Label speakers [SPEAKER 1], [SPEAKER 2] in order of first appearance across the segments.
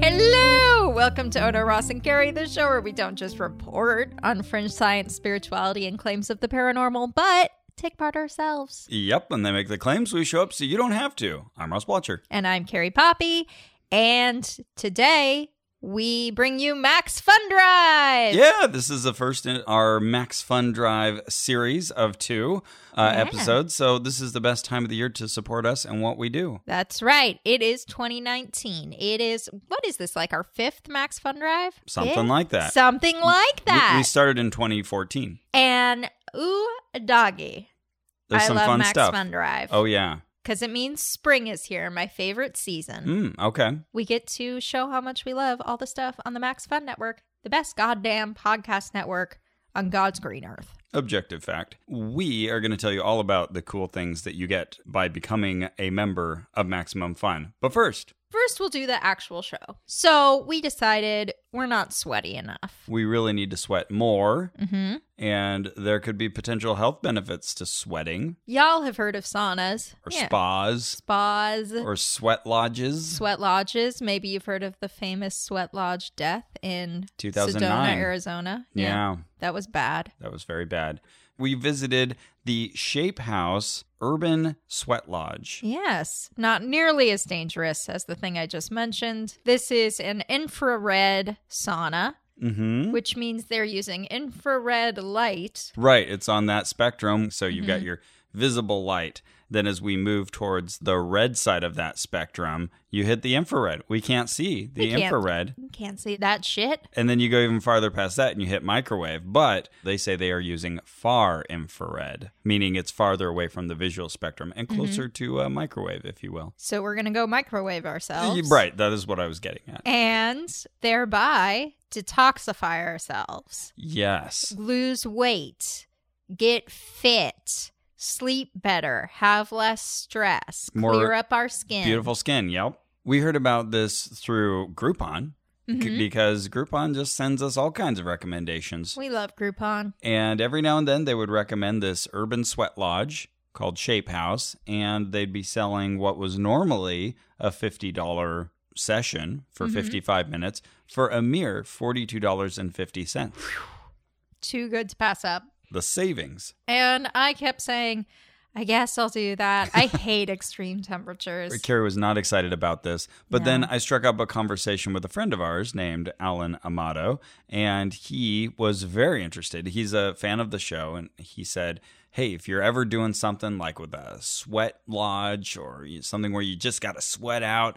[SPEAKER 1] Hello! Welcome to Odo Ross and Carrie, the show where we don't just report on fringe science, spirituality, and claims of the paranormal, but take part ourselves.
[SPEAKER 2] Yep, and they make the claims we show up so you don't have to. I'm Ross Blotcher.
[SPEAKER 1] And I'm Carrie Poppy, and today we bring you Max Fun Drive.
[SPEAKER 2] Yeah, this is the first in our Max Fun Drive series of two uh,
[SPEAKER 1] Yeah.
[SPEAKER 2] episodes. So this is the best time of the year to support us and what we do.
[SPEAKER 1] That's right. It is 2019. It is, what is this, like our fifth Max Fun Drive?
[SPEAKER 2] Something
[SPEAKER 1] Fifth?
[SPEAKER 2] like that.
[SPEAKER 1] Something like
[SPEAKER 2] We-
[SPEAKER 1] that.
[SPEAKER 2] We, started in 2014.
[SPEAKER 1] and ooh, doggy.
[SPEAKER 2] There's
[SPEAKER 1] I
[SPEAKER 2] some
[SPEAKER 1] love
[SPEAKER 2] fun
[SPEAKER 1] Max
[SPEAKER 2] stuff.
[SPEAKER 1] Fun Drive.
[SPEAKER 2] Oh yeah.
[SPEAKER 1] because it means spring is here, my favorite season.
[SPEAKER 2] Mm, okay.
[SPEAKER 1] We get to show how much we love all the stuff on the Max Fun Network, the best goddamn podcast network on God's green earth.
[SPEAKER 2] Objective fact. We are going to tell you all about the cool things that you get by becoming a member of Maximum Fun. But first,
[SPEAKER 1] First, we'll do the actual show. So we decided we're not sweaty enough.
[SPEAKER 2] we really need to sweat more,
[SPEAKER 1] hmm
[SPEAKER 2] and there could be potential health benefits to sweating.
[SPEAKER 1] Y'all have heard of saunas
[SPEAKER 2] or
[SPEAKER 1] Yeah.
[SPEAKER 2] spas
[SPEAKER 1] spas,
[SPEAKER 2] or sweat lodges.
[SPEAKER 1] sweat lodges. Maybe you've heard of the famous sweat lodge death in
[SPEAKER 2] 2009.
[SPEAKER 1] Sedona, Arizona.
[SPEAKER 2] yeah.
[SPEAKER 1] that was bad.
[SPEAKER 2] that was very bad. We visited the Shape House Urban Sweat Lodge.
[SPEAKER 1] Yes, not nearly as dangerous as the thing I just mentioned. This is an infrared sauna,
[SPEAKER 2] hmm
[SPEAKER 1] which means they're using infrared light.
[SPEAKER 2] Right, it's on that spectrum. So you've
[SPEAKER 1] Mm-hmm.
[SPEAKER 2] got your visible light. Then, as we move towards the red side of that spectrum, you hit the infrared. We can't see the
[SPEAKER 1] We can't.
[SPEAKER 2] infrared.
[SPEAKER 1] You Can't see that shit.
[SPEAKER 2] And then you go even farther past that and you hit microwave. But they say they are using far infrared, meaning it's farther away from the visual spectrum and closer to a microwave, if you will.
[SPEAKER 1] So we're gonna go microwave ourselves,
[SPEAKER 2] Y- Right, that is what I was getting at.
[SPEAKER 1] And thereby detoxify ourselves.
[SPEAKER 2] Yes.
[SPEAKER 1] lose weight, get fit, sleep better, have less stress,
[SPEAKER 2] More
[SPEAKER 1] clear up our skin.
[SPEAKER 2] Beautiful skin. Yep. We heard about this through Groupon c-
[SPEAKER 1] Mhm.
[SPEAKER 2] because Groupon just sends us all kinds of recommendations.
[SPEAKER 1] We love Groupon.
[SPEAKER 2] And every now and then they would recommend this urban sweat lodge called Shape House, and they'd be selling what was normally a $50 session for
[SPEAKER 1] Mhm.
[SPEAKER 2] 55 minutes for a mere $42.50.
[SPEAKER 1] Too good to pass up.
[SPEAKER 2] The savings.
[SPEAKER 1] And I kept saying, I guess I'll do that. I hate extreme temperatures.
[SPEAKER 2] Carrie was not excited about this, but
[SPEAKER 1] No.
[SPEAKER 2] then I struck up a conversation with a friend of ours named Alan Amato, and he was very interested. He's a fan of the show, and he said, Hey, if you're ever doing something like with a sweat lodge or you- something where you just got to sweat out,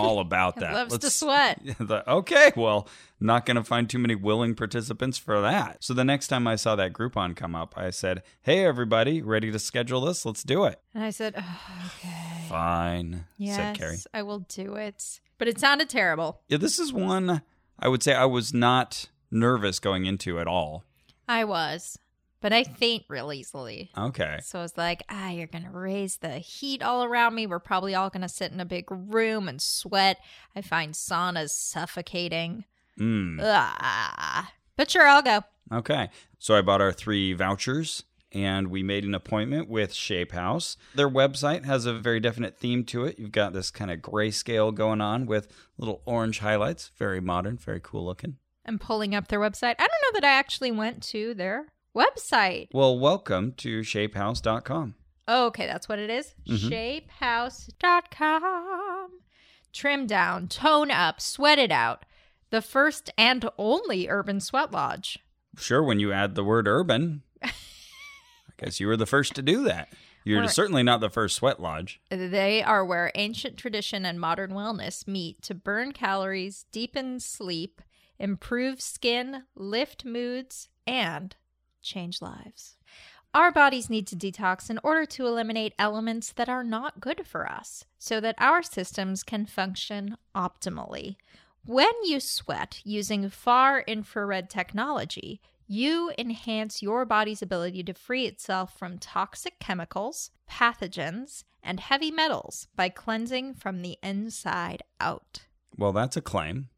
[SPEAKER 2] all about that.
[SPEAKER 1] Loves to
[SPEAKER 2] Let's-
[SPEAKER 1] sweat.
[SPEAKER 2] the- okay, well, not going to find too many willing participants for that. So the next time I saw that Groupon come up, I said, Hey, everybody, ready to schedule this? Let's do it.
[SPEAKER 1] And I said, "Ugh, okay.
[SPEAKER 2] Fine,
[SPEAKER 1] Yes,
[SPEAKER 2] said Carrie.
[SPEAKER 1] I will do it. But it sounded terrible.
[SPEAKER 2] Yeah, this is one I would say I was not nervous going into at all.
[SPEAKER 1] I was. But I faint real easily.
[SPEAKER 2] Okay.
[SPEAKER 1] So I was like, ah, you're going to raise the heat all around me. We're probably all going to sit in a big room and sweat. I find saunas suffocating.
[SPEAKER 2] Mm,
[SPEAKER 1] Ah. But sure, I'll go.
[SPEAKER 2] okay. So I bought our three vouchers and we made an appointment with Shape House. Their website has a very definite theme to it. You've got this kind of grayscale going on with little orange highlights. Very modern, very cool looking.
[SPEAKER 1] I'm pulling up their website. I don't know that I actually went to their website.
[SPEAKER 2] Well, welcome to shapehouse.com.
[SPEAKER 1] Oh, okay, that's what it is. Shapehouse.com. Trim down, tone up, sweat it out. The first and only urban sweat lodge.
[SPEAKER 2] Sure, when you add the word urban, I guess you were the first to do that. You're
[SPEAKER 1] Or-
[SPEAKER 2] certainly not the first sweat lodge.
[SPEAKER 1] They are where ancient tradition and modern wellness meet to burn calories, deepen sleep, improve skin, lift moods, and change lives. Our bodies need to detox in order to eliminate elements that are not good for us so that our systems can function optimally. When you sweat using far infrared technology, you enhance your body's ability to free itself from toxic chemicals, pathogens, and heavy metals by cleansing from the inside out.
[SPEAKER 2] Well, that's a claim.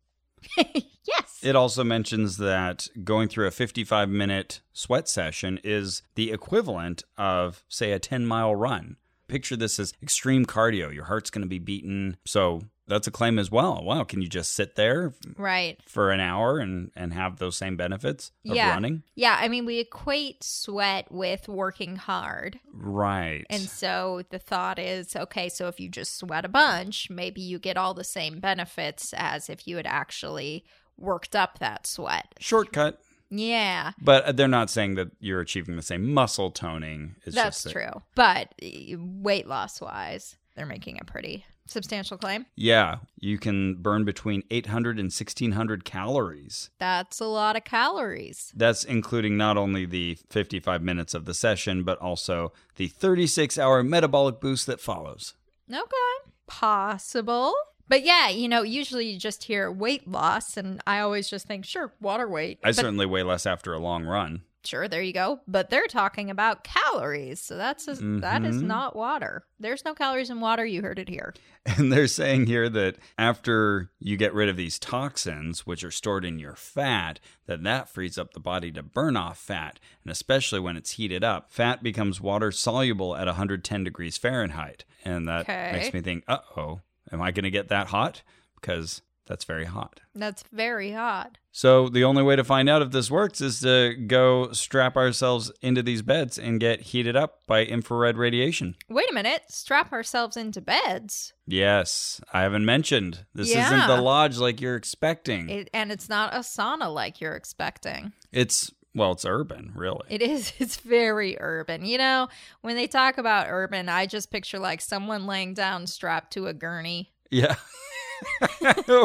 [SPEAKER 1] yes. Yes.
[SPEAKER 2] It also mentions that going through a 55 minute sweat session is the equivalent of, say, a 10 mile run. Picture this as extreme cardio. Your heart's going to be beaten. So that's a claim as well. Wow, can you just sit there
[SPEAKER 1] right.
[SPEAKER 2] for an hour and, and have those same benefits of
[SPEAKER 1] Yeah.
[SPEAKER 2] running?
[SPEAKER 1] Yeah. I mean, we equate sweat with working hard.
[SPEAKER 2] Right.
[SPEAKER 1] And so the thought is okay, so if you just sweat a bunch, maybe you get all the same benefits as if you had actually worked up that sweat.
[SPEAKER 2] Shortcut.
[SPEAKER 1] Yeah.
[SPEAKER 2] But they're not saying that you're achieving the same muscle toning. It's
[SPEAKER 1] That's
[SPEAKER 2] just that-
[SPEAKER 1] true. But eh, weight loss wise, they're making a pretty substantial claim.
[SPEAKER 2] Yeah, you can burn between 800 and 1600 calories.
[SPEAKER 1] That's a lot of calories.
[SPEAKER 2] That's including not only the 55 minutes of the session, but also the 36 hour metabolic boost that follows.
[SPEAKER 1] Okay. Possible. But yeah, you know, usually you just hear weight loss, and I always just think, sure, water weight.
[SPEAKER 2] I
[SPEAKER 1] But
[SPEAKER 2] certainly weigh less after a long run.
[SPEAKER 1] sure, there you go. But they're talking about calories. So that's a, that is
[SPEAKER 2] Mhm.
[SPEAKER 1] not water. There's no calories in water. You heard it here.
[SPEAKER 2] And they're saying here that after you get rid of these toxins, which are stored in your fat, that that frees up the body to burn off fat. And especially when it's heated up, fat becomes water soluble at 110 degrees Fahrenheit. And that
[SPEAKER 1] Okay.
[SPEAKER 2] makes me think, uh oh, am I going to get that hot? Because that's very hot.
[SPEAKER 1] That's very hot.
[SPEAKER 2] So the only way to find out if this works is to go strap ourselves into these beds and get heated up by infrared radiation.
[SPEAKER 1] Wait a minute. Strap ourselves into beds.
[SPEAKER 2] Yes, I haven't mentioned. This
[SPEAKER 1] Yeah.
[SPEAKER 2] isn't the lodge like you're expecting.
[SPEAKER 1] It, and it's not a sauna like you're expecting.
[SPEAKER 2] it's well, it's urban, really.
[SPEAKER 1] It is. It's very urban. You know, when they talk about urban, I just picture like someone laying down strapped to a gurney.
[SPEAKER 2] yeah.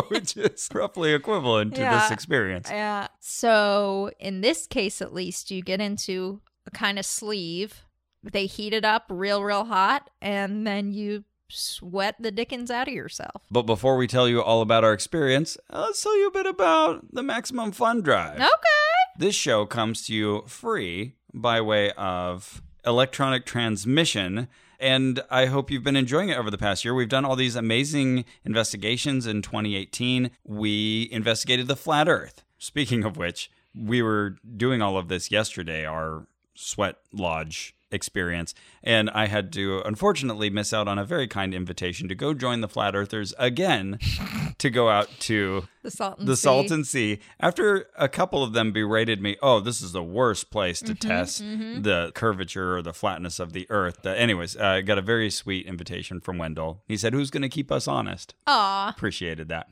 [SPEAKER 2] Which is roughly equivalent to this
[SPEAKER 1] Yeah.
[SPEAKER 2] experience.
[SPEAKER 1] Yeah. Uh, So in this case, at least, you get into a kind of sleeve. They heat it up real, real hot, and then you sweat the dickens out of yourself.
[SPEAKER 2] But before we tell you all about our experience, let's tell you a bit about the Maximum Fun Drive.
[SPEAKER 1] Okay.
[SPEAKER 2] This show comes to you free by way of electronic transmission. And I hope you've been enjoying it over the past year. We've done all these amazing investigations in 2018. We investigated the flat earth. Speaking of which, we were doing all of this yesterday, our sweat lodge experience. And I had to unfortunately miss out on a very kind invitation to go join the flat earthers again to go out to
[SPEAKER 1] The Salton.
[SPEAKER 2] the
[SPEAKER 1] Sea.
[SPEAKER 2] Salton Sea. After a couple of them berated me, oh, this is the worst place to
[SPEAKER 1] Mm-hmm,
[SPEAKER 2] test the curvature or the flatness of the earth. Uh, anyways, uh, I got a very sweet invitation from Wendell. He said, Who's going to keep us honest?
[SPEAKER 1] Aw.
[SPEAKER 2] Appreciated that.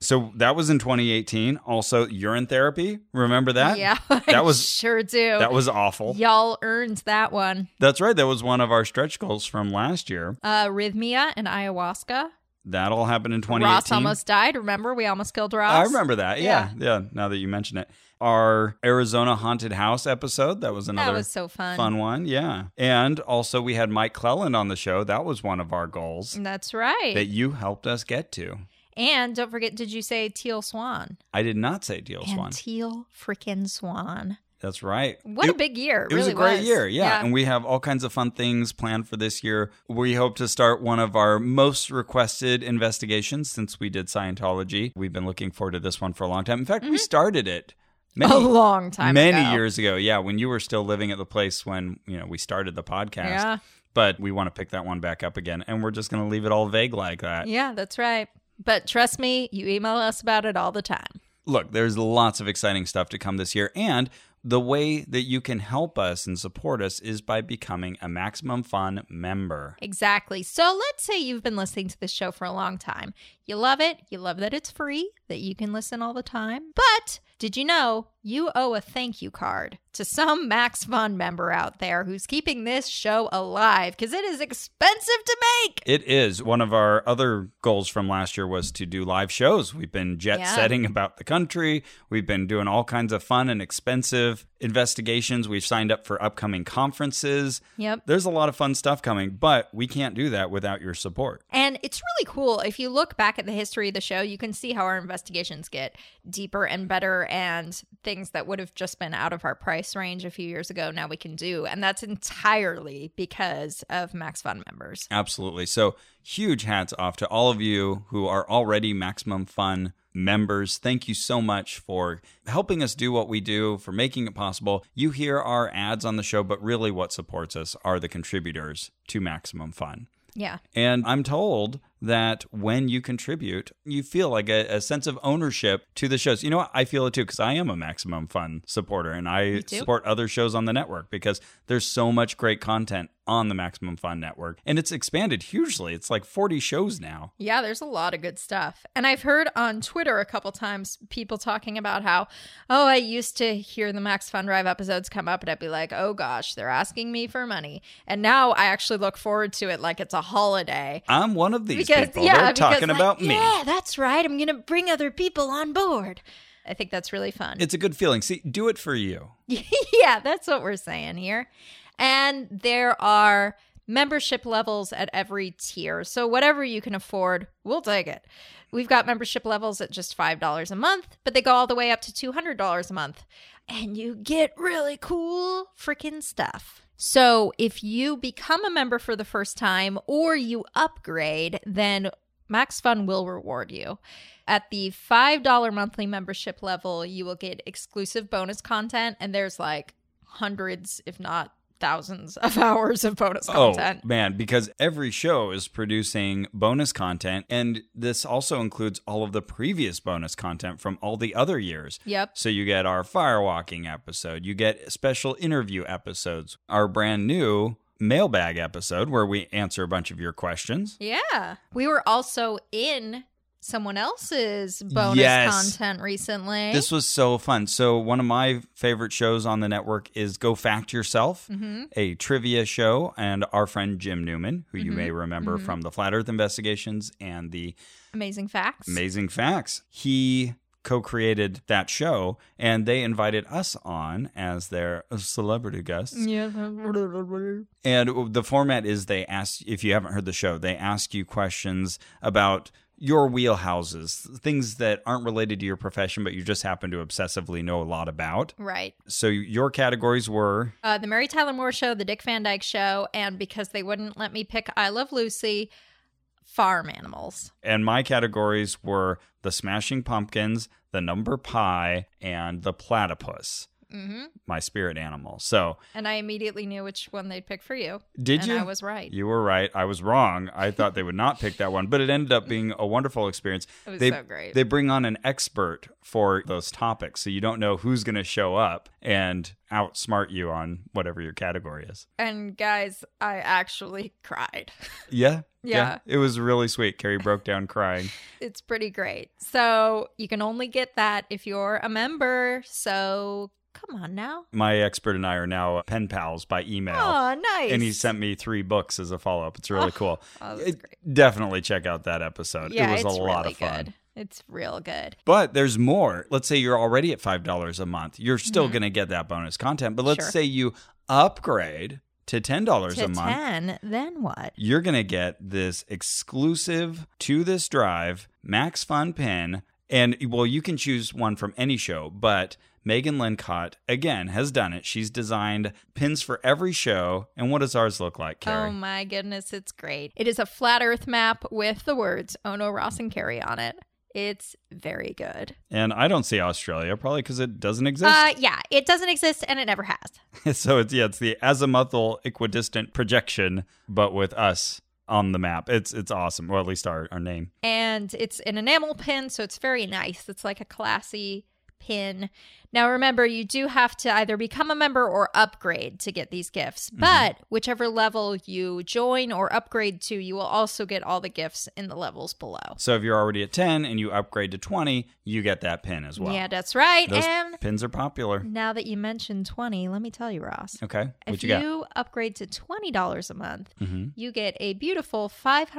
[SPEAKER 2] So that was in 2018. Also, urine therapy. Remember that?
[SPEAKER 1] Yeah. I
[SPEAKER 2] That was.
[SPEAKER 1] sure do.
[SPEAKER 2] That was awful.
[SPEAKER 1] Y'all earned that one.
[SPEAKER 2] That's right. That was one of our stretch goals from last year.
[SPEAKER 1] Uh, arrhythmia and ayahuasca.
[SPEAKER 2] That all happened in 2018.
[SPEAKER 1] Ross almost died. Remember, we almost killed Ross.
[SPEAKER 2] I remember that. Yeah. yeah. Now that you mention it. Our Arizona Haunted House episode. That was another
[SPEAKER 1] That was so fun.
[SPEAKER 2] fun one. Yeah. And also, we had Mike Cleland on the show. That was one of our goals
[SPEAKER 1] That's right.
[SPEAKER 2] that you helped us get to.
[SPEAKER 1] and don't forget, did you say teal swan?
[SPEAKER 2] I did not say Deal
[SPEAKER 1] and
[SPEAKER 2] Swan.
[SPEAKER 1] teal freaking swan.
[SPEAKER 2] That's right.
[SPEAKER 1] What
[SPEAKER 2] it,
[SPEAKER 1] a big year! It,
[SPEAKER 2] it was a
[SPEAKER 1] really
[SPEAKER 2] great year. Yeah. And we have all kinds of fun things planned for this year. We hope to start one of our most requested investigations since we did Scientology. We've been looking forward to this one for a long time. In fact, we started it. Many,
[SPEAKER 1] Mm-hmm. a long time.
[SPEAKER 2] many
[SPEAKER 1] ago.
[SPEAKER 2] years ago yeah when you were still living at the place when you know we started the podcast
[SPEAKER 1] Yeah.
[SPEAKER 2] but we want to pick that one back up again and we're just going to leave it all vague like that
[SPEAKER 1] Yeah, that's right. But trust me, you email us about it all the time.
[SPEAKER 2] look there's lots of exciting stuff to come this year and the way that you can help us and support us is by becoming a maximum fun member
[SPEAKER 1] Exactly. So let's say you've been listening to this show for a long time. You love it. You love that it's free, that you can listen all the time. But did you know you owe a thank you card to some Max Fun member out there who's keeping this show alive because it is expensive to make?
[SPEAKER 2] it is one of our other goals from last year was to do live shows we've been jet
[SPEAKER 1] Yeah.
[SPEAKER 2] setting about the country we've been doing all kinds of fun and expensive investigations we've signed up for upcoming conferences
[SPEAKER 1] Yep.
[SPEAKER 2] There's a lot of fun stuff coming, but we can't do that without your support.
[SPEAKER 1] And it's really cool. If you look back at the history of the show, you can see how our investigations get deeper and better, and things that would have just been out of our price range a few years ago, now we can do. And that's entirely because of Max Fun members.
[SPEAKER 2] Absolutely. So, huge hats off to all of you who are already Maximum Fun members. Thank you so much for helping us do what we do, for making it possible. You hear our ads on the show, but really what supports us are the contributors to Maximum Fun.
[SPEAKER 1] Yeah.
[SPEAKER 2] And I'm told that when you contribute, you feel like a, a sense of ownership to the shows. You know what? I feel it too because I am a Maximum Fun supporter and I
[SPEAKER 1] too.
[SPEAKER 2] support other shows on the network because there's so much great content on the Maximum Fun network. And it's expanded hugely. It's like 40 shows now.
[SPEAKER 1] Yeah, there's a lot of good stuff. And I've heard on Twitter a couple times people talking about how, oh, I used to hear the Max Fun Drive episodes come up and I'd be like, oh gosh, they're asking me for money. And now I actually look forward to it like it's a holiday.
[SPEAKER 2] I'm one of these people. They're talking
[SPEAKER 1] like,
[SPEAKER 2] about me.
[SPEAKER 1] Yeah, that's right. I'm going to bring other people on board. I think that's really fun.
[SPEAKER 2] It's a good feeling. See, do it for you.
[SPEAKER 1] yeah, that's what we're saying here. And there are membership levels at every tier. So whatever you can afford, we'll take it. We've got membership levels at just $5 a month, but they go all the way up to $200 a month. And you get really cool freaking stuff. So if you become a member for the first time or you upgrade, then Max Fun will reward you. At the $5 monthly membership level, you will get exclusive bonus content, and there's like hundreds, if not thousands, of hours of bonus content.
[SPEAKER 2] Oh, man, because every show is producing bonus content, and this also includes all of the previous bonus content from all the other years.
[SPEAKER 1] Yep.
[SPEAKER 2] So you get our firewalking episode, you get special interview episodes, our brand new mailbag episode where we answer a bunch of your questions.
[SPEAKER 1] Yeah. We were also in someone else's bonus
[SPEAKER 2] Yes.
[SPEAKER 1] content recently.
[SPEAKER 2] This was so fun. So, one of my favorite shows on the network is Go Fact Yourself,
[SPEAKER 1] Mm-hmm.
[SPEAKER 2] a trivia show. And our friend Jim Newman, who you may remember from the Flat Earth investigations and the
[SPEAKER 1] Amazing facts.
[SPEAKER 2] Amazing Facts, he co created that show and they invited us on as their celebrity guests.
[SPEAKER 1] Yeah.
[SPEAKER 2] And the format is they ask, if you haven't heard the show, they ask you questions about your wheelhouses, things that aren't related to your profession, but you just happen to obsessively know a lot about.
[SPEAKER 1] Right.
[SPEAKER 2] So your categories were
[SPEAKER 1] Uh, the Mary Tyler Moore Show, The Dick Van Dyke Show, and because they wouldn't let me pick I Love Lucy, farm animals.
[SPEAKER 2] and my categories were the smashing pumpkins, the number pi, and the platypus,
[SPEAKER 1] hmm
[SPEAKER 2] my spirit animal. So
[SPEAKER 1] And I immediately knew which one they'd pick for you.
[SPEAKER 2] did
[SPEAKER 1] and
[SPEAKER 2] you?
[SPEAKER 1] I was right.
[SPEAKER 2] you were right. I was wrong. I thought they would not pick that one, but it ended up being a wonderful experience.
[SPEAKER 1] It was
[SPEAKER 2] they,
[SPEAKER 1] so great.
[SPEAKER 2] They bring on an expert for those topics, so you don't know who's going to show up and outsmart you on whatever your category is.
[SPEAKER 1] and guys, I actually cried.
[SPEAKER 2] Yeah.
[SPEAKER 1] Yeah.
[SPEAKER 2] It was really sweet. Carrie broke down crying.
[SPEAKER 1] it's pretty great. So you can only get that if you're a member. So come on now.
[SPEAKER 2] My expert and I are now pen pals by email.
[SPEAKER 1] Oh, nice.
[SPEAKER 2] And he sent me three books as a follow up. It's really cool.
[SPEAKER 1] Oh, that's
[SPEAKER 2] It- definitely check out that episode.
[SPEAKER 1] yeah,
[SPEAKER 2] it was
[SPEAKER 1] it's
[SPEAKER 2] a lot
[SPEAKER 1] really
[SPEAKER 2] of fun.
[SPEAKER 1] good. It's real good.
[SPEAKER 2] But there's more. Let's say you're already at $5 a month. You're still going to get that bonus content. But let's
[SPEAKER 1] Mm-hmm. Sure.
[SPEAKER 2] say you upgrade to $10
[SPEAKER 1] To
[SPEAKER 2] a month.
[SPEAKER 1] ten, then what?
[SPEAKER 2] You're going to get this exclusive to this drive Max Fun pin. And well, you can choose one from any show, but Megan Lincott, again, has done it. She's designed pins for every show. And what does ours look like, Carrie?
[SPEAKER 1] Oh my goodness, it's great. It is a flat Earth map with the words Ono Ross and Carrie on it. It's very good.
[SPEAKER 2] and I don't see Australia, probably because it doesn't exist.
[SPEAKER 1] Uh, yeah, it doesn't exist and it never has.
[SPEAKER 2] so it's yeah, it's the azimuthal equidistant projection, but with us on the map. It's it's awesome. Or at least our, our name.
[SPEAKER 1] and it's an enamel pin, so it's very nice. It's like a classy pin. Now, remember, you do have to either become a member or upgrade to get these gifts,
[SPEAKER 2] Mm-hmm.
[SPEAKER 1] but whichever level you join or upgrade to, you will also get all the gifts in the levels below.
[SPEAKER 2] So if you're already at ten and you upgrade to twenty, you get that pin as well.
[SPEAKER 1] Yeah, that's right.
[SPEAKER 2] Those
[SPEAKER 1] and
[SPEAKER 2] pins are popular.
[SPEAKER 1] now that you mentioned 20, let me tell you, Ross.
[SPEAKER 2] Okay. What
[SPEAKER 1] If
[SPEAKER 2] you
[SPEAKER 1] you,
[SPEAKER 2] got?
[SPEAKER 1] upgrade to $20 a month,
[SPEAKER 2] Mhm.
[SPEAKER 1] you get a beautiful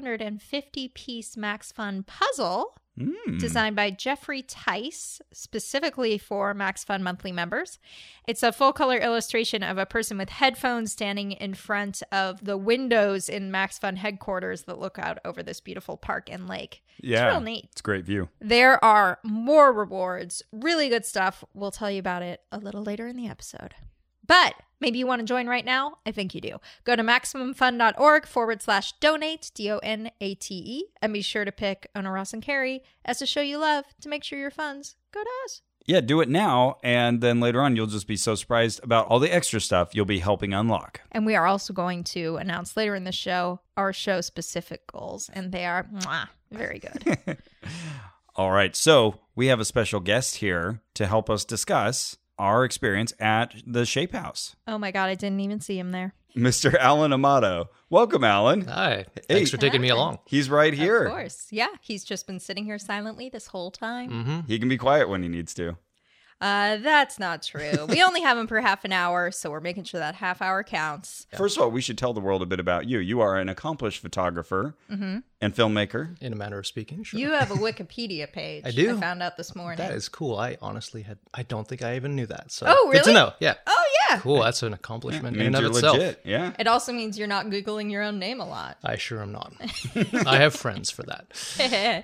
[SPEAKER 1] 550 piece Max Fun puzzle
[SPEAKER 2] Mm.
[SPEAKER 1] designed by Jeffrey Tice, specifically for Max Fun monthly members. It's a full color illustration of a person with headphones standing in front of the windows in Max Fun headquarters that look out over this beautiful park and lake.
[SPEAKER 2] yeah.
[SPEAKER 1] It's real neat.
[SPEAKER 2] It's a great view.
[SPEAKER 1] There are more rewards, really good stuff. We'll tell you about it a little later in the episode. But maybe you want to join right now? I think you do. Go to MaximumFun.org forward slash donate, D O N A T E, and be sure to pick Ona Ross and Carrie as a show you love to make sure your funds go to us.
[SPEAKER 2] Yeah, do it now. And then later on, you'll just be so surprised about all the extra stuff you'll be helping unlock.
[SPEAKER 1] And we are also going to announce later in the show our show specific goals, and they are mwah, very good.
[SPEAKER 2] All right. So we have a special guest here to help us discuss our experience at the Shape House,
[SPEAKER 1] oh my God, I didn't even see him there.
[SPEAKER 2] Mr. Alan Amato. Welcome, Alan.
[SPEAKER 3] Hi.
[SPEAKER 2] Hey.
[SPEAKER 3] Thanks for taking me
[SPEAKER 1] Hi.
[SPEAKER 3] along.
[SPEAKER 2] He's right here.
[SPEAKER 1] Of course. Yeah, he's just been sitting here silently this whole time.
[SPEAKER 3] hmm
[SPEAKER 2] He can be quiet when he needs to.
[SPEAKER 1] Uh, that's not true. we only have him for half an hour, so we're making sure that half hour counts.
[SPEAKER 2] First of all, we should tell the world a bit about you. You are an accomplished photographer
[SPEAKER 1] hmm
[SPEAKER 2] and filmmaker.
[SPEAKER 3] In a manner of speaking, sure.
[SPEAKER 1] You have a Wikipedia page.
[SPEAKER 3] I do.
[SPEAKER 1] I found out this morning.
[SPEAKER 3] that is cool. I honestly had I don't think I even knew that. So
[SPEAKER 1] Oh,
[SPEAKER 3] good
[SPEAKER 1] really?
[SPEAKER 3] to know. Yeah.
[SPEAKER 1] oh yeah.
[SPEAKER 3] Cool. That's an accomplishment in
[SPEAKER 2] Means
[SPEAKER 3] and
[SPEAKER 2] you're
[SPEAKER 3] of itself.
[SPEAKER 2] legit. Yeah.
[SPEAKER 1] It also means you're not googling your own name a lot.
[SPEAKER 3] I sure am not. I have friends for that.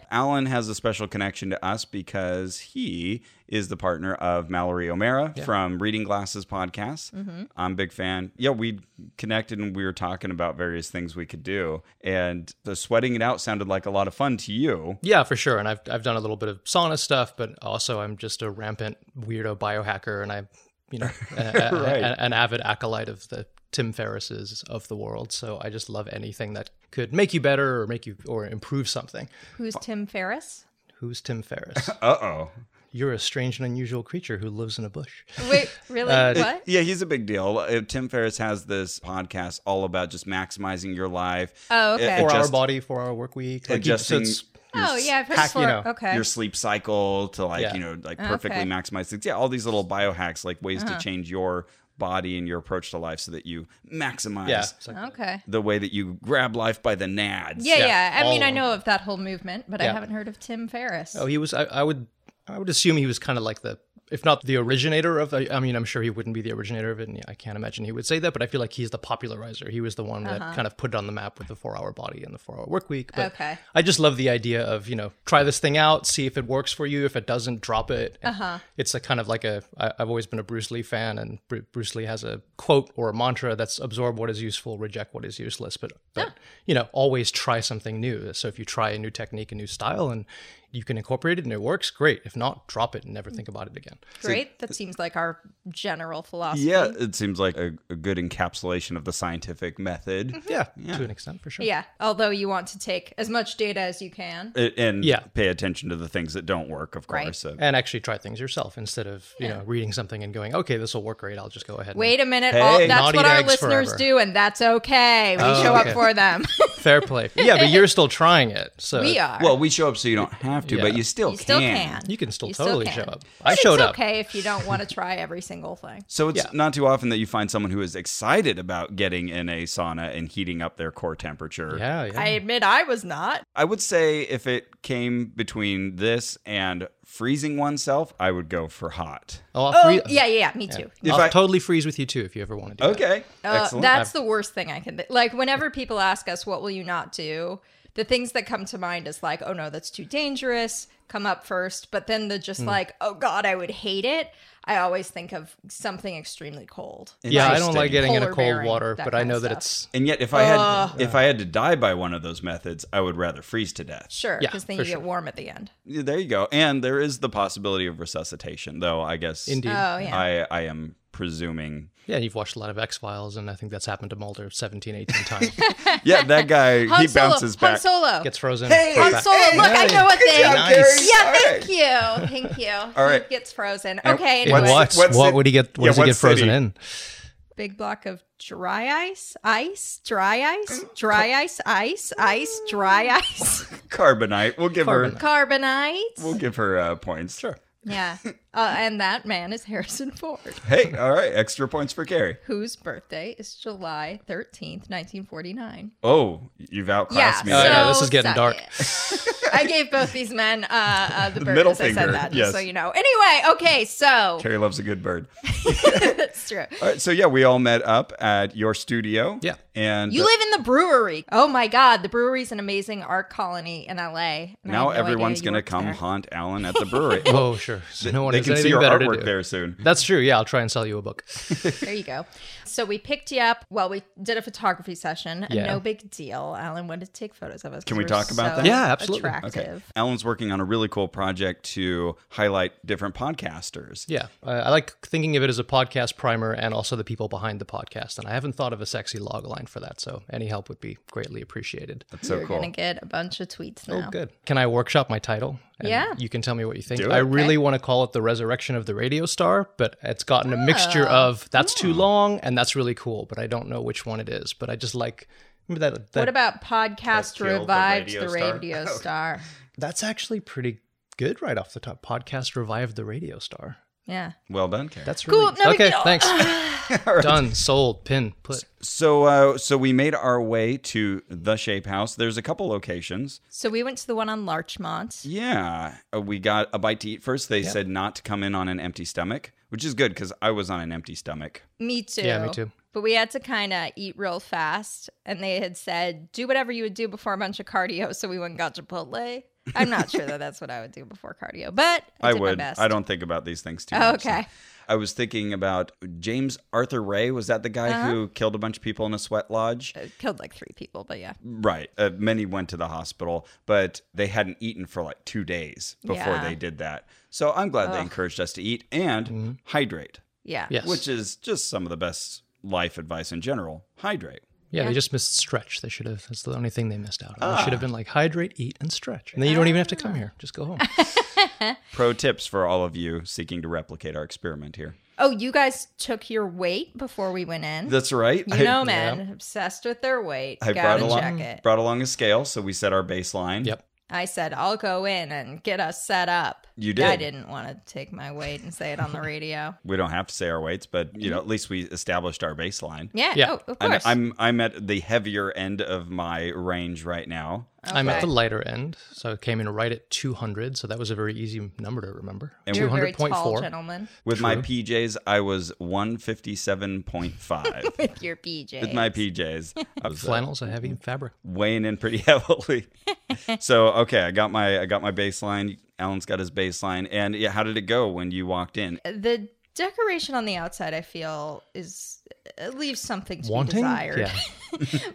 [SPEAKER 2] Alan has a special connection to us because he is the partner of Mallory O'Mara from Reading Glasses podcast.
[SPEAKER 1] Mm-hmm.
[SPEAKER 2] I'm a big fan. Yeah, we connected and we were talking about various things we could do. And the sweating it out sounded like a lot of fun to you.
[SPEAKER 3] Yeah, for sure. And I've I've done a little bit of sauna stuff, but also I'm just a rampant weirdo biohacker, and I'm you know a, a- a-
[SPEAKER 2] Right.
[SPEAKER 3] an avid acolyte of the Tim Ferrisses of the world. So I just love anything that could make you better or make you or improve something.
[SPEAKER 1] Who's Tim Ferriss?
[SPEAKER 3] Who's Tim Ferriss?
[SPEAKER 2] Uh oh.
[SPEAKER 3] You're a strange and unusual creature who lives in a bush.
[SPEAKER 1] Wait, really?
[SPEAKER 3] Uh,
[SPEAKER 1] what?
[SPEAKER 2] Yeah, he's a big deal. Uh, Tim Ferriss has this podcast all about just maximizing your life.
[SPEAKER 1] Oh, okay.
[SPEAKER 2] a-
[SPEAKER 3] Four hour
[SPEAKER 2] adjust-
[SPEAKER 3] body, four hour work week. Like you- so
[SPEAKER 2] adjusting
[SPEAKER 3] it's-
[SPEAKER 2] your
[SPEAKER 1] Oh yeah, I've heard
[SPEAKER 3] hack, you
[SPEAKER 1] for-
[SPEAKER 3] know,
[SPEAKER 1] okay.
[SPEAKER 2] your sleep cycle to like
[SPEAKER 3] Yeah.
[SPEAKER 2] you know like perfectly
[SPEAKER 1] Okay. Uh-huh.
[SPEAKER 2] maximize things. Yeah, all these little biohacks like ways to change your body and your approach to life so that you maximize
[SPEAKER 3] yeah, it's like-
[SPEAKER 1] Okay.
[SPEAKER 2] the way that you grab life by the nads.
[SPEAKER 1] Yeah, yeah.
[SPEAKER 3] Yeah,
[SPEAKER 1] I
[SPEAKER 3] all
[SPEAKER 1] mean,
[SPEAKER 3] of
[SPEAKER 1] I
[SPEAKER 3] them.
[SPEAKER 1] know of that whole movement, but I
[SPEAKER 3] Yeah.
[SPEAKER 1] haven't heard of Tim Ferriss.
[SPEAKER 3] oh, he was. I, I would. I would assume he was kind of like the, if not the originator of. I, I mean, I'm sure he wouldn't be the originator of it, and I can't imagine he would say that. But I feel like he's the popularizer. He was the one that kind of put it on the map with the four hour body and the four hour work week. But
[SPEAKER 1] Okay.
[SPEAKER 3] I just love the idea of you know try this thing out, see if it works for you. If it doesn't, drop it. Uh-huh. It's a kind of like a. I, I've always been a Bruce Lee fan, and Bru- Bruce Lee has a quote or a mantra that's absorb what is useful, reject what is useless, but, but you know always try something new. So if you try a new technique, a new style, and you can incorporate it and it works, great. If not, drop it and never think about it again.
[SPEAKER 1] Great. That seems like our general philosophy.
[SPEAKER 2] Yeah, it seems like a, a good encapsulation of the scientific method.
[SPEAKER 1] Mm-hmm.
[SPEAKER 3] Yeah, to an extent for sure.
[SPEAKER 1] Yeah. Although you want to take as much data as you can.
[SPEAKER 2] A- And
[SPEAKER 3] Yeah.
[SPEAKER 2] pay attention to the things that don't work, of
[SPEAKER 1] Right.
[SPEAKER 2] course. So-
[SPEAKER 3] And actually try things yourself instead of you know reading something and going, okay, this will work great. I'll just go ahead. and
[SPEAKER 1] Wait a minute.
[SPEAKER 2] Hey,
[SPEAKER 1] all, that's
[SPEAKER 3] naughty
[SPEAKER 1] what our
[SPEAKER 3] dags
[SPEAKER 1] listeners
[SPEAKER 3] forever.
[SPEAKER 1] do, and that's okay. We show
[SPEAKER 3] Oh, okay.
[SPEAKER 1] up for them.
[SPEAKER 3] Fair play. Yeah, but you're still trying it. So
[SPEAKER 1] we are.
[SPEAKER 2] well, we show up so you don't have to, but
[SPEAKER 3] Yeah.
[SPEAKER 2] you still
[SPEAKER 1] you
[SPEAKER 2] can.
[SPEAKER 1] still can.
[SPEAKER 3] You Uh, can still
[SPEAKER 1] You
[SPEAKER 3] totally
[SPEAKER 1] can.
[SPEAKER 3] show up.
[SPEAKER 1] But
[SPEAKER 3] I showed
[SPEAKER 1] it's
[SPEAKER 3] up.
[SPEAKER 1] okay if you don't want to try every single thing.
[SPEAKER 2] So it's
[SPEAKER 3] Yeah.
[SPEAKER 2] not too often that you find someone who is excited about getting in a sauna and heating up their core temperature.
[SPEAKER 3] Yeah, yeah.
[SPEAKER 1] I admit I was not.
[SPEAKER 2] I would say if it came between this and freezing oneself, I would go for hot.
[SPEAKER 3] oh, I'll
[SPEAKER 1] Oh,
[SPEAKER 3] free-
[SPEAKER 1] yeah, yeah, yeah, me too.
[SPEAKER 2] If
[SPEAKER 3] I'll
[SPEAKER 2] I-
[SPEAKER 3] totally freeze with you too if you ever want to do that.
[SPEAKER 2] Okay.
[SPEAKER 1] Uh,
[SPEAKER 2] Excellent.
[SPEAKER 1] that's the worst thing I can think. Like whenever people ask us, "What will you not do?" The things that come to mind is like, "Oh no, that's too dangerous." Come up first, but then the
[SPEAKER 3] Hmm.
[SPEAKER 1] just like, "Oh God, I would hate it." I always think of something extremely cold.
[SPEAKER 3] Yeah, I don't
[SPEAKER 2] Interesting.
[SPEAKER 3] like getting in a
[SPEAKER 1] Polar
[SPEAKER 3] cold
[SPEAKER 1] bearing,
[SPEAKER 3] water,
[SPEAKER 1] that
[SPEAKER 3] but I
[SPEAKER 1] kind
[SPEAKER 3] know
[SPEAKER 1] of
[SPEAKER 3] that
[SPEAKER 1] stuff.
[SPEAKER 3] it's
[SPEAKER 2] And yet if I had
[SPEAKER 1] Oh.
[SPEAKER 2] if I had to die by one of those methods, I would rather freeze to death.
[SPEAKER 1] Sure,
[SPEAKER 3] Yeah,
[SPEAKER 1] because then
[SPEAKER 3] for
[SPEAKER 1] you get warm at the end.
[SPEAKER 2] Yeah, There you go. And there is the possibility of resuscitation, though I guess
[SPEAKER 3] indeed.
[SPEAKER 1] Oh yeah.
[SPEAKER 2] I, I am presuming.
[SPEAKER 3] yeah, you've watched a lot of X Files, and I think that's happened to Mulder 17, 18 times.
[SPEAKER 2] Yeah, that guy
[SPEAKER 1] Han
[SPEAKER 2] he
[SPEAKER 1] Solo,
[SPEAKER 2] bounces
[SPEAKER 1] Han
[SPEAKER 2] back.
[SPEAKER 1] Solo.
[SPEAKER 3] Gets frozen.
[SPEAKER 2] Hey!
[SPEAKER 1] Han
[SPEAKER 3] brought back.
[SPEAKER 1] Solo. Look, I know a thing.
[SPEAKER 2] job,
[SPEAKER 3] Nice.
[SPEAKER 2] Gary.
[SPEAKER 1] Yeah,
[SPEAKER 2] All
[SPEAKER 1] thank
[SPEAKER 2] right.
[SPEAKER 1] you, thank you. All
[SPEAKER 2] right.
[SPEAKER 1] He gets frozen.
[SPEAKER 2] And
[SPEAKER 1] Okay,
[SPEAKER 3] And
[SPEAKER 1] anyway.
[SPEAKER 2] What's-
[SPEAKER 3] what?
[SPEAKER 2] what's
[SPEAKER 3] what
[SPEAKER 2] it-
[SPEAKER 3] would he get? What
[SPEAKER 2] yeah,
[SPEAKER 3] does he
[SPEAKER 2] what
[SPEAKER 3] get frozen
[SPEAKER 2] city?
[SPEAKER 3] in?
[SPEAKER 1] big block of dry ice, ice, dry ice, dry ice, ice, ice, dry ice,
[SPEAKER 2] Carbonite. We'll give her
[SPEAKER 1] carbonite.
[SPEAKER 2] we'll give her uh, points. Sure.
[SPEAKER 1] Yeah. Uh, and that man is Harrison Ford,
[SPEAKER 2] Hey, all right, extra points for Carrie.
[SPEAKER 1] whose birthday is July 13th, 1949.
[SPEAKER 2] Oh, you've outclassed me.
[SPEAKER 3] Yeah,
[SPEAKER 2] there.
[SPEAKER 3] yeah, this is getting
[SPEAKER 1] suck
[SPEAKER 3] dark.
[SPEAKER 1] it. I gave both these men uh, uh, the bird
[SPEAKER 2] middle
[SPEAKER 1] as I
[SPEAKER 2] finger,
[SPEAKER 1] said that,
[SPEAKER 2] yes.
[SPEAKER 1] just so you know. Anyway, okay, so
[SPEAKER 2] Carrie loves a good bird.
[SPEAKER 1] that's true.
[SPEAKER 2] All right, so yeah, we all met up at your studio.
[SPEAKER 3] Yeah.
[SPEAKER 2] and
[SPEAKER 1] You
[SPEAKER 2] uh,
[SPEAKER 1] live in the brewery. Oh my God, the brewery's an amazing art colony in LA. and I had
[SPEAKER 2] now
[SPEAKER 1] no idea
[SPEAKER 2] everyone's
[SPEAKER 1] you
[SPEAKER 2] gonna
[SPEAKER 1] worked
[SPEAKER 2] come
[SPEAKER 1] there.
[SPEAKER 2] haunt Alan at the brewery.
[SPEAKER 3] Oh, sure. So no one
[SPEAKER 2] they they
[SPEAKER 3] there's
[SPEAKER 2] can see
[SPEAKER 3] anything
[SPEAKER 2] your
[SPEAKER 3] better to
[SPEAKER 2] artwork
[SPEAKER 3] do.
[SPEAKER 2] there soon.
[SPEAKER 3] That's true. Yeah, I'll try and sell you a book.
[SPEAKER 1] There you go. So we picked you up. Well, we did a photography session.
[SPEAKER 3] Yeah.
[SPEAKER 1] No big deal. Alan wanted to take photos of us.
[SPEAKER 2] Can we
[SPEAKER 1] 'cause
[SPEAKER 2] talk
[SPEAKER 1] we're
[SPEAKER 2] about
[SPEAKER 1] so
[SPEAKER 2] that?
[SPEAKER 3] Yeah, absolutely. Okay.
[SPEAKER 1] Attractive.
[SPEAKER 2] Alan's working on a really cool project to highlight different podcasters.
[SPEAKER 3] Yeah, I, I like thinking of it as a podcast primer and also the people behind the podcast. And I haven't thought of a sexy log line for that, so any help would be greatly appreciated.
[SPEAKER 2] That's so
[SPEAKER 1] You're
[SPEAKER 2] cool.
[SPEAKER 1] gonna get a bunch of tweets now.
[SPEAKER 3] Oh, good. Can I workshop my title? And
[SPEAKER 1] Yeah.
[SPEAKER 3] You can tell me what you think.
[SPEAKER 2] Do it.
[SPEAKER 3] I really want to call it the resurrection of the radio star, but it's gotten a
[SPEAKER 1] Ah.
[SPEAKER 3] mixture of that's
[SPEAKER 1] Oh.
[SPEAKER 3] too long and that's really cool, but I don't know which one it is. But I just like remember that, that
[SPEAKER 1] What about
[SPEAKER 2] Has
[SPEAKER 1] podcast
[SPEAKER 2] killed the
[SPEAKER 1] revived
[SPEAKER 2] radio
[SPEAKER 1] the
[SPEAKER 2] star?
[SPEAKER 1] radio
[SPEAKER 2] Okay.
[SPEAKER 1] star?
[SPEAKER 3] that's actually pretty good right off the top. Podcast revived the radio star.
[SPEAKER 1] Yeah.
[SPEAKER 2] Well done, Karen.
[SPEAKER 3] That's
[SPEAKER 1] Cool,
[SPEAKER 3] really
[SPEAKER 1] no big
[SPEAKER 3] okay.
[SPEAKER 1] deal.
[SPEAKER 3] Thanks. Done. Sold. Pin. Put.
[SPEAKER 2] so uh, so we made our way to the Shape House. There's a couple locations.
[SPEAKER 1] So we went to the one on Larchmont.
[SPEAKER 2] Yeah, Uh, we got a bite to eat first. They said not to come in on an empty stomach, which is good because I was on an empty stomach.
[SPEAKER 1] Me too.
[SPEAKER 3] Yeah, me too.
[SPEAKER 1] But we had to kind of eat real fast, and they had said do whatever you would do before a bunch of cardio, so we went and got Chipotle. I'm not sure that that's what I would do before cardio, but I,
[SPEAKER 2] I
[SPEAKER 1] did
[SPEAKER 2] would.
[SPEAKER 1] My best.
[SPEAKER 2] I don't think about these things too
[SPEAKER 1] Oh,
[SPEAKER 2] much.
[SPEAKER 1] okay.
[SPEAKER 2] I was thinking about James Arthur Ray. Was that the guy
[SPEAKER 1] Uh-huh.
[SPEAKER 2] who killed a bunch of people in a sweat lodge?
[SPEAKER 1] It killed like three people, but yeah.
[SPEAKER 2] Right. Uh, many went to the hospital, but they hadn't eaten for like two days before
[SPEAKER 1] Yeah.
[SPEAKER 2] they did that. So I'm glad they encouraged us to eat and
[SPEAKER 1] Mm-hmm.
[SPEAKER 2] hydrate,
[SPEAKER 1] Yeah.
[SPEAKER 3] Yes.
[SPEAKER 2] which is just some of the best life advice in general. Hydrate.
[SPEAKER 3] Yeah, they just missed stretch. They should have. That's the only thing they missed out on.
[SPEAKER 2] Ah.
[SPEAKER 3] They should have been like hydrate, eat, and stretch, and then you
[SPEAKER 1] Ah.
[SPEAKER 3] don't even have to come here. Just go home.
[SPEAKER 2] Pro tips for all of you seeking to replicate our experiment here.
[SPEAKER 1] Oh, you guys took your weight before we went in.
[SPEAKER 2] That's right.
[SPEAKER 1] you know, men obsessed with their weight.
[SPEAKER 2] I, I brought
[SPEAKER 1] Gotta
[SPEAKER 2] along
[SPEAKER 1] check it.
[SPEAKER 2] brought along a scale, so we set our baseline.
[SPEAKER 3] yep.
[SPEAKER 1] I said I'll go in and get us set up.
[SPEAKER 2] You did.
[SPEAKER 1] I didn't want to take my weight and say it on the radio.
[SPEAKER 2] We don't have to say our weights, but you know, at least we established our baseline.
[SPEAKER 1] Mm-hmm. Yeah.
[SPEAKER 3] Yeah.
[SPEAKER 1] Oh, of
[SPEAKER 2] And
[SPEAKER 1] course.
[SPEAKER 2] I'm I'm at the heavier end of my range right now.
[SPEAKER 3] I'm at
[SPEAKER 1] Okay.
[SPEAKER 3] the lighter end, so it came in right at 200. So that was a very easy number to remember.
[SPEAKER 2] And
[SPEAKER 1] You're a very tall
[SPEAKER 3] 200.4.
[SPEAKER 1] gentleman
[SPEAKER 2] With my PJs, I was 157.5.
[SPEAKER 1] with your PJ.
[SPEAKER 2] With my PJs, I was uh,
[SPEAKER 3] Flannel's a heavy fabric.
[SPEAKER 2] weighing in pretty heavily. so okay, I got my I got my baseline. Alan's got his baseline. And yeah, how did it go when you walked in?
[SPEAKER 1] the decoration on the outside, I feel, is it leaves something to be
[SPEAKER 3] Wanting?
[SPEAKER 1] desired.
[SPEAKER 3] Yeah.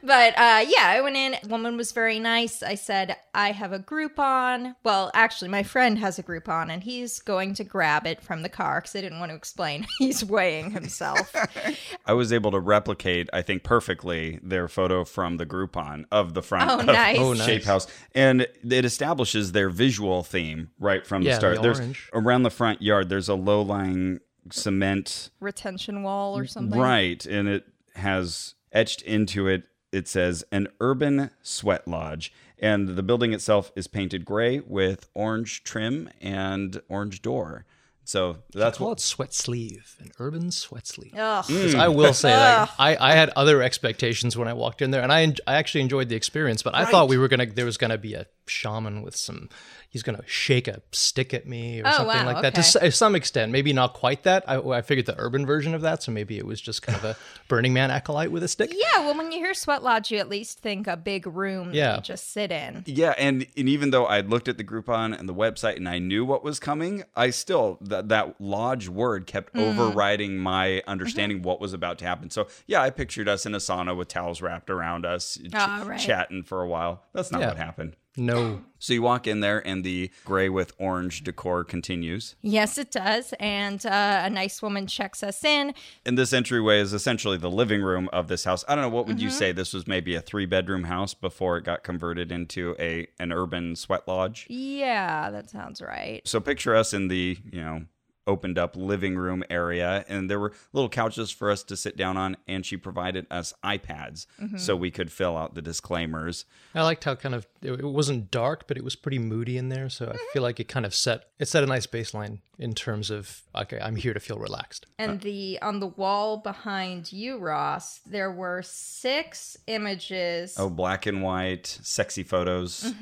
[SPEAKER 1] but uh, yeah, I went in. Woman was very nice. I said, I have a Groupon. Well, actually, my friend has a Groupon, and he's going to grab it from the car because I didn't want to explain. he's weighing himself.
[SPEAKER 2] I was able to replicate, I think, perfectly their photo from the Groupon of the front
[SPEAKER 1] Oh,
[SPEAKER 2] of
[SPEAKER 1] nice. Oh,
[SPEAKER 3] nice.
[SPEAKER 2] Shape House, and it establishes their visual theme right from the
[SPEAKER 3] Yeah,
[SPEAKER 2] start.
[SPEAKER 3] the
[SPEAKER 2] there's
[SPEAKER 3] orange.
[SPEAKER 2] around the front yard. There's a low lying cement
[SPEAKER 1] Retention wall or something.
[SPEAKER 2] right, and it has etched into it. It says an urban sweat lodge, and the building itself is painted gray with orange trim and orange door. So that's
[SPEAKER 3] Call
[SPEAKER 2] what
[SPEAKER 3] it sweat sleeve, an urban sweat sleeve.
[SPEAKER 1] Ugh.
[SPEAKER 3] 'Cause I will say, like, I, I had other expectations when I walked in there, and I en- I actually enjoyed the experience. But I thought we were gonna there was gonna be a shaman with some he's gonna shake a stick at me or
[SPEAKER 1] Oh, wow,
[SPEAKER 3] something like that. To
[SPEAKER 1] okay.
[SPEAKER 3] s- to some extent, maybe not quite that. I, I figured the urban version of that, so maybe it was just kind of a Burning Man acolyte with a stick.
[SPEAKER 1] Yeah, well, when you hear sweat lodge, you at least think a big room yeah.
[SPEAKER 3] Yeah.
[SPEAKER 1] that you just sit in.
[SPEAKER 2] Yeah, and and even though I looked at the Groupon and the website and I knew what was coming, I still that that lodge word kept
[SPEAKER 1] Hmm.
[SPEAKER 2] overriding my
[SPEAKER 1] Mm-hmm.
[SPEAKER 2] understanding what was about to happen. So yeah, I pictured us in a sauna with towels wrapped around us, ch-
[SPEAKER 1] Ah, right.
[SPEAKER 2] chatting for a while. That's not
[SPEAKER 3] Yeah.
[SPEAKER 2] what happened.
[SPEAKER 3] No,
[SPEAKER 2] So you walk in there, and the gray with orange decor continues.
[SPEAKER 1] Yes, it does. And uh, a nice woman checks us in.
[SPEAKER 2] And this entryway is essentially the living room of this house. I don't know what would you
[SPEAKER 1] Mm-hmm.
[SPEAKER 2] say this was maybe a three bedroom house before it got converted into a an urban sweat lodge.
[SPEAKER 1] Yeah, that sounds right.
[SPEAKER 2] So picture us in the, you know, opened up living room area and there were little couches for us to sit down on and she provided us iPads so we could fill out the disclaimers.
[SPEAKER 3] I liked how kind of it it wasn't dark, but it was pretty moody in there. So I feel like it kind of set it set a nice baseline in terms of okay, I'm here to feel relaxed.
[SPEAKER 1] And the on the wall behind you, Ross, there were six images. Mm-hmm.
[SPEAKER 2] Oh, black and white, sexy photos.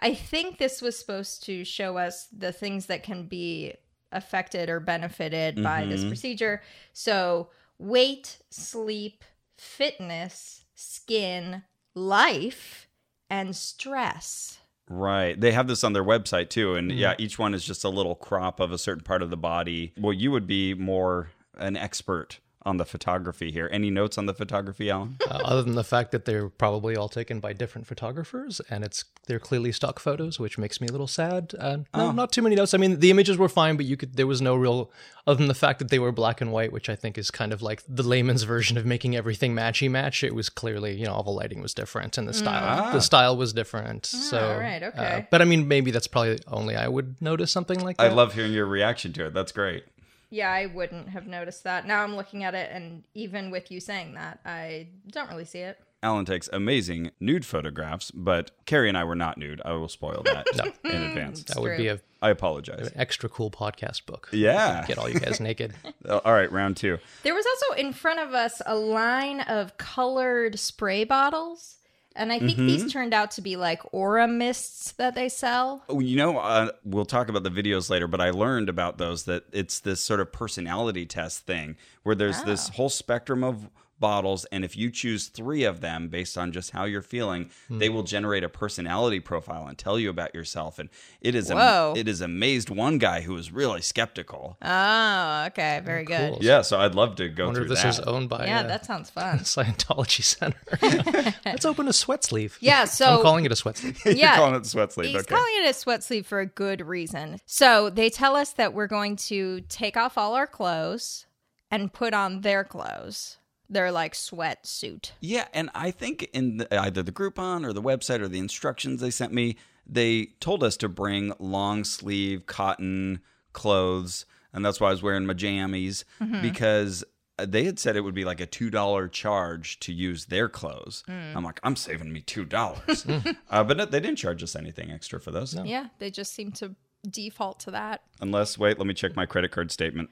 [SPEAKER 1] I think this was supposed to show us the things that can be affected or benefited by this procedure. So, weight, sleep, fitness, skin, life, and stress.
[SPEAKER 2] Right. They have this on their website too. And yeah, each one is just a little crop of a certain part of the body. Well, you would be more an expert on the photography here. Any notes on the photography, Alan?
[SPEAKER 3] uh, other than the fact that they're probably all taken by different photographers and it's they're clearly stock photos which makes me a little sad uh, no,
[SPEAKER 1] Oh.
[SPEAKER 3] not too many notes i mean the images were fine but you could there was no real other than the fact that they were black and white which i think is kind of like the layman's version of making everything matchy match it was clearly you know all the lighting was different and the style the style was different so
[SPEAKER 1] Mm. Ah. all right,
[SPEAKER 3] uh,
[SPEAKER 1] okay.
[SPEAKER 3] but i mean maybe that's probably only i would notice something like
[SPEAKER 2] I
[SPEAKER 3] that
[SPEAKER 2] love hearing your reaction to it. That's great.
[SPEAKER 1] Yeah, I wouldn't have noticed that. Now I'm looking at it, and even with you saying that, I don't really see it.
[SPEAKER 2] Alan takes amazing nude photographs, but Carrie and I were not nude. I will spoil that in advance.
[SPEAKER 3] that would
[SPEAKER 1] True.
[SPEAKER 3] be a
[SPEAKER 2] I apologize.
[SPEAKER 3] extra cool podcast book
[SPEAKER 2] Yeah.
[SPEAKER 3] get all you guys naked
[SPEAKER 2] Uh, All right, round two.
[SPEAKER 1] There was also in front of us a line of colored spray bottles. And I think
[SPEAKER 2] Mm-hmm.
[SPEAKER 1] these turned out to be like aura mists that they sell.
[SPEAKER 2] Oh, You know, uh, we'll talk about the videos later, but I learned about those that it's this sort of personality test thing where there's this
[SPEAKER 3] Ah.
[SPEAKER 2] whole spectrum of bottles. And if you choose three of them based on just how you're feeling, they
[SPEAKER 3] Hmm.
[SPEAKER 2] will generate a personality profile and tell you about yourself. And it is, am-
[SPEAKER 1] Whoa.
[SPEAKER 2] it is amazed one guy who was really skeptical.
[SPEAKER 1] Oh, okay. Very good.
[SPEAKER 3] Cool.
[SPEAKER 2] Mm, yeah. So I'd love to
[SPEAKER 3] Uh, I
[SPEAKER 2] go
[SPEAKER 3] wonder
[SPEAKER 2] through
[SPEAKER 3] if this
[SPEAKER 2] that.
[SPEAKER 3] is owned by
[SPEAKER 1] Yeah,
[SPEAKER 3] uh,
[SPEAKER 1] that sounds fun.
[SPEAKER 3] Scientology Center. Let's open a sweat sleeve.
[SPEAKER 1] Yeah, so-
[SPEAKER 3] I'm calling it a sweat sleeve.
[SPEAKER 2] You're
[SPEAKER 1] yeah.
[SPEAKER 2] calling it sweat sleeve.
[SPEAKER 1] He's
[SPEAKER 2] Okay.
[SPEAKER 1] calling it a sweat sleeve for a good reason. So they tell us that we're going to take off all our clothes and put on their clothes, their like sweatsuit.
[SPEAKER 2] Yeah, and I think in the, either the Groupon or the website or the instructions they sent me, they told us to bring long sleeve cotton clothes, and that's why I was wearing my jammies
[SPEAKER 1] Mm-hmm.
[SPEAKER 2] because uh, they had said it would be like a two dollar charge to use their clothes.
[SPEAKER 1] Mm.
[SPEAKER 2] I'm like, I'm saving me two dollars, uh, but no, they didn't charge us anything extra for those.
[SPEAKER 1] Yeah, they just seem to default to that.
[SPEAKER 2] Unless, wait, let me check my credit card statement.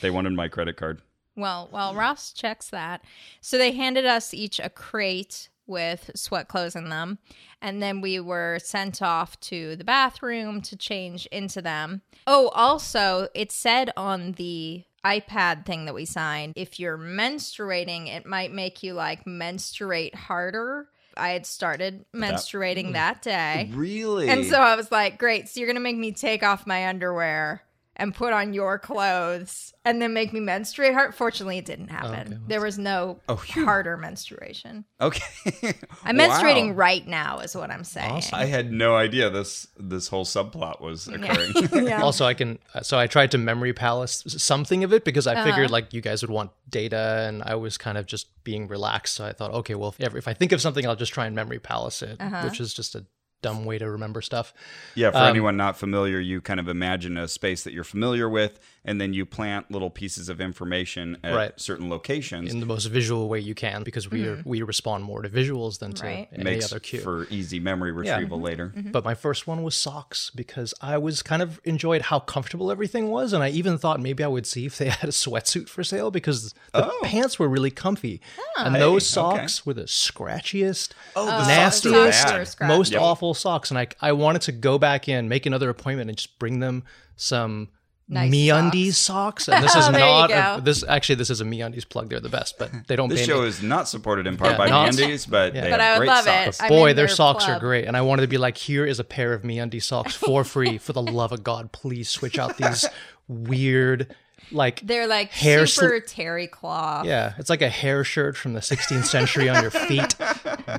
[SPEAKER 2] they wanted my credit card.
[SPEAKER 1] Well, while Ross checks that, so they handed us each a crate with sweat clothes in them, and then we were sent off to the bathroom to change into them. Oh, also, it said on the iPad thing that we signed if you're menstruating, it might make you like menstruate harder. I had started menstruating that,
[SPEAKER 2] Mm-hmm.
[SPEAKER 1] day.
[SPEAKER 2] Really?
[SPEAKER 1] And so I was like, great. So you're going to make me take off my underwear and put on your clothes and then make me menstruate hard. Fortunately, it didn't happen. there was no
[SPEAKER 2] Oh,
[SPEAKER 1] harder menstruation.
[SPEAKER 2] okay,
[SPEAKER 1] I'm
[SPEAKER 2] Wow.
[SPEAKER 1] menstruating right now, is what I'm saying.
[SPEAKER 2] I had no idea this this whole subplot was occurring.
[SPEAKER 1] Yeah.
[SPEAKER 3] Also, I can. uh, So I tried to memory palace s- something of it because I
[SPEAKER 1] Uh-huh.
[SPEAKER 3] figured like you guys would want data, and I was kind of just being relaxed. So I thought, okay, well, if, ever- if I think of something, I'll just try and memory palace it,
[SPEAKER 1] Uh-huh.
[SPEAKER 3] which is just a dumb way to remember stuff.
[SPEAKER 2] yeah,
[SPEAKER 3] Um,
[SPEAKER 2] for anyone not familiar, you kind of imagine a space that you're familiar with, and then you plant little pieces of information at
[SPEAKER 3] Right.
[SPEAKER 2] certain locations.
[SPEAKER 3] in the most visual way you can because we are, we respond more to visuals than to
[SPEAKER 1] Mm-hmm. Right.
[SPEAKER 3] any
[SPEAKER 2] makes
[SPEAKER 3] other Mm-hmm. cue.
[SPEAKER 2] for easy memory retrieval later.
[SPEAKER 1] Mm-hmm.
[SPEAKER 3] But my first one was socks because I was kind of enjoyed how comfortable everything was, and I even thought maybe I would see if they had a sweatsuit for sale because the pants were really comfy, and those
[SPEAKER 2] okay.
[SPEAKER 3] socks were the scratchiest,
[SPEAKER 2] Oh, the socks are
[SPEAKER 3] nastiest,
[SPEAKER 2] bad.
[SPEAKER 1] Scratch.
[SPEAKER 3] most
[SPEAKER 2] Yep.
[SPEAKER 3] awful socks, and I I wanted to go back in, make another appointment, and just bring them some.
[SPEAKER 1] Nice
[SPEAKER 3] MeUndies socks, and this is
[SPEAKER 1] Oh, there you
[SPEAKER 3] not
[SPEAKER 1] go.
[SPEAKER 3] a, this. Actually, this is a MeUndies plug. They're the best, but they don't.
[SPEAKER 2] This
[SPEAKER 3] pay
[SPEAKER 2] show
[SPEAKER 3] me.
[SPEAKER 2] is not supported in part
[SPEAKER 3] Yeah,
[SPEAKER 2] by
[SPEAKER 3] not-
[SPEAKER 2] Mandy's, but they
[SPEAKER 1] But
[SPEAKER 2] have
[SPEAKER 1] I would
[SPEAKER 2] great
[SPEAKER 1] love it.
[SPEAKER 2] socks.
[SPEAKER 1] I'm
[SPEAKER 3] Boy,
[SPEAKER 1] in
[SPEAKER 3] their,
[SPEAKER 1] their
[SPEAKER 3] socks
[SPEAKER 1] club.
[SPEAKER 3] are great. And I wanted to be like, here is a pair of me undie socks for free. For the love of God, please switch out these weird, like,
[SPEAKER 1] They're like
[SPEAKER 3] Hair
[SPEAKER 1] super terry cloth.
[SPEAKER 3] yeah, it's like a hair shirt from the 16th century on your feet.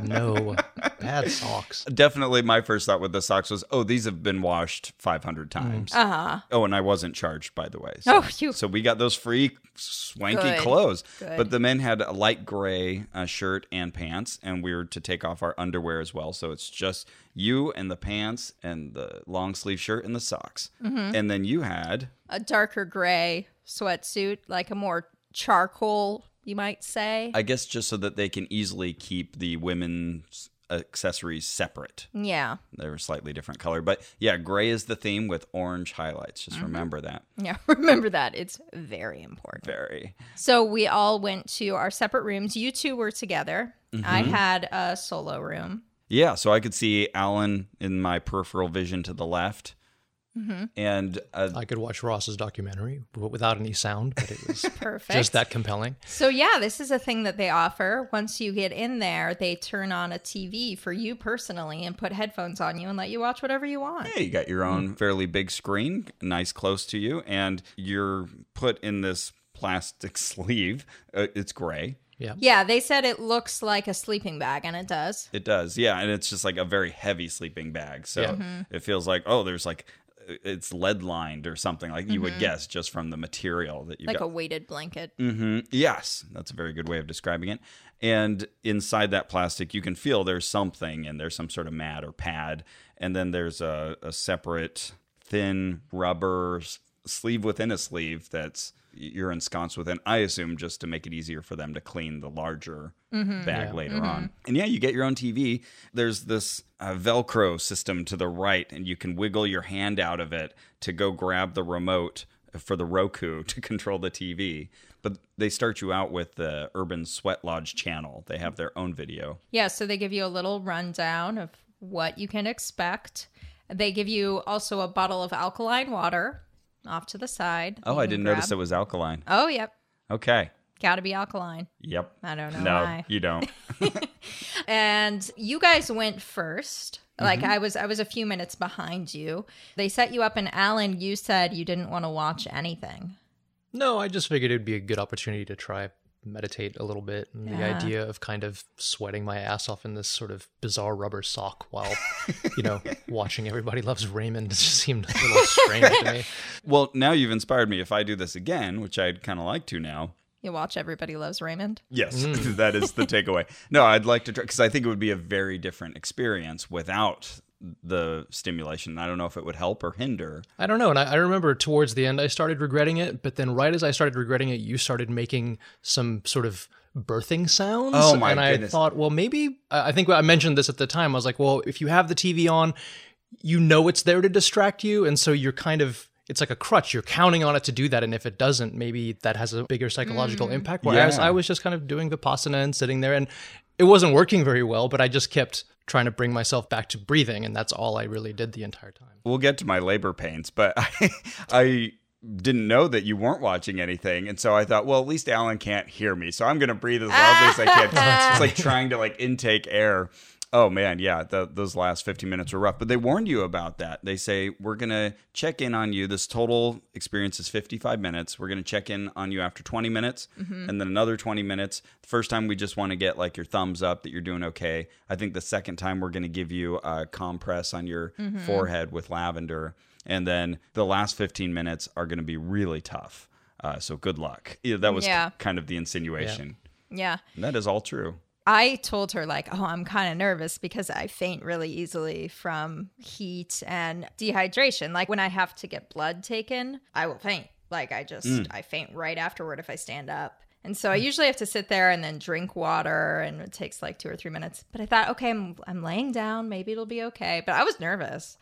[SPEAKER 3] No, bad socks.
[SPEAKER 2] Definitely, my first thought with the socks was, "Oh, these have been washed 500 times." Uh-huh. Oh, and I wasn't charged, by the way. So,
[SPEAKER 1] Oh, you-
[SPEAKER 2] so we got those free swanky
[SPEAKER 1] Good.
[SPEAKER 2] clothes.
[SPEAKER 1] Good.
[SPEAKER 2] But the men had a light gray uh, shirt and pants, and we were to take off our underwear as well. So it's just you and the pants and the long sleeve shirt and the socks,
[SPEAKER 1] Mm-hmm.
[SPEAKER 2] and then you had
[SPEAKER 1] A darker gray sweatsuit, like a more charcoal, you might say.
[SPEAKER 2] I guess just so that they can easily keep the women's accessories separate.
[SPEAKER 1] yeah.
[SPEAKER 2] They were slightly different color, but yeah, gray is the theme with orange highlights.
[SPEAKER 1] Mm-hmm.
[SPEAKER 2] Just remember that.
[SPEAKER 1] Yeah. Remember that. It's very important.
[SPEAKER 2] Very.
[SPEAKER 1] So we all went to our separate rooms. You two were together. I
[SPEAKER 2] Mm-hmm.
[SPEAKER 1] had a solo room.
[SPEAKER 2] Yeah, so I could see Alan in my peripheral vision to the left,
[SPEAKER 1] Mm-hmm.
[SPEAKER 2] and uh,
[SPEAKER 3] I could watch Ross's documentary w- without any sound, but it was
[SPEAKER 1] Perfect.
[SPEAKER 3] just that compelling.
[SPEAKER 1] So yeah, this is a thing that they offer. Once you get in there, they turn on a TV for you personally and put headphones on you and let you watch whatever you want.
[SPEAKER 2] Yeah, you got your own fairly big screen, nice close to you, and you're put in this plastic sleeve. Uh, it's gray.
[SPEAKER 1] Yeah, they said it looks like a sleeping bag and it does.
[SPEAKER 2] It does. Yeah. And it's just like a very heavy sleeping bag. So
[SPEAKER 3] Yeah.
[SPEAKER 1] Mm-hmm.
[SPEAKER 2] it feels like, oh, there's like, it's lead lined or something like you would guess just from the material that you
[SPEAKER 1] Mm-hmm. Like
[SPEAKER 2] got.
[SPEAKER 1] a weighted blanket.
[SPEAKER 2] hmm Yes, that's a very good way of describing it. And inside that plastic, you can feel there's something, and there's some sort of mat or pad, and then there's a, a separate thin rubber s- sleeve within a sleeve that's you're ensconced within. I assume just to make it easier for them to clean the larger bag later on. And yeah, you get your own TV. There's this uh, Velcro system to the right, and you can wiggle your hand out of it to go grab the remote for the Roku to control the TV. But they start you out with the Urban Sweat Lodge channel. They have their own video.
[SPEAKER 1] Yeah, so they give you a little rundown of what you can expect. They give you also a bottle of alkaline water off to the side.
[SPEAKER 2] Oh,
[SPEAKER 1] you
[SPEAKER 2] I
[SPEAKER 1] can
[SPEAKER 2] didn't notice it
[SPEAKER 1] grab.
[SPEAKER 2] was alkaline.
[SPEAKER 1] Oh, yep.
[SPEAKER 2] Okay.
[SPEAKER 1] Got to be alkaline.
[SPEAKER 2] Yep.
[SPEAKER 1] I don't know
[SPEAKER 2] No,
[SPEAKER 1] why.
[SPEAKER 2] you don't.
[SPEAKER 1] and you guys went first like i was i was a few minutes behind you they set you up and alan you said you didn't want to watch anything
[SPEAKER 3] No, I just figured it'd be a good opportunity to try meditate a little bit and the
[SPEAKER 1] Yeah.
[SPEAKER 3] idea of kind of sweating my ass off in this sort of bizarre rubber sock while you know watching everybody loves raymond just seemed a little strange to me
[SPEAKER 2] Well, now you've inspired me. If I do this again, which I'd kind of like to now,
[SPEAKER 1] you watch everybody loves raymond
[SPEAKER 2] Yes, that is the takeaway. No, I'd like to try because I think it would be a very different experience without the stimulation. I don't know if it would help or hinder.
[SPEAKER 3] I don't know. And I, I remember towards the end, I started regretting it. But then, right as I started regretting it, you started making some sort of birthing sounds.
[SPEAKER 2] Oh, my
[SPEAKER 3] And
[SPEAKER 2] goodness.
[SPEAKER 3] I thought, well, maybe I I think I mentioned this at the time. I was like, well, if you have the TV on, you know it's there to distract you. And so you're kind of. It's like a crutch. You're counting on it to do that, and if it doesn't, maybe that has a bigger psychological impact. Whereas
[SPEAKER 2] Yeah.
[SPEAKER 3] I was just kind of doing vipassana and sitting there, and it wasn't working very well. But I just kept trying to bring myself back to breathing, and that's all I really did the entire time.
[SPEAKER 2] We'll get to my labor pains, but I, I didn't know that you weren't watching anything, and so I thought, well, at least Alan can't hear me, so I'm going to breathe as loudly as I can. it's like trying to like intake air. Oh man, yeah, th those last 15 minutes were rough, but they warned you about that. They say we're going to check in on you. This total experience is 55 minutes. We're going to check in on you after 20 minutes
[SPEAKER 1] Mm-hmm.
[SPEAKER 2] and then another 20 minutes. The first time we just want to get like your thumbs up that you're doing okay. I think the second time we're going to give you a compress on your
[SPEAKER 1] Mm-hmm.
[SPEAKER 2] forehead with lavender. And then the last 15 minutes are going to be really tough. Uh, so good luck. Yeah, that was
[SPEAKER 1] Yeah.
[SPEAKER 2] kind of the insinuation.
[SPEAKER 1] yeah
[SPEAKER 2] And that is all true.
[SPEAKER 1] i told her like oh i'm kind of nervous because i faint really easily from heat and dehydration like when i have to get blood taken i will faint like i just
[SPEAKER 3] Mm.
[SPEAKER 1] i faint right afterward if i stand up and so i usually have to sit there and then drink water and it takes like two or three minutes but i thought okay i'm, I'm laying down maybe it'll be okay but i was nervous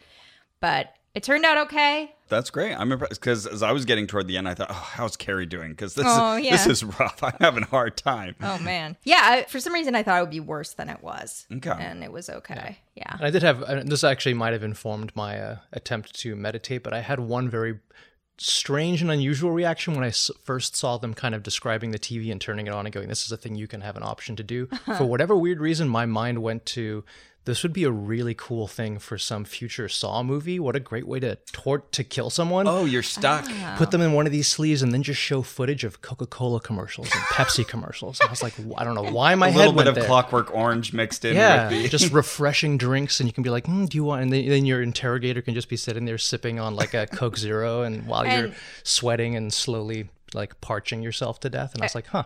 [SPEAKER 1] but it turned out okay
[SPEAKER 2] That's great. I'm impressed because as I was getting toward the end, I thought, "Oh, how's Carrie doing? Because this
[SPEAKER 1] Oh,
[SPEAKER 2] is
[SPEAKER 1] yeah.
[SPEAKER 2] this is rough. I'm having a hard time."
[SPEAKER 1] oh man yeah I, for some reason i thought it would be worse than it was
[SPEAKER 2] Okay.
[SPEAKER 1] and it was okay yeah,
[SPEAKER 3] And I did have uh, this actually might have informed my uh, attempt to meditate, but I had one very strange and unusual reaction when I s- first saw them kind of describing the TV and turning it on and going, "This is a thing you can have an option to do." For whatever weird reason, my mind went to. This would be a really cool thing for some future Saw movie. What a great way to tort to kill someone.
[SPEAKER 2] Oh, you're stuck.
[SPEAKER 1] Ah.
[SPEAKER 3] Put them in one of these sleeves and then just show footage of Coca-Cola commercials and Pepsi commercials. And I was like, "Wh- I don't know why my
[SPEAKER 2] a
[SPEAKER 3] head
[SPEAKER 2] little
[SPEAKER 3] went
[SPEAKER 2] bit of
[SPEAKER 3] there.
[SPEAKER 2] Clockwork Orange mixed in.
[SPEAKER 3] Yeah,
[SPEAKER 2] with the-
[SPEAKER 3] just refreshing drinks, and you can be like, mm, "Do you want?" And then, then your interrogator can just be sitting there sipping on like a Coke Zero, and while
[SPEAKER 1] And-
[SPEAKER 3] you're sweating and slowly like parching yourself to death.
[SPEAKER 1] Eh.
[SPEAKER 3] And I was like, "Huh,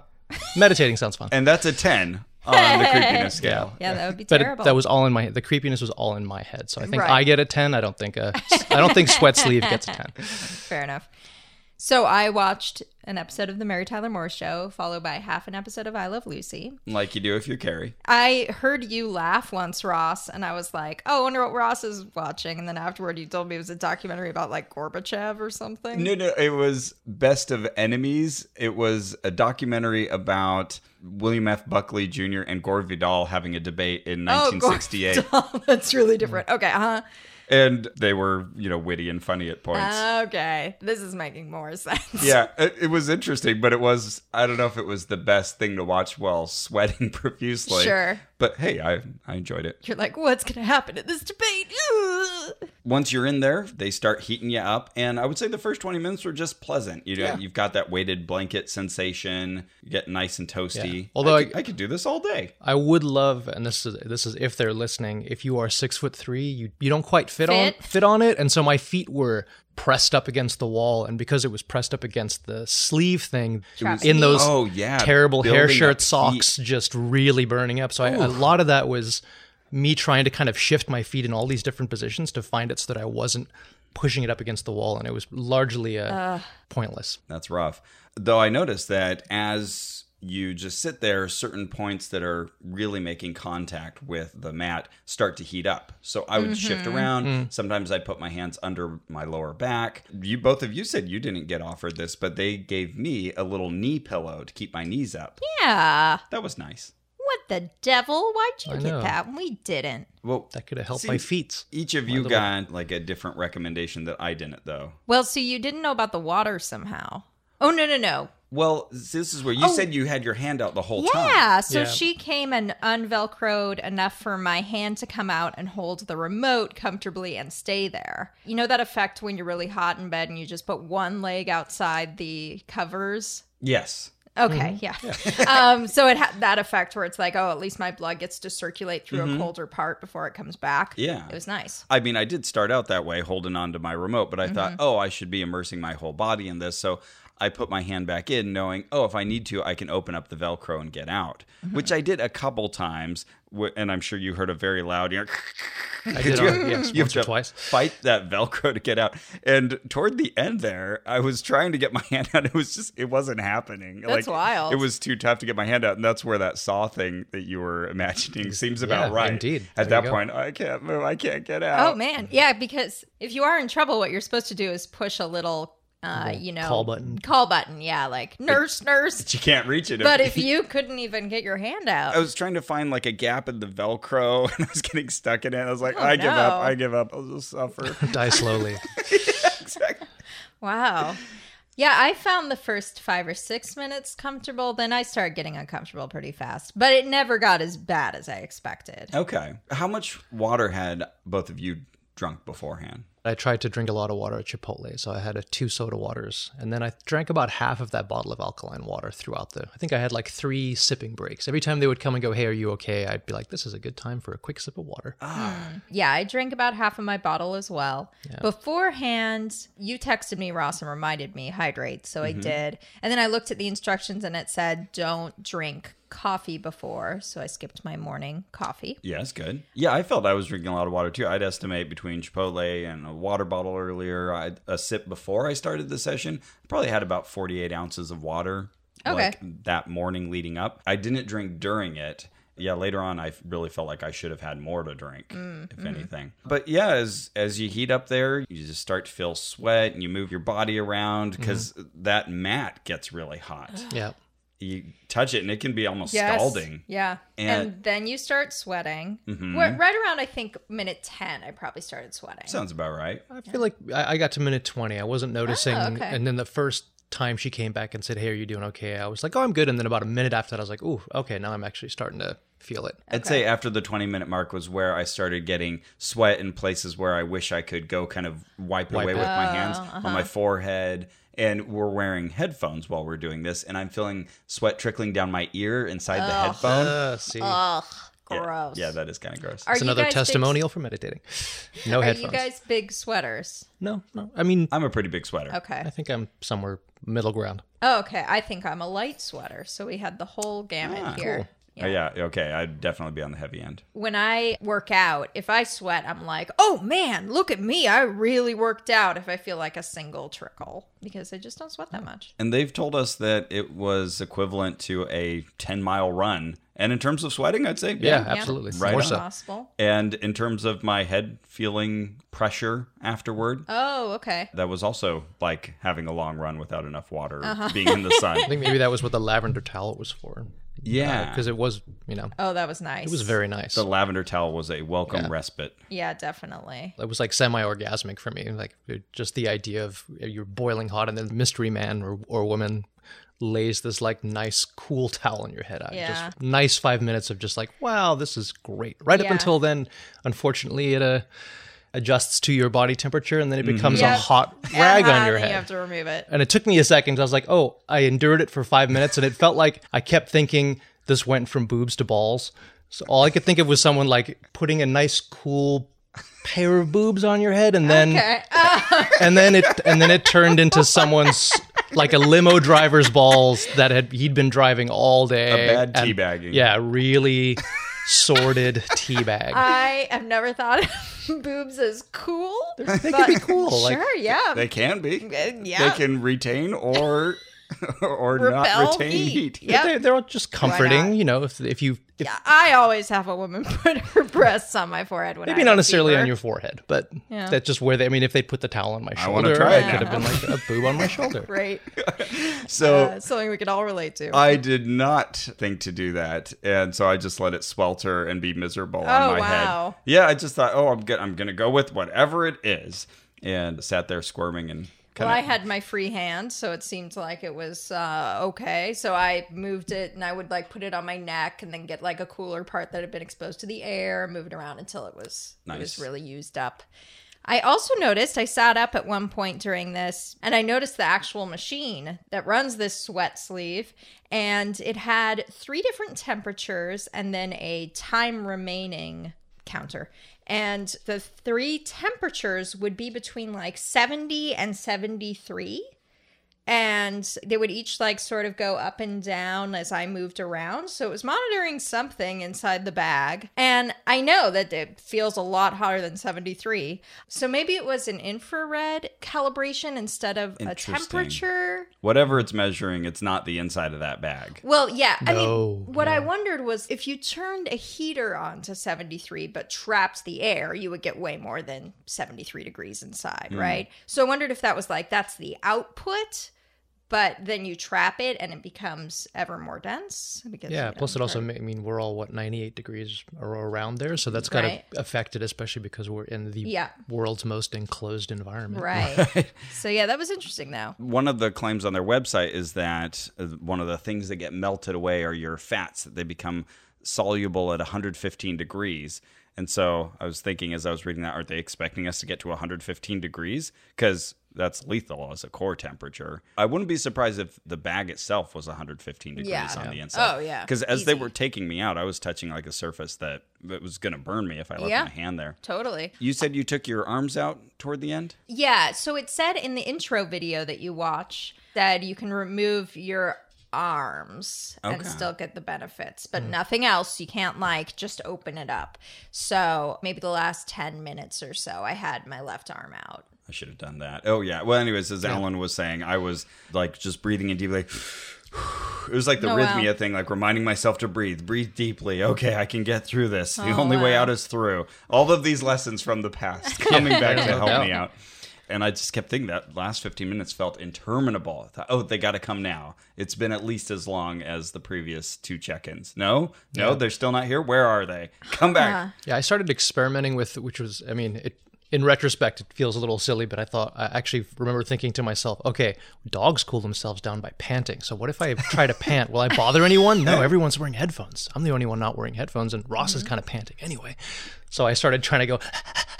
[SPEAKER 3] meditating sounds fun."
[SPEAKER 2] and that's a ten on the creepiness scale.
[SPEAKER 1] yeah that would be
[SPEAKER 3] But it-
[SPEAKER 1] terrible
[SPEAKER 3] that was all in my the creepiness was all in my head. So I think
[SPEAKER 1] Right.
[SPEAKER 3] I get a ten. I don't think a, I don't think sweat sleeve gets a ten.
[SPEAKER 1] Fair enough. So I watched an episode of the Mary Tyler Moore Show, followed by half an episode of I Love Lucy.
[SPEAKER 2] Like you do if you're Carrie.
[SPEAKER 1] I heard you laugh once, Ross, and I was like, "Oh, I wonder what Ross is watching." And then afterward, you told me it was a documentary about like Gorbachev or something.
[SPEAKER 2] No, no, it was Best of Enemies. It was a documentary about William F. Buckley Jr. and Gore Vidal having a debate in
[SPEAKER 1] Oh, Gore
[SPEAKER 2] 1968.
[SPEAKER 1] Vidal. That's really Oh, different. Okay, uh huh.
[SPEAKER 2] and they were, you know, witty and funny at points.
[SPEAKER 1] Uh. Okay. This is making more sense.
[SPEAKER 2] yeah, it, it was interesting, but it was I don't know if it was the best thing to watch while sweating profusely.
[SPEAKER 1] Sure.
[SPEAKER 2] But hey, I I enjoyed it.
[SPEAKER 1] You're like, what's going to happen at this debate? Ugh.
[SPEAKER 2] Once you're in there, they start heating you up, and I would say the first 20 minutes were just pleasant. You know,
[SPEAKER 3] Yeah.
[SPEAKER 2] you've got that weighted blanket sensation, you get nice and toasty.
[SPEAKER 3] Yeah. Although
[SPEAKER 2] I could,
[SPEAKER 3] I-
[SPEAKER 2] I could do this all day.
[SPEAKER 3] I would love, and this is this is if they're listening. If you are six foot three, you you don't quite fit, on
[SPEAKER 1] Fit.
[SPEAKER 3] fit on it, and so my feet were pressed up against the wall, and because it was pressed up against the sleeve thing,
[SPEAKER 1] Trap
[SPEAKER 3] in those
[SPEAKER 2] Oh, yeah,
[SPEAKER 3] terrible hair
[SPEAKER 2] building up
[SPEAKER 3] shirt
[SPEAKER 2] heat.
[SPEAKER 3] socks, just really burning up. So I, a lot of that was me trying to kind of shift my feet in all these different positions to find it so that I wasn't pushing it up against the wall, and it was largely uh, pointless.
[SPEAKER 2] That's rough. Though I noticed that as you just sit there, certain points that are really making contact with the mat start to heat up. So I would shift
[SPEAKER 1] Mm-hmm.
[SPEAKER 2] around. Sometimes I'd put my hands under my lower back. You both of you said you didn't get offered this, but they gave me a little knee pillow to keep my knees up.
[SPEAKER 1] Yeah.
[SPEAKER 2] That was nice.
[SPEAKER 1] What the devil? Why'd you
[SPEAKER 3] I
[SPEAKER 1] get
[SPEAKER 3] know.
[SPEAKER 1] that? And we didn't.
[SPEAKER 2] Well,
[SPEAKER 3] That could have helped my
[SPEAKER 2] See,
[SPEAKER 3] feet.
[SPEAKER 2] each of you got like a different recommendation that I didn't though.
[SPEAKER 1] Well, so you didn't know about the water somehow. Oh, no, no, no.
[SPEAKER 2] Well, this is where you
[SPEAKER 1] Oh.
[SPEAKER 2] said you had your hand out the whole time.
[SPEAKER 1] Yeah. So
[SPEAKER 3] Yeah.
[SPEAKER 1] she came and unvelcroed enough for my hand to come out and hold the remote comfortably and stay there. You know that effect when you're really hot in bed and you just put one leg outside the covers?
[SPEAKER 2] Yes.
[SPEAKER 1] Okay, yeah. um, so it had that effect where it's like, oh, at least my blood gets to circulate through a colder part before it comes back.
[SPEAKER 2] Yeah.
[SPEAKER 1] It was nice.
[SPEAKER 2] I mean, I did start out that way, holding on to my remote, but I thought,
[SPEAKER 1] Mm-hmm.
[SPEAKER 2] oh, I should be immersing my whole body in this. So I put my hand back in, knowing, oh, if I need to, I can open up the Velcro and get out,
[SPEAKER 1] Mm-hmm.
[SPEAKER 2] which I did a couple times. wh- And I'm sure you heard a very loud, you know,
[SPEAKER 3] I did,
[SPEAKER 2] you-
[SPEAKER 3] uh, yes,
[SPEAKER 2] you have
[SPEAKER 3] once or
[SPEAKER 2] to
[SPEAKER 3] twice.
[SPEAKER 2] fight that Velcro to get out. And toward the end there, I was trying to get my hand out. It was just, it wasn't happening.
[SPEAKER 1] That's wild.
[SPEAKER 2] It was too tough to get my hand out. And that's where that saw thing that you were imagining seems about
[SPEAKER 3] Yeah,
[SPEAKER 2] right.
[SPEAKER 3] indeed.
[SPEAKER 2] At
[SPEAKER 3] There you
[SPEAKER 2] that
[SPEAKER 3] go.
[SPEAKER 2] point, I can't move. I can't get out.
[SPEAKER 1] Oh, man. Yeah, because if you are in trouble, what you're supposed to do is push a little, uh, you know,
[SPEAKER 3] call button.
[SPEAKER 1] Call button, yeah, like nurse, nurse.
[SPEAKER 2] But you can't reach it.
[SPEAKER 1] But if you Oh. couldn't even get your hand out,
[SPEAKER 2] I was trying to find like a gap in the Velcro and I was getting stuck in it. I was like,
[SPEAKER 1] Oh,
[SPEAKER 2] I give up.
[SPEAKER 1] no.
[SPEAKER 2] I give up. I'll just suffer.
[SPEAKER 3] Die slowly.
[SPEAKER 2] exactly.
[SPEAKER 1] Wow. Yeah, I found the first five or six minutes comfortable. Then I started getting uncomfortable pretty fast, but it never got as bad as I expected.
[SPEAKER 2] Okay. How much water had both of you drunk beforehand?
[SPEAKER 3] I tried to drink a lot of water at Chipotle, so I had a two soda waters, and then I drank about half of that bottle of alkaline water throughout the. I think I had like three sipping breaks. Every time they would come and go, "Hey, are you okay?" I'd be like, "This is a good time for a quick sip of water."
[SPEAKER 1] Yeah, I drank about half of my bottle as well. Beforehand, you texted me, Ross, and reminded me hydrate. So I did. And then I looked at the instructions and it said don't drink coffee before. So I skipped my morning coffee.
[SPEAKER 2] Yeah, it's good. Yeah, I felt I was drinking a lot of water too. I'd estimate between Chipotle and a water bottle earlier, I, a sip before I started the session, I probably had about 48 ounces of water
[SPEAKER 1] Okay.
[SPEAKER 2] like that morning leading up. I didn't drink during it. Yeah, later on, I really felt like I should have had more to drink, if anything. But yeah, as as you heat up there, you just start to feel sweat, and you move your body around because that mat gets really hot.
[SPEAKER 3] Yeah,
[SPEAKER 2] You touch it, and it can be almost scalding.
[SPEAKER 1] Yeah. And,
[SPEAKER 2] And- Mm-hmm.
[SPEAKER 1] then you start sweating. Wh- Right around, I think, minute 10, I probably started sweating.
[SPEAKER 2] Sounds about right.
[SPEAKER 3] I feel like I, I got to minute twenty. I wasn't noticing,
[SPEAKER 1] Oh, okay.
[SPEAKER 3] and then the first time she came back and said, "Hey, are you doing okay?" I was like, "Oh, I'm good," and then about a minute after that, I was like, "Ooh, okay, now I'm actually starting to feel it."
[SPEAKER 2] I'd say after the 20 minute mark was where I started getting sweat in places where I wish I could go kind of wipe, away
[SPEAKER 3] it.
[SPEAKER 2] with my hands on my forehead. And we're wearing headphones while we're doing this. And I'm feeling sweat trickling down my ear inside the headphone.
[SPEAKER 3] Uh, see,
[SPEAKER 1] Ugh,
[SPEAKER 2] Yeah.
[SPEAKER 1] gross.
[SPEAKER 2] Yeah, that is kind of gross.
[SPEAKER 1] Are
[SPEAKER 3] it's
[SPEAKER 1] Um, you
[SPEAKER 3] another
[SPEAKER 1] guys big-
[SPEAKER 3] testimonial for meditating. No
[SPEAKER 1] Are
[SPEAKER 3] headphones.
[SPEAKER 1] you guys Uh, big sweaters?
[SPEAKER 3] no, no. I mean,
[SPEAKER 2] I'm a pretty big sweater.
[SPEAKER 1] Okay.
[SPEAKER 3] I think I'm somewhere middle ground.
[SPEAKER 1] Oh, okay. I think I'm a light sweater. So we had the whole gamut
[SPEAKER 2] Ah,
[SPEAKER 1] here.
[SPEAKER 2] Oh, yeah. Okay. I'd definitely be on the heavy end.
[SPEAKER 1] When I work out, if I sweat, I'm like, oh man, look at me. I really worked out if I feel like a single trickle because I just don't
[SPEAKER 3] Mm.
[SPEAKER 1] sweat that much.
[SPEAKER 2] And they've told us that it was equivalent to a 10 mile run. And in terms of sweating, I'd say,
[SPEAKER 3] Yeah, absolutely.
[SPEAKER 2] Right
[SPEAKER 3] More
[SPEAKER 2] on.
[SPEAKER 3] so.
[SPEAKER 1] Possible.
[SPEAKER 2] And in terms of my head feeling pressure afterward,
[SPEAKER 1] Oh, okay.
[SPEAKER 2] that was also like having a long run without
[SPEAKER 1] Uh-huh.
[SPEAKER 2] enough water, being in the
[SPEAKER 3] I
[SPEAKER 2] sun.
[SPEAKER 3] think maybe that was what the lavender towel was for.
[SPEAKER 2] yeah,
[SPEAKER 3] Because it was you know.
[SPEAKER 1] Oh, that was nice.
[SPEAKER 3] It was very nice.
[SPEAKER 2] The lavender towel was a welcome respite.
[SPEAKER 1] Yeah, definitely.
[SPEAKER 3] it was like semi-orgasmic for me. Like it- just the idea of uh, you're boiling hot, and then the mystery man or, or woman lays this like nice cool towel on your head. I
[SPEAKER 1] Yeah.
[SPEAKER 3] Just nice five minutes of just like, wow, this is great. Right up
[SPEAKER 1] Yeah.
[SPEAKER 3] until then, unfortunately, it uh, adjusts to your body temperature, and then it becomes
[SPEAKER 1] Yeah.
[SPEAKER 3] a hot rag
[SPEAKER 1] Mm-hmm. Uh-huh,
[SPEAKER 3] on your
[SPEAKER 1] then
[SPEAKER 3] head.
[SPEAKER 1] You have to remove it.
[SPEAKER 3] And it took me a second. 'cause I was like, oh, I endured it for five minutes. And it felt like I kept thinking this went from boobs to balls. So all I could think of was someone like putting a nice, cool pair of boobs on your head. And then,
[SPEAKER 1] Okay. Uh,
[SPEAKER 3] and then it, and then it turned into someone's like a limo driver's balls that had, he'd been driving all day.
[SPEAKER 2] A bad
[SPEAKER 3] And-
[SPEAKER 2] teabagging.
[SPEAKER 3] Yeah. Really sordid teabag.
[SPEAKER 1] I have never thought of boobs as cool.
[SPEAKER 3] they could be cool. Like,
[SPEAKER 1] Sure, yeah.
[SPEAKER 2] They can be.
[SPEAKER 1] yeah.
[SPEAKER 2] They can retain or or
[SPEAKER 1] Repel
[SPEAKER 2] not retain heat.
[SPEAKER 1] heat.
[SPEAKER 3] yeah,
[SPEAKER 1] Yep.
[SPEAKER 3] they're, they're all just comforting,
[SPEAKER 1] not?
[SPEAKER 3] you know, if, if you, if,
[SPEAKER 1] Yeah, I always have a woman put her breasts on my forehead when
[SPEAKER 3] Maybe
[SPEAKER 1] I
[SPEAKER 3] not
[SPEAKER 1] receive
[SPEAKER 3] necessarily
[SPEAKER 1] her.
[SPEAKER 3] on your forehead, but
[SPEAKER 1] Yeah.
[SPEAKER 3] that's just where they. I mean, if they put the towel on my
[SPEAKER 2] I wanna
[SPEAKER 3] shoulder, I,
[SPEAKER 2] try it
[SPEAKER 3] could
[SPEAKER 2] now.
[SPEAKER 3] have been like a boob on my shoulder.
[SPEAKER 1] Right.
[SPEAKER 2] So
[SPEAKER 1] Uh, something we could all relate to.
[SPEAKER 2] Oh. I did not think to do that, and so I just let it swelter and be miserable on
[SPEAKER 1] Oh,
[SPEAKER 2] my
[SPEAKER 1] wow.
[SPEAKER 2] head. Yeah, I just thought, oh, I'm good. I'm gonna go with whatever it is, and sat there squirming and
[SPEAKER 1] well,
[SPEAKER 2] kind
[SPEAKER 1] I
[SPEAKER 2] of.
[SPEAKER 1] had my free hand, so it seemed like it was uh, okay. So I moved it, and I would like put it on my neck, and then get like a cooler part that had been exposed to the air, move it around until it was it was
[SPEAKER 2] Nice.
[SPEAKER 1] really used up. I also noticed I sat up at one point during this, and I noticed the actual machine that runs this sweat sleeve, and it had three different temperatures and then a time remaining counter. And the three temperatures would be between like 70 and 73 and they would each like sort of go up and down as I moved around. So it was monitoring something inside the bag. And I know that it feels a lot hotter than 73. So maybe it was an infrared calibration instead of a
[SPEAKER 2] Interesting.
[SPEAKER 1] temperature.
[SPEAKER 2] Whatever it's measuring, it's not the inside of that bag.
[SPEAKER 1] Well, yeah. I
[SPEAKER 3] No,
[SPEAKER 1] mean, what I wondered was if you turned a heater on to 73 but trapped the air, you would get way more than 73 degrees
[SPEAKER 3] Hmm.
[SPEAKER 1] inside, right? So I wondered if that was like that's the output, but then you trap it and it becomes ever more dense. Because,
[SPEAKER 3] Yeah.
[SPEAKER 1] you know,
[SPEAKER 3] Plus, it also.
[SPEAKER 1] or-
[SPEAKER 3] ma- I mean, we're all what 98 degrees or around there, so that's got to
[SPEAKER 1] Right.
[SPEAKER 3] affect it, especially because we're in the
[SPEAKER 1] Yeah.
[SPEAKER 3] world's most enclosed environment.
[SPEAKER 1] right. so yeah, that was interesting though.
[SPEAKER 2] One of the claims on their website is that uh, one of the things that get melted away are your fats that they become soluble at 115 degrees. And so I was thinking as I was reading that, aren't they expecting us to get to 115 degrees? Because that's lethal as a core temperature. I wouldn't be surprised if the bag itself was 115 degrees
[SPEAKER 1] Yeah.
[SPEAKER 2] on the inside.
[SPEAKER 1] Oh, yeah.
[SPEAKER 2] Because as they
[SPEAKER 1] Easy.
[SPEAKER 2] were taking me out, I was touching like a surface that that was going to burn me if I left
[SPEAKER 1] Yeah.
[SPEAKER 2] my hand there.
[SPEAKER 1] Totally.
[SPEAKER 2] You said you took your arms out toward the end?
[SPEAKER 1] Yeah, so it said in the intro video that you watch that you can remove your arms and
[SPEAKER 2] Okay.
[SPEAKER 1] still get the benefits, but
[SPEAKER 3] Hmm.
[SPEAKER 1] nothing else. You can't like just open it up. So maybe the last 10 minutes or so, I had my left arm out.
[SPEAKER 2] I should have done that. Oh yeah. Well, anyways, as Alan was saying, I was like just breathing in deeply. Like, it was like the
[SPEAKER 1] Oh, wow.
[SPEAKER 2] rhythmia thing, like reminding myself to breathe, breathe deeply. Okay, I can get through this. The
[SPEAKER 1] Oh,
[SPEAKER 2] only way
[SPEAKER 1] wow.
[SPEAKER 2] out is through. All of these lessons from the past coming back to
[SPEAKER 3] no
[SPEAKER 2] help
[SPEAKER 3] doubt.
[SPEAKER 2] me out. And I just kept thinking that last 15 minutes felt interminable. I thought, oh, they got to come now. It's been at least as long as the previous two check ins. No, no, they're still not here. Where are they? Come
[SPEAKER 1] Uh-huh.
[SPEAKER 2] back.
[SPEAKER 3] Yeah, I started experimenting with, which was, I mean, it, in retrospect, it feels a little silly, but I thought, I actually remember thinking to myself, okay, dogs cool themselves down by panting. So what if I try to pant? Will I bother anyone? No, everyone's wearing headphones. I'm the only one not wearing headphones, and Ross is kind of panting anyway. So I started trying to go,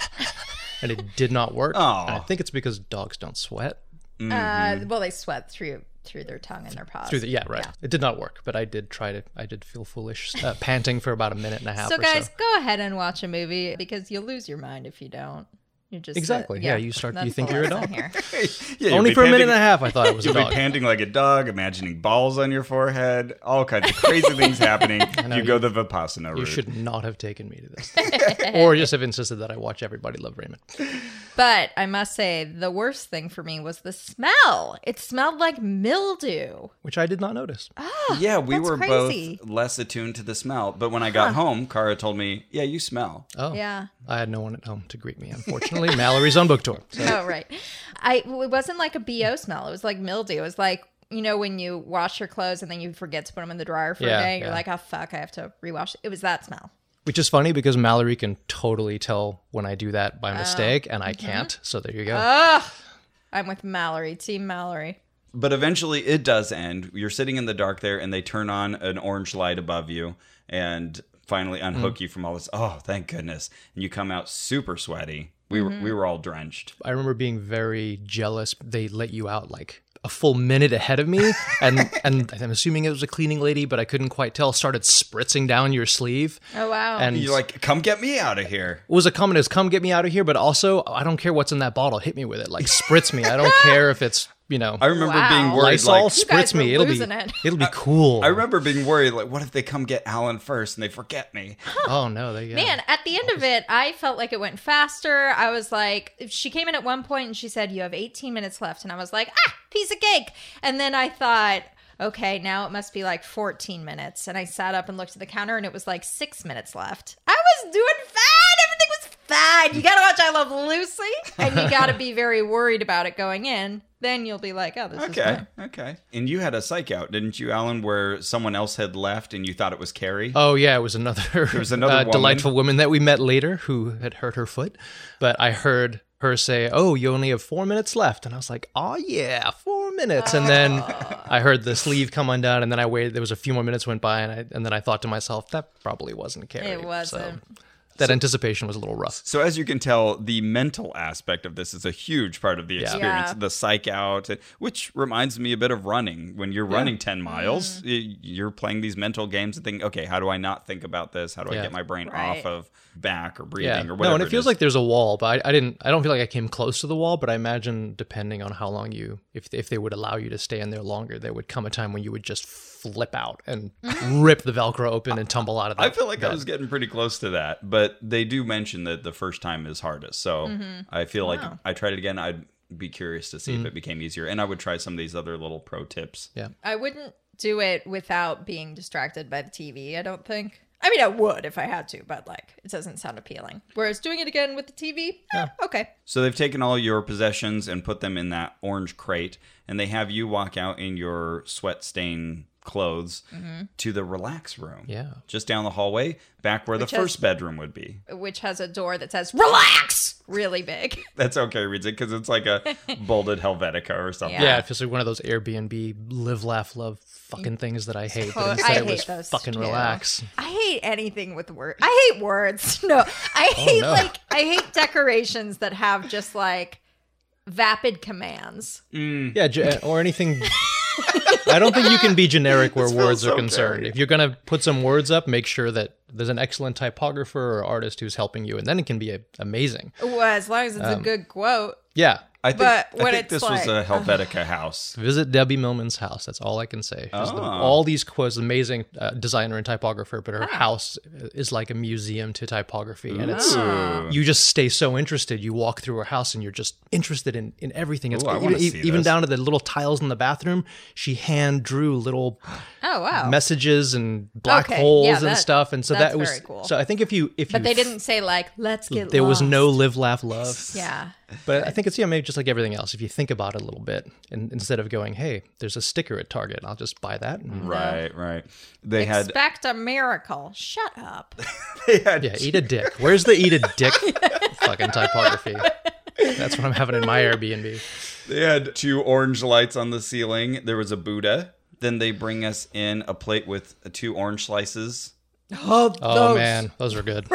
[SPEAKER 3] and it did not work. And I
[SPEAKER 2] Aw.
[SPEAKER 3] think it's because dogs don't sweat.
[SPEAKER 1] Uh, well, they sweat through through their tongue and their paws.
[SPEAKER 3] Mm-hmm. Through the, yeah, right. It did not work, but I did try to, I did feel foolish uh, panting for about a minute and a half
[SPEAKER 1] So
[SPEAKER 3] or
[SPEAKER 1] guys,
[SPEAKER 3] so.
[SPEAKER 1] go ahead and watch a movie because you'll lose your mind if you don't. You're just
[SPEAKER 3] Exactly. Yeah, you start- you
[SPEAKER 1] that's
[SPEAKER 3] think
[SPEAKER 1] the
[SPEAKER 3] you're a
[SPEAKER 1] lesson
[SPEAKER 3] dog.
[SPEAKER 1] here.
[SPEAKER 2] Yeah, you'll
[SPEAKER 3] Only
[SPEAKER 2] be
[SPEAKER 3] for a minute
[SPEAKER 2] panting-
[SPEAKER 3] and a half, I thought it was a
[SPEAKER 2] You'll
[SPEAKER 3] dog.
[SPEAKER 2] be panting like a dog, imagining balls on your forehead, all kinds of crazy things happening. you go the Vipassana route.
[SPEAKER 3] You should not have taken me to this. or just have insisted that I watch Everybody Love Raymond.
[SPEAKER 1] But I must say, the worst thing for me was the smell. It smelled like mildew.
[SPEAKER 3] Which I did not notice.
[SPEAKER 1] Oh.
[SPEAKER 2] yeah, we
[SPEAKER 1] That's
[SPEAKER 2] were
[SPEAKER 1] crazy.
[SPEAKER 2] both less attuned to the smell. But when I got home, Kara told me, "Yeah, you smell."
[SPEAKER 3] Oh.
[SPEAKER 1] Yeah.
[SPEAKER 3] I had no one at home to greet me, unfortunately. Mallory's on book tour. So
[SPEAKER 1] Oh, right. I it wasn't like a BO smell. It was like mildew. It was like you know when you wash your clothes and then you forget to put them in the dryer for
[SPEAKER 3] Yeah,
[SPEAKER 1] a day you're
[SPEAKER 3] yeah.
[SPEAKER 1] like oh fuck i have to rewash it was that smell
[SPEAKER 3] Which is funny because Mallory can totally tell when I do that
[SPEAKER 1] Oh.
[SPEAKER 3] by mistake, and
[SPEAKER 1] Mm-hmm.
[SPEAKER 3] I can't. So there you go.
[SPEAKER 1] i'm with mallory team mallory
[SPEAKER 2] But eventually it does end. You're sitting in the dark there and they turn on an orange light above you and finally unhook you from all this. Oh, thank goodness. And you come out super sweaty. We
[SPEAKER 1] Mm-hmm.
[SPEAKER 2] were we were all drenched.
[SPEAKER 3] I remember being very jealous. They let you out like a full minute ahead of me, and and I'm assuming it was a cleaning lady, but I couldn't quite tell. Started spritzing down your sleeve.
[SPEAKER 1] oh wow
[SPEAKER 3] And
[SPEAKER 2] You're like, "Come get me out of here."
[SPEAKER 3] What was a comment is come get me out of here, but also I don't care what's in that bottle. Hit me with it, like spritz me. I don't care if it's you know
[SPEAKER 2] I remember
[SPEAKER 1] Wow.
[SPEAKER 2] being worried
[SPEAKER 3] Lysol,
[SPEAKER 2] like
[SPEAKER 1] guys
[SPEAKER 3] spritz
[SPEAKER 1] were
[SPEAKER 3] me. It'll be
[SPEAKER 1] losing it.
[SPEAKER 3] it'll be cool.
[SPEAKER 2] I remember being worried like what if they come get Alan first and they forget me?
[SPEAKER 3] oh no, they, yeah.
[SPEAKER 1] Man, at the end of it, I felt like it went faster. I was like, she came in at one point and she said, You have 18 minutes left. And I was like, Ah, piece of cake. And then I thought, Okay, now it must be like 14 minutes. And I sat up and looked at the counter and it was like six minutes left. I was doing fine. Everything was fine. You got to watch I Love Lucy and you got to be very worried about it going in. Then you'll be like, Oh, this is
[SPEAKER 2] Okay.
[SPEAKER 1] fine.
[SPEAKER 2] Okay. And you had a psych out, didn't you, Alan, where someone else had left and you thought it was Carrie?
[SPEAKER 3] Oh yeah, it was another, uh,
[SPEAKER 2] was another woman.
[SPEAKER 3] delightful woman that we met later who had hurt her foot. But I heard her say, "Oh, you only have four minutes left," and I was like, "Oh yeah, four minutes." And then I heard the sleeve come undone, and then I waited. There was a few more minutes went by, and I and then I thought to myself, "That probably wasn't Carrie."
[SPEAKER 1] It wasn't.
[SPEAKER 3] So that anticipation was a little rough.
[SPEAKER 2] So as you can tell, the mental aspect of this is a huge part of the experience.
[SPEAKER 1] Yeah.
[SPEAKER 2] The psych out, which reminds me a bit of running. When you're running ten
[SPEAKER 1] Mm-hmm.
[SPEAKER 2] miles, y you're playing these mental games and thinking, "Okay, how do I not think about this? How do I
[SPEAKER 3] Yeah.
[SPEAKER 2] get my brain
[SPEAKER 1] Right.
[SPEAKER 2] off of back or
[SPEAKER 3] Yeah.
[SPEAKER 2] breathing or
[SPEAKER 3] No,
[SPEAKER 2] whatever?"
[SPEAKER 3] and it feels like there's a wall, but I, I didn't. I don't feel like I came close to the wall, but I imagine depending on how long you, if if they would allow you to stay in there longer, there would come a time when you would just flip out and
[SPEAKER 1] Mm-hmm.
[SPEAKER 3] rip the Velcro open and tumble out of that.
[SPEAKER 2] I feel like I was getting pretty close to that, but they do mention that the first time is hardest. So
[SPEAKER 1] Mm-hmm.
[SPEAKER 2] I feel like
[SPEAKER 1] Oh.
[SPEAKER 2] if I tried it again. I'd be curious to see
[SPEAKER 1] Mm.
[SPEAKER 2] if it became easier, and I would try some of these other little pro tips.
[SPEAKER 3] Yeah.
[SPEAKER 1] I wouldn't do it without being distracted by the TV, I don't think. I mean, I would if I had to, but like, it doesn't sound appealing. Whereas doing it again with the TV, eh, okay.
[SPEAKER 2] So they've taken all your possessions and put them in that orange crate, and they have you walk out in your sweat stained clothes
[SPEAKER 1] Mm-hmm.
[SPEAKER 2] to the relax room.
[SPEAKER 3] Yeah.
[SPEAKER 2] Just down the hallway, back where
[SPEAKER 1] Which
[SPEAKER 2] the
[SPEAKER 1] has-
[SPEAKER 2] first bedroom would be.
[SPEAKER 1] Which has a door that says relax really big.
[SPEAKER 2] That's okay, reads it, because it's like a bolded Helvetica or something.
[SPEAKER 1] Yeah.
[SPEAKER 3] Yeah, it feels like one of those Airbnb live, laugh, love fucking things that I hate.
[SPEAKER 1] Oh,
[SPEAKER 3] But instead,
[SPEAKER 1] I
[SPEAKER 3] it was
[SPEAKER 1] hate those
[SPEAKER 3] fucking
[SPEAKER 1] too.
[SPEAKER 3] relax.
[SPEAKER 1] I hate anything with words. I hate words. No, I hate
[SPEAKER 3] Oh, no.
[SPEAKER 1] like, I hate decorations that have just like vapid commands.
[SPEAKER 3] Yeah, ge- uh, or anything. I don't think you can be generic where words
[SPEAKER 2] so
[SPEAKER 3] are concerned.
[SPEAKER 2] dirty.
[SPEAKER 3] If you're gonna put some words up, make sure that there's an excellent typographer or artist who's helping you, and then it can be a- amazing.
[SPEAKER 1] Well, as long as it's
[SPEAKER 3] Um,
[SPEAKER 1] a good quote.
[SPEAKER 3] Yeah,
[SPEAKER 2] I think,
[SPEAKER 1] But
[SPEAKER 2] I
[SPEAKER 1] when
[SPEAKER 2] think
[SPEAKER 1] it's
[SPEAKER 2] this was a
[SPEAKER 1] like-
[SPEAKER 2] Helvetica house.
[SPEAKER 3] visit Debbie Millman's house. That's all I can say. Just the-
[SPEAKER 2] Oh.
[SPEAKER 3] all these quotes, amazing uh, designer and typographer, but her house is like a museum to typography, and it's
[SPEAKER 2] Ooh.
[SPEAKER 3] you just stay so interested. You walk through her house and you're just interested in, in everything. It's
[SPEAKER 2] Ooh, I wanna
[SPEAKER 3] even,
[SPEAKER 2] see
[SPEAKER 3] even
[SPEAKER 2] this.
[SPEAKER 3] down to the little tiles in the bathroom. She hand drew little
[SPEAKER 1] Oh, wow.
[SPEAKER 3] messages and black
[SPEAKER 1] Okay, yeah,
[SPEAKER 3] holes and
[SPEAKER 1] that-
[SPEAKER 3] stuff. And so
[SPEAKER 1] that's
[SPEAKER 3] that was
[SPEAKER 1] very cool.
[SPEAKER 3] so. I think if you if
[SPEAKER 1] but
[SPEAKER 3] you
[SPEAKER 1] they
[SPEAKER 3] f-
[SPEAKER 1] didn't say like, let's get
[SPEAKER 3] there was
[SPEAKER 1] lost."
[SPEAKER 3] no live, laugh, love.
[SPEAKER 1] Yeah.
[SPEAKER 3] But I think it's yeah, maybe just like everything else. If you think about it a little bit, and instead of going, "Hey, there's a sticker at Target, I'll just buy that." and
[SPEAKER 2] Right, right. They had
[SPEAKER 1] Expect a miracle. Shut up.
[SPEAKER 2] they had
[SPEAKER 3] Yeah, eat a dick. Where's the eat a dick fucking typography? That's what I'm having in my Airbnb.
[SPEAKER 2] They had two orange lights on the ceiling. There was a Buddha. Then they bring us in a plate with two orange slices.
[SPEAKER 3] Oh man, those are good.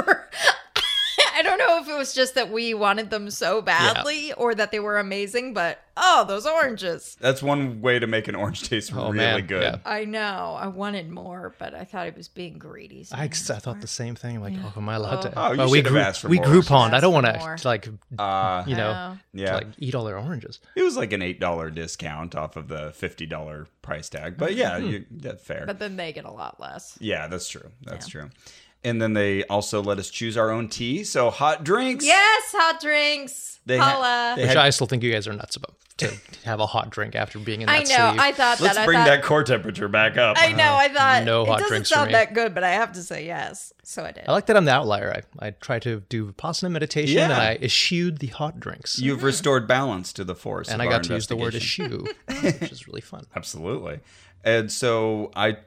[SPEAKER 1] I don't know if it was just that we wanted them so badly or that they were amazing, but oh, those oranges.
[SPEAKER 2] That's one way to make an orange taste really
[SPEAKER 3] Oh, man,
[SPEAKER 2] good.
[SPEAKER 3] yeah.
[SPEAKER 1] I know. I wanted more, but I thought it was being greedy. so-
[SPEAKER 3] I, I thought the same thing. Like, oh, am I allowed to?
[SPEAKER 2] Oh, you
[SPEAKER 3] we
[SPEAKER 2] should have
[SPEAKER 3] group-
[SPEAKER 2] asked for
[SPEAKER 3] we
[SPEAKER 2] more.
[SPEAKER 3] Grouponed. I don't want
[SPEAKER 1] Ask for more.
[SPEAKER 3] to like,
[SPEAKER 2] Uh,
[SPEAKER 3] you know,
[SPEAKER 1] Oh.
[SPEAKER 2] yeah.
[SPEAKER 3] like eat all their oranges.
[SPEAKER 2] it was like an $8 discount off of the $50
[SPEAKER 3] Hmm.
[SPEAKER 2] price tag. But yeah, you, that's fair.
[SPEAKER 1] But then they get a lot less.
[SPEAKER 2] yeah, that's true. That's true. And then they also let us choose our own tea. So hot drinks.
[SPEAKER 1] Yes, hot drinks.
[SPEAKER 2] They ha-
[SPEAKER 1] Paula.
[SPEAKER 2] they
[SPEAKER 3] Which
[SPEAKER 2] had-
[SPEAKER 3] I still think you guys are nuts about to have a hot drink after being in that
[SPEAKER 1] I know.
[SPEAKER 3] sleeve.
[SPEAKER 1] I thought
[SPEAKER 2] Let's
[SPEAKER 1] that.
[SPEAKER 2] bring
[SPEAKER 1] I thought,
[SPEAKER 2] that core temperature back up.
[SPEAKER 1] I know. I thought
[SPEAKER 3] No
[SPEAKER 1] it
[SPEAKER 3] hot
[SPEAKER 1] doesn't
[SPEAKER 3] drinks for
[SPEAKER 1] sound
[SPEAKER 3] me.
[SPEAKER 1] that good, but I have to say yes. So I did.
[SPEAKER 3] I like that I'm the outlier. I, I try to do Vipassana meditation and
[SPEAKER 2] Yeah.
[SPEAKER 3] I eschewed the hot drinks.
[SPEAKER 2] You've restored balance to the force.
[SPEAKER 3] and
[SPEAKER 2] of
[SPEAKER 3] I
[SPEAKER 2] our
[SPEAKER 3] got to use the word
[SPEAKER 2] investigation.
[SPEAKER 3] eschew, which is really fun.
[SPEAKER 2] Absolutely. And so I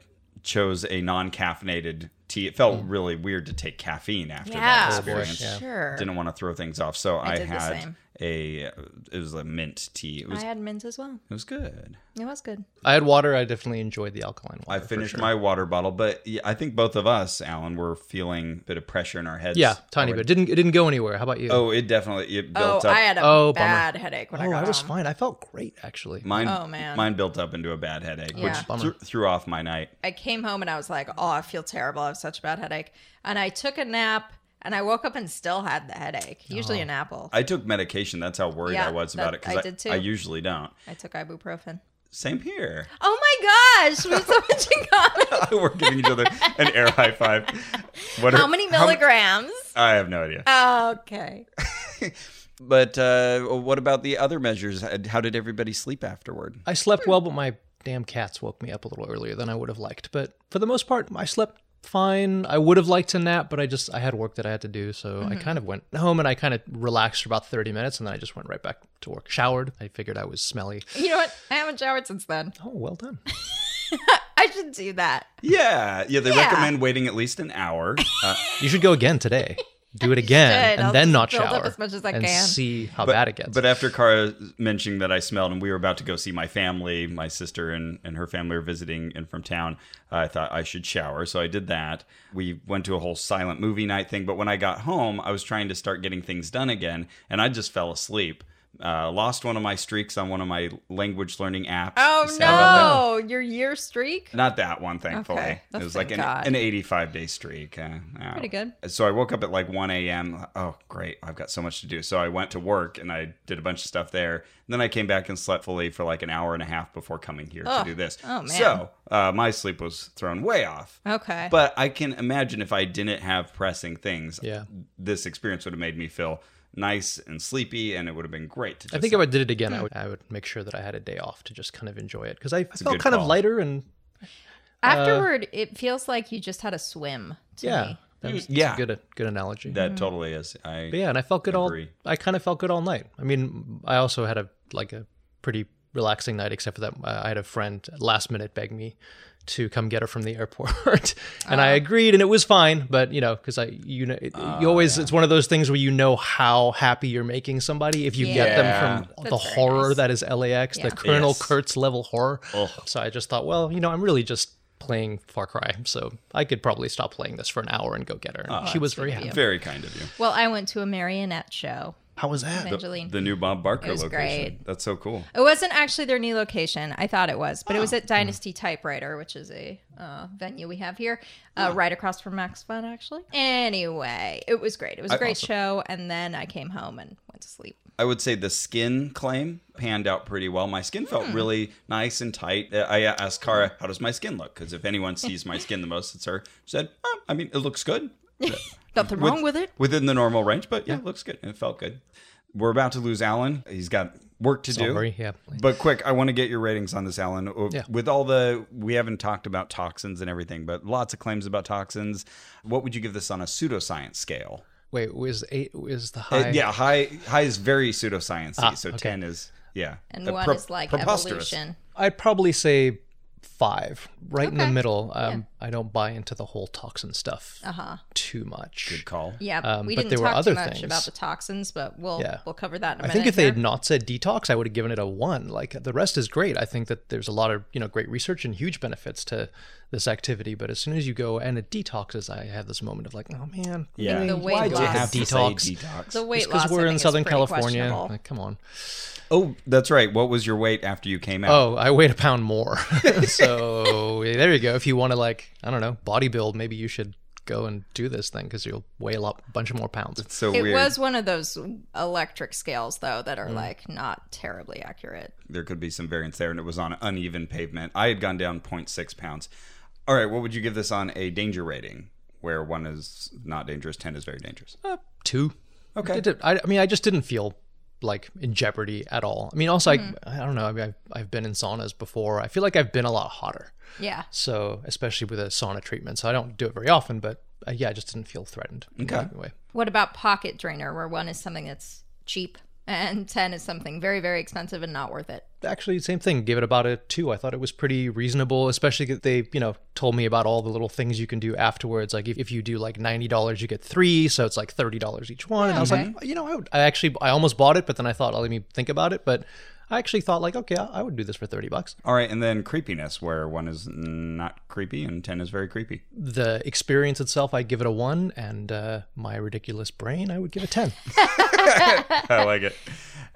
[SPEAKER 2] chose a non caffeinated tea. It felt really weird to take caffeine after that
[SPEAKER 1] Mm. yeah, for
[SPEAKER 2] experience.
[SPEAKER 1] sure.
[SPEAKER 2] Didn't want to throw things off. So I,
[SPEAKER 1] did the
[SPEAKER 2] had
[SPEAKER 1] same.
[SPEAKER 2] a, it was a mint tea. It was,
[SPEAKER 1] I had mints as well.
[SPEAKER 2] it was good.
[SPEAKER 1] It was good.
[SPEAKER 3] I had water. I definitely enjoyed the alkaline
[SPEAKER 2] I
[SPEAKER 3] water. for
[SPEAKER 2] finished
[SPEAKER 3] sure.
[SPEAKER 2] my water bottle, but yeah, I think both of us, Alan, were feeling a bit of pressure in our heads.
[SPEAKER 3] Yeah, tiny bit. Didn't it didn't go anywhere? How about you?
[SPEAKER 2] Oh, it definitely it
[SPEAKER 1] Oh,
[SPEAKER 2] built up.
[SPEAKER 1] I had a
[SPEAKER 3] Oh, bummer.
[SPEAKER 1] bad headache when I
[SPEAKER 3] Oh,
[SPEAKER 1] got
[SPEAKER 3] I was
[SPEAKER 1] home.
[SPEAKER 3] fine. I felt great actually.
[SPEAKER 2] mine,
[SPEAKER 1] oh, man.
[SPEAKER 2] mine built up into a bad headache,
[SPEAKER 1] Yeah.
[SPEAKER 2] which
[SPEAKER 3] Bummer.
[SPEAKER 2] thr- threw off my night.
[SPEAKER 1] I came home and I was like, oh, I feel terrible. I have such a bad headache. And I took a nap and I woke up and still had the headache.
[SPEAKER 2] Oh.
[SPEAKER 1] Usually an apple. I,
[SPEAKER 2] I took medication. That's how worried
[SPEAKER 1] Yeah,
[SPEAKER 2] I was
[SPEAKER 1] that-
[SPEAKER 2] about it
[SPEAKER 1] I
[SPEAKER 2] because
[SPEAKER 1] did
[SPEAKER 2] I,
[SPEAKER 1] too.
[SPEAKER 2] I usually don't.
[SPEAKER 1] took ibuprofen.
[SPEAKER 2] Same here.
[SPEAKER 1] Oh my gosh, we have so much in common.
[SPEAKER 2] We're giving each other an air high five. What
[SPEAKER 1] How
[SPEAKER 2] are-
[SPEAKER 1] many
[SPEAKER 2] how ma-
[SPEAKER 1] milligrams?
[SPEAKER 2] I have no idea.
[SPEAKER 1] okay.
[SPEAKER 2] But uh, what about the other measures? How did everybody sleep afterward?
[SPEAKER 3] I slept
[SPEAKER 1] Hmm.
[SPEAKER 3] well, but my damn cats woke me up a little earlier than I would have liked. But for the most part, I slept fine. I would have liked to nap, but I just I had work that I had to do, so
[SPEAKER 1] Mm-hmm.
[SPEAKER 3] I kind of went home and I kind of relaxed for about 30 minutes and then I just went right back to work. Showered. I figured I was smelly.
[SPEAKER 1] You know what? I haven't showered since then.
[SPEAKER 3] Oh, well done.
[SPEAKER 1] I should do that.
[SPEAKER 2] Yeah, yeah. They
[SPEAKER 1] Yeah.
[SPEAKER 2] recommend waiting at least an hour. Uh,
[SPEAKER 3] You should go again today. Do it again
[SPEAKER 1] should.
[SPEAKER 3] and
[SPEAKER 1] I'll
[SPEAKER 3] then
[SPEAKER 1] just
[SPEAKER 3] not
[SPEAKER 1] build up
[SPEAKER 3] shower
[SPEAKER 1] as much as I
[SPEAKER 3] and
[SPEAKER 1] can.
[SPEAKER 3] see how
[SPEAKER 2] but,
[SPEAKER 3] bad it gets.
[SPEAKER 2] But after Cara mentioning that I smelled, and we were about to go see my family, my sister and, and her family were visiting and from town. I thought I should shower, so I did that. We went to a whole silent movie night thing. But when I got home, I was trying to start getting things done again, and I just fell asleep. Uh, lost one of my streaks on one of my language learning apps.
[SPEAKER 1] Oh
[SPEAKER 2] Sad about that.
[SPEAKER 1] no, your year streak?
[SPEAKER 2] Not that one, thankfully.
[SPEAKER 1] Okay.
[SPEAKER 2] It
[SPEAKER 1] Oh,
[SPEAKER 2] was like
[SPEAKER 1] thank
[SPEAKER 2] an,
[SPEAKER 1] God.
[SPEAKER 2] an 85 day streak. Uh, uh,
[SPEAKER 1] Pretty good.
[SPEAKER 2] So I woke up at like 1 a.m. Oh, great. I've got so much to do. So I went to work and I did a bunch of stuff there. And then I came back and slept fully for like an hour and a half before coming here
[SPEAKER 1] Ugh.
[SPEAKER 2] to do this.
[SPEAKER 1] Oh, man.
[SPEAKER 2] So uh, my sleep was thrown way off.
[SPEAKER 1] Okay.
[SPEAKER 2] But I can imagine if I didn't have pressing things,
[SPEAKER 3] Yeah.
[SPEAKER 2] this experience would have made me feel nice and sleepy and it would have been great to just
[SPEAKER 3] I think if I did it
[SPEAKER 1] Hmm.
[SPEAKER 3] again, I would I would make sure that I had a day off to just kind of enjoy it because I, I
[SPEAKER 2] a
[SPEAKER 3] felt
[SPEAKER 2] good
[SPEAKER 3] kind
[SPEAKER 2] call.
[SPEAKER 3] of lighter and
[SPEAKER 1] Afterward, it feels like you just had a swim. To
[SPEAKER 3] yeah,
[SPEAKER 1] Me.
[SPEAKER 3] that was- that's
[SPEAKER 2] uh, yeah.
[SPEAKER 3] a good good analogy.
[SPEAKER 1] Mm-hmm.
[SPEAKER 2] that totally is. I
[SPEAKER 3] But yeah, and I felt good
[SPEAKER 2] Agree.
[SPEAKER 3] all. I kind of felt good all night. I mean, I also had a like a pretty relaxing night, except for that uh, I had a friend last minute beg me to come get her from the airport, and
[SPEAKER 1] Ah.
[SPEAKER 3] I agreed, and it was fine. But you know, because I you know it,
[SPEAKER 2] Ah,
[SPEAKER 3] you always it's one of those things where you know how happy you're making somebody if you get
[SPEAKER 2] Yeah.
[SPEAKER 3] them from the
[SPEAKER 1] That's very
[SPEAKER 3] horror
[SPEAKER 1] nice.
[SPEAKER 3] that is LAX,
[SPEAKER 1] Yeah.
[SPEAKER 3] the Colonel
[SPEAKER 2] Yes.
[SPEAKER 3] Kurtz level horror.
[SPEAKER 2] Ugh.
[SPEAKER 3] So I just thought, well, you know, I'm really just playing Far Cry, so I could probably stop playing this for an hour and go get her.
[SPEAKER 2] Ah,
[SPEAKER 3] And she was very happy.
[SPEAKER 2] very kind of you.
[SPEAKER 1] Well, I went to a marionette show.
[SPEAKER 3] How was that?
[SPEAKER 1] Evangeline.
[SPEAKER 2] The new Bob Barker
[SPEAKER 1] It was
[SPEAKER 2] location.
[SPEAKER 1] great.
[SPEAKER 2] That's so cool.
[SPEAKER 1] It wasn't actually their new location. I thought it was, but it
[SPEAKER 2] Oh.
[SPEAKER 1] was at Dynasty Typewriter, which is a uh, venue we have here, uh, right across from Max Fun, actually. Anyway, it was great. It was a great show, and then I came home and went to sleep.
[SPEAKER 2] I would say the skin claim panned out pretty well. My skin felt really nice and tight. Uh, I asked Cara, "How does my skin look?" Because if anyone sees my skin the most, it's her. She said, oh, "I mean, it looks good
[SPEAKER 1] Nothing wrong with it.
[SPEAKER 2] within the normal range, but yeah, it looks good. It felt good." We're about to lose Alan. He's got work to do.
[SPEAKER 3] Sorry, yeah.
[SPEAKER 2] But quick, I want to get your ratings on this, Alan. O-
[SPEAKER 3] Yeah.
[SPEAKER 2] With all the, we haven't talked about toxins and everything, but lots of claims about toxins. What would you give this on a pseudoscience scale?
[SPEAKER 3] Wait, was eight was the
[SPEAKER 2] Uh,
[SPEAKER 3] high?
[SPEAKER 2] yeah, high high is very pseudoscience. so
[SPEAKER 3] Ah, okay.
[SPEAKER 2] ten is yeah,
[SPEAKER 1] And
[SPEAKER 2] Uh,
[SPEAKER 1] one
[SPEAKER 2] pre-
[SPEAKER 1] is like
[SPEAKER 2] preposterous.
[SPEAKER 1] evolution.
[SPEAKER 3] I'd probably say five, right in the
[SPEAKER 1] Okay.
[SPEAKER 3] middle. Um, I don't buy into the whole toxin stuff
[SPEAKER 1] Uh-huh.
[SPEAKER 3] too much.
[SPEAKER 2] Good call.
[SPEAKER 1] Yeah,
[SPEAKER 3] Um,
[SPEAKER 1] we
[SPEAKER 3] but
[SPEAKER 1] didn't
[SPEAKER 3] there were
[SPEAKER 1] talk
[SPEAKER 3] other
[SPEAKER 1] too much
[SPEAKER 3] things.
[SPEAKER 1] about the toxins, but we'll
[SPEAKER 3] Yeah.
[SPEAKER 1] we'll cover that in a
[SPEAKER 3] I
[SPEAKER 1] minute.
[SPEAKER 3] think if they
[SPEAKER 1] here.
[SPEAKER 3] had not said detox, I would have given it a one. Like the rest is great. I think that there's a lot of you know great research and huge benefits to this activity. But as soon as you go and it detoxes, I have this moment of like, oh man,
[SPEAKER 2] Yeah,
[SPEAKER 1] The weight
[SPEAKER 2] why do you
[SPEAKER 1] loss.
[SPEAKER 2] have to say
[SPEAKER 3] Detox.
[SPEAKER 2] detox?
[SPEAKER 1] the weight loss,
[SPEAKER 3] because
[SPEAKER 1] I
[SPEAKER 3] we're
[SPEAKER 1] think,
[SPEAKER 3] in
[SPEAKER 1] is
[SPEAKER 3] Southern
[SPEAKER 1] pretty
[SPEAKER 3] California.
[SPEAKER 1] questionable.
[SPEAKER 3] Like, come on.
[SPEAKER 2] oh, that's right. What was your weight after you came out?
[SPEAKER 3] Oh, I weighed a pound more. so yeah, there you go. If you want to like, I don't know, bodybuild, maybe you should go and do this thing because you'll weigh a lot, bunch of more pounds.
[SPEAKER 2] It's so
[SPEAKER 1] It
[SPEAKER 2] weird.
[SPEAKER 1] was one of those electric scales, though, that are
[SPEAKER 3] Mm.
[SPEAKER 1] like not terribly accurate.
[SPEAKER 2] There could be some variance there, and it was on uneven pavement. I had gone down 0.6 pounds. All right, what would you give this on a danger rating? where one is not dangerous, 10 is very dangerous?
[SPEAKER 3] Uh, two.
[SPEAKER 2] Okay.
[SPEAKER 3] It did- I, I mean, I just didn't feel like in jeopardy at all. I mean, also,
[SPEAKER 2] Mm-hmm.
[SPEAKER 3] I, I don't know. I mean, I've, I've been in saunas before. I feel like I've been a lot hotter.
[SPEAKER 1] Yeah.
[SPEAKER 3] So, especially with a sauna treatment. So, I don't do it very often, but uh, yeah, I just didn't feel threatened in
[SPEAKER 2] Okay.
[SPEAKER 3] any way.
[SPEAKER 1] What about pocket drainer, where one is something that's cheap and 10 is something very, very expensive and not worth it?
[SPEAKER 3] Actually, same thing. Give it about a two. I thought it was pretty reasonable, especially that they, you know, told me about all the little things you can do afterwards. Like if, if you do like ninety dollars, you get three, so it's like thirty dollars each one. and I was
[SPEAKER 1] okay.
[SPEAKER 3] like, you know, I, would, I actually I almost bought it, but then I thought, oh, let me think about it. But I actually thought like, okay, I, I would do this for thirty bucks.
[SPEAKER 2] All right. And then creepiness, where one is not creepy and 10 is very creepy.
[SPEAKER 3] The experience itself, I'd give it a one, and uh, my ridiculous brain, I would give a ten.
[SPEAKER 2] I like it.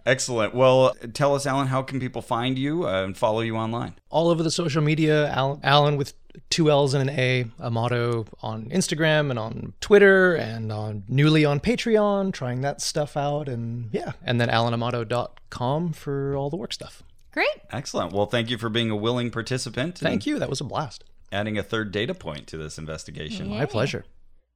[SPEAKER 2] Excellent. Well, tell us, Alan, how can people find you uh, and follow you online?
[SPEAKER 3] all over the social media. Al- Alan with two L's and an A, Amato on Instagram and on Twitter and on newly on Patreon, trying that stuff out. And yeah, and then alanamato.com for all the work stuff.
[SPEAKER 1] Great.
[SPEAKER 2] Excellent. Well, thank you for being a willing participant.
[SPEAKER 3] Thank you. That was a blast.
[SPEAKER 2] Adding a third data point to this investigation.
[SPEAKER 3] My pleasure.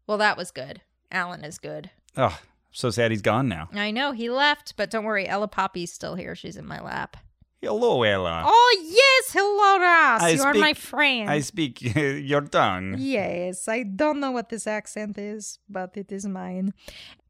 [SPEAKER 1] Well, that was good. Alan is good.
[SPEAKER 2] Oh, so sad he's gone now.
[SPEAKER 1] I know he left, but don't worry. Ella Poppy's still here. She's in my lap.
[SPEAKER 2] Hello, Ella.
[SPEAKER 1] Oh, yes. Hello, Ross.
[SPEAKER 2] I
[SPEAKER 1] you are
[SPEAKER 2] speak-
[SPEAKER 1] my friend.
[SPEAKER 2] I speak your tongue.
[SPEAKER 1] Yes, I don't know what this accent is, but it is mine.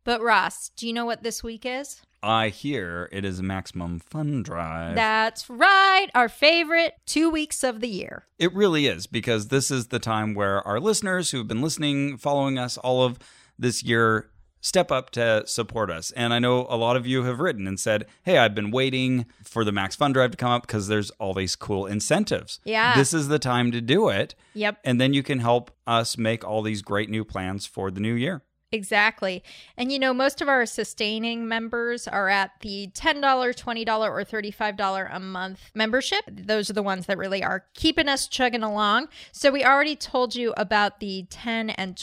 [SPEAKER 1] But Ross, do you know what this week is?
[SPEAKER 2] I hear it is a maximum fun drive.
[SPEAKER 1] That's right, our favorite two weeks of the year.
[SPEAKER 2] It really is because this is the time where our listeners who've been listening, following us all of this year, step up to support us. And I know a lot of you have written and said, "Hey, I've been waiting for the Max Fund Drive to come up because there's all these cool incentives."
[SPEAKER 1] Yeah.
[SPEAKER 2] this is the time to do it,
[SPEAKER 1] Yep,
[SPEAKER 2] and then you can help us make all these great new plans for the new year.
[SPEAKER 1] exactly. And you know, most of our sustaining members are at the $10, $20, or $35 a month membership. Those are the ones that really are keeping us chugging along. So we already told you about the $10 and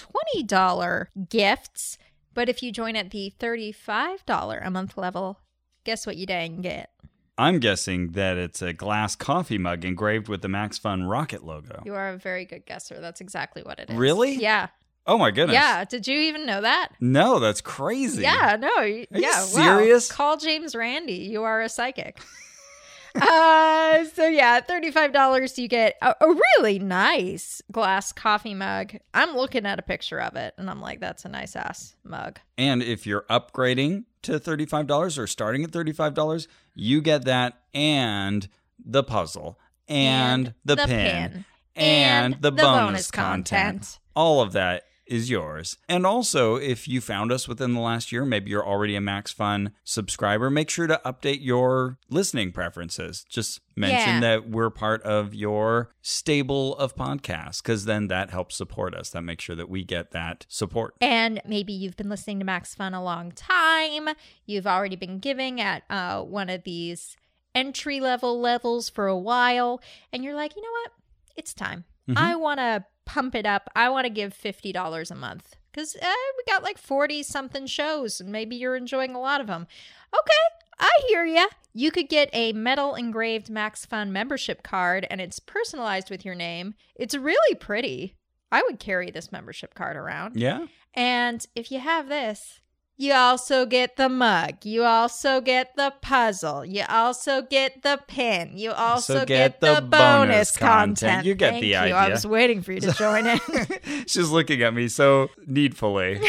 [SPEAKER 1] $20 gifts. But if you join at the $35 a month level, guess what you dang get?
[SPEAKER 2] I'm guessing that it's a glass coffee mug engraved with the Max Fun Rocket logo.
[SPEAKER 1] You are a very good guesser. That's exactly what it is.
[SPEAKER 2] Really?
[SPEAKER 1] Yeah.
[SPEAKER 2] Oh my goodness!
[SPEAKER 1] Yeah. Did you even know that?
[SPEAKER 2] No, that's crazy.
[SPEAKER 1] Yeah, no. y-
[SPEAKER 2] Are you
[SPEAKER 1] yeah,
[SPEAKER 2] serious?
[SPEAKER 1] Wow. Call James Randy. You are a psychic. uh, so yeah, $35 you get a, a really nice glass coffee mug. I'm looking at a picture of it and I'm like that's a nice ass mug.
[SPEAKER 2] And if you're upgrading to $35 or starting at $35, you get that and the puzzle and, the, pin, and, the, bonus, content. All of that is yours. And also, if you found us within the last year, maybe you're already a Max Fun subscriber, make sure to update your listening preferences. Just mention
[SPEAKER 1] Yeah.
[SPEAKER 2] that we're part of your stable of podcasts because then that helps support us. That makes sure that we get that support.
[SPEAKER 1] And maybe you've been listening to Max Fun a long time. You've already been giving at uh, one of these entry level levels for a while. And you're like, you know what? It's time.
[SPEAKER 2] Mhm.
[SPEAKER 1] I want to pump it up. I want to give $50 a month because uh, we got like 40 something shows and maybe you're enjoying a lot of them. Okay, I hear ya. You could get a metal engraved Max Fun membership card and it's personalized with your name. It's really pretty. I would carry this membership card around.
[SPEAKER 2] Yeah.
[SPEAKER 1] And if you have this, you also get the mug. You also get the puzzle. You also get the pin. You also get, the, bonus content.
[SPEAKER 2] You get
[SPEAKER 1] Thank
[SPEAKER 2] the
[SPEAKER 1] you. I
[SPEAKER 2] idea.
[SPEAKER 1] was waiting for you to join in.
[SPEAKER 2] She's looking at me so needfully.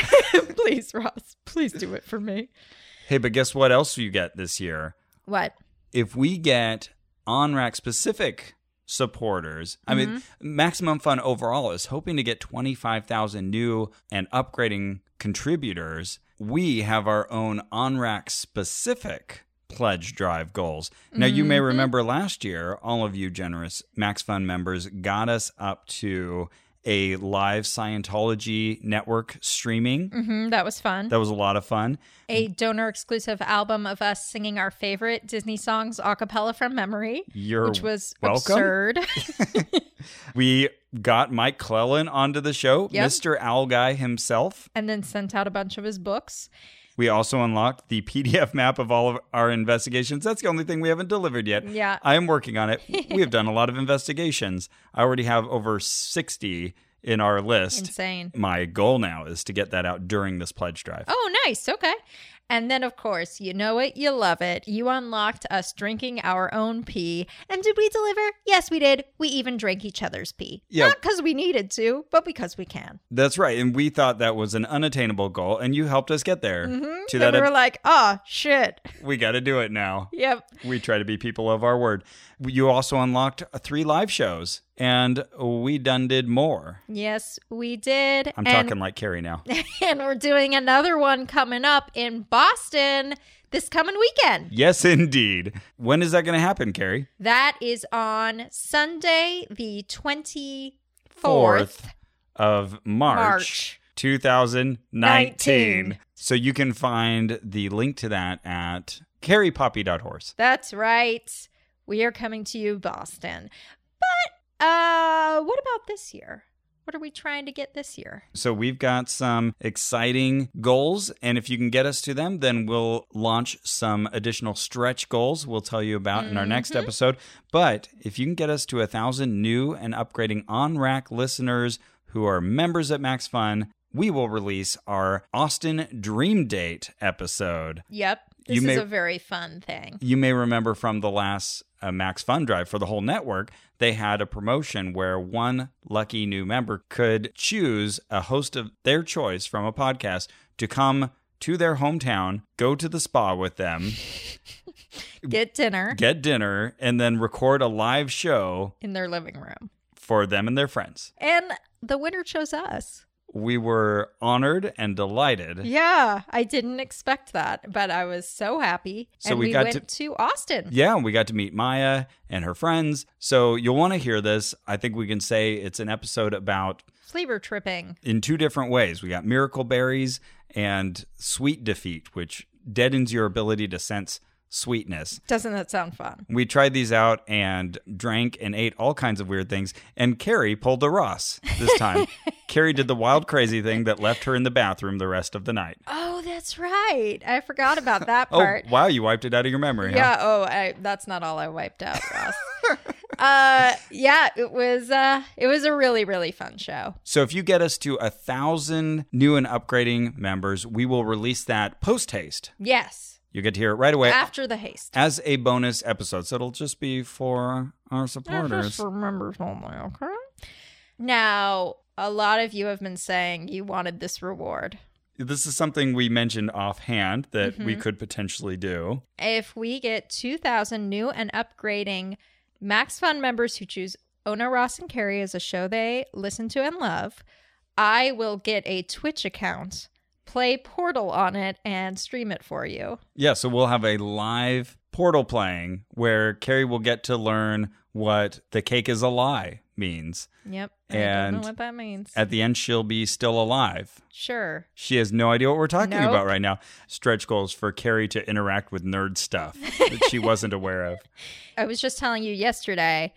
[SPEAKER 1] please, Ross, please do it for me.
[SPEAKER 2] hey, but guess what else you get this year?
[SPEAKER 1] What?
[SPEAKER 2] If we get OnRack specific supporters, I mean,
[SPEAKER 1] Mm-hmm.
[SPEAKER 2] Maximum Fun overall is hoping to get 25,000 new and upgrading contributors. We have our own OnRack specific pledge drive goals. Now, you
[SPEAKER 1] Mm-hmm.
[SPEAKER 2] may remember last year, all of you generous Max Fund members got us up to a live Scientology network streaming.
[SPEAKER 1] hmm that was fun.
[SPEAKER 2] That was a lot of fun.
[SPEAKER 1] A donor exclusive album of us singing our favorite Disney songs a cappella from memory,
[SPEAKER 2] You're
[SPEAKER 1] which was
[SPEAKER 2] welcome.
[SPEAKER 1] absurd.
[SPEAKER 2] We got Mike Clellan onto the show,
[SPEAKER 1] Yep.
[SPEAKER 2] Mr. Owl Guy himself.
[SPEAKER 1] and then sent out a bunch of his books.
[SPEAKER 2] We also unlocked the PDF map of all of our investigations. That's the only thing we haven't delivered yet.
[SPEAKER 1] Yeah.
[SPEAKER 2] I am working on it. we have done a lot of investigations. I already have over 60 in our list.
[SPEAKER 1] Insane.
[SPEAKER 2] My goal now is to get that out during this pledge drive.
[SPEAKER 1] Oh, nice. Okay. And then, of course, you know it, you love it. You unlocked us drinking our own pee. And did we deliver? Yes, we did. We even drank each other's pee.
[SPEAKER 2] Yeah.
[SPEAKER 1] Not because we needed to, but because we can.
[SPEAKER 2] That's right. And we thought that was an unattainable goal, and you helped us get there. To
[SPEAKER 1] And
[SPEAKER 2] that,
[SPEAKER 1] Mm-hmm. we were like, oh, shit.
[SPEAKER 2] we got to do it now.
[SPEAKER 1] Yep.
[SPEAKER 2] We try to be people of our word. You also unlocked three live shows, and we done did more.
[SPEAKER 1] Yes, we did.
[SPEAKER 2] I'm
[SPEAKER 1] and,
[SPEAKER 2] talking like Carrie now.
[SPEAKER 1] and we're doing another one coming up in Boston this coming weekend.
[SPEAKER 2] yes, indeed. When is that going to happen, Carrie?
[SPEAKER 1] That is on Sunday, the 24th.
[SPEAKER 2] of March,
[SPEAKER 1] March.
[SPEAKER 2] 2019.
[SPEAKER 1] Nineteen.
[SPEAKER 2] So you can find the link to that at carriepoppy.horse.
[SPEAKER 1] That's right. We are coming to you, Boston. But uh, what about this year? What are we trying to get this year?
[SPEAKER 2] So we've got some exciting goals, and if you can get us to them, then we'll launch some additional stretch goals we'll tell you about in our next episode. But if you can get us to a thousand new and upgrading on rack listeners who are members at Max Fun, we will release our Austin Dream Date episode.
[SPEAKER 1] Yep. This
[SPEAKER 2] You may-
[SPEAKER 1] is a very fun thing.
[SPEAKER 2] you may remember from the last uh, Max Fund Drive for the whole network, they had a promotion where one lucky new member could choose a host of their choice from a podcast to come to their hometown, go to the spa with them,
[SPEAKER 1] Get dinner
[SPEAKER 2] Mm. get dinner, and then record a live show
[SPEAKER 1] in their living room.
[SPEAKER 2] for them and their friends.
[SPEAKER 1] And the winner chose us.
[SPEAKER 2] We were honored and delighted.
[SPEAKER 1] Yeah, I didn't expect that, but I was so happy.
[SPEAKER 2] So
[SPEAKER 1] and
[SPEAKER 2] we
[SPEAKER 1] we,
[SPEAKER 2] got
[SPEAKER 1] went to, Austin.
[SPEAKER 2] Yeah, and we got to meet Maya and her friends. So you'll want to hear this. I think we can say it's an episode about
[SPEAKER 1] Flavor tripping.
[SPEAKER 2] in two different ways. We got miracle berries and sweet defeat, which deadens your ability to sense sweetness.
[SPEAKER 1] Doesn't that sound fun?
[SPEAKER 2] We tried these out and drank and ate all kinds of weird things. And Carrie pulled the Ross this time. Carrie did the wild, crazy thing that left her in the bathroom the rest of the night.
[SPEAKER 1] Oh, that's right. I forgot about that
[SPEAKER 2] Oh,
[SPEAKER 1] part.
[SPEAKER 2] wow. You wiped it out of your memory. huh?
[SPEAKER 1] Yeah. Oh, I, that's not all I wiped out, Ross. uh, yeah, it was. Uh, it was a really, really fun show.
[SPEAKER 2] So if you get us to a thousand new and upgrading members, we will release that post haste.
[SPEAKER 1] Yes.
[SPEAKER 2] You get to hear it right away.
[SPEAKER 1] After the haste.
[SPEAKER 2] as a bonus episode. So it'll just be for our supporters.
[SPEAKER 1] remembers only. Okay. Now, a lot of you have been saying you wanted this reward.
[SPEAKER 2] This is something we mentioned offhand that
[SPEAKER 1] Mm-hmm.
[SPEAKER 2] we could potentially do.
[SPEAKER 1] If we get two thousand new and upgrading Max Fund members who choose Ona Ross and Carrie as a show they listen to and love, I will get a Twitch account, play Portal on it, and stream it for you.
[SPEAKER 2] Yeah, so we'll have a live portal playing where Carrie will get to learn what the cake is a lie means.
[SPEAKER 1] Yep. I don't
[SPEAKER 2] And
[SPEAKER 1] know what that means.
[SPEAKER 2] At the end, she'll be still alive.
[SPEAKER 1] sure.
[SPEAKER 2] She has no idea what we're talking
[SPEAKER 1] Nope.
[SPEAKER 2] about right now. Stretch goals for Carrie to interact with nerd stuff that she wasn't aware of.
[SPEAKER 1] I was just telling you yesterday,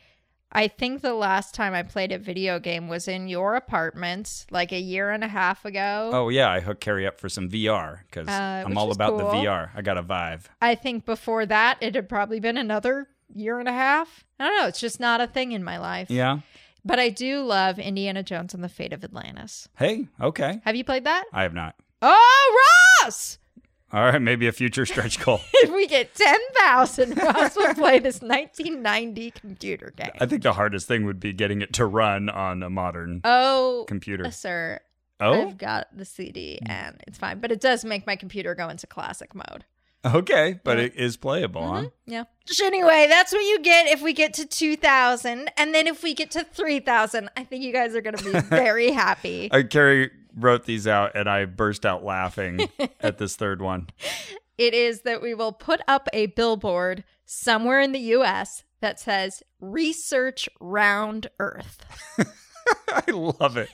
[SPEAKER 1] I think the last time I played a video game was in your apartment like a year and a half ago.
[SPEAKER 2] Oh, yeah, I hooked Carrie up for some VR because
[SPEAKER 1] Uh,
[SPEAKER 2] I'm
[SPEAKER 1] which
[SPEAKER 2] all
[SPEAKER 1] is
[SPEAKER 2] about the
[SPEAKER 1] cool.
[SPEAKER 2] VR. I got a vibe.
[SPEAKER 1] I think before that, it had probably been another year and a half. I don't know. It's just not a thing in my life.
[SPEAKER 2] Yeah.
[SPEAKER 1] But I do love Indiana Jones and the Fate of Atlantis.
[SPEAKER 2] Hey, okay.
[SPEAKER 1] Have you played that?
[SPEAKER 2] I have not.
[SPEAKER 1] Oh, Ross!
[SPEAKER 2] All right, maybe a future stretch goal.
[SPEAKER 1] If we get 10,000, Ross will play this 1990 computer game.
[SPEAKER 2] I think the hardest thing would be getting it to run on a modern
[SPEAKER 1] oh,
[SPEAKER 2] computer.
[SPEAKER 1] sir.
[SPEAKER 2] Oh,
[SPEAKER 1] I've got the CD and it's fine, but it does make my computer go into classic mode.
[SPEAKER 2] okay, but it is playable, huh?
[SPEAKER 1] Yeah. So anyway, that's what you get if we get to 2,000. And then if we get to 3,000, I think you guys are going to be very happy.
[SPEAKER 2] I, Uh, Carrie wrote these out and I burst out laughing at this third one.
[SPEAKER 1] It is that we will put up a billboard somewhere in the US that says research round earth
[SPEAKER 2] I love it.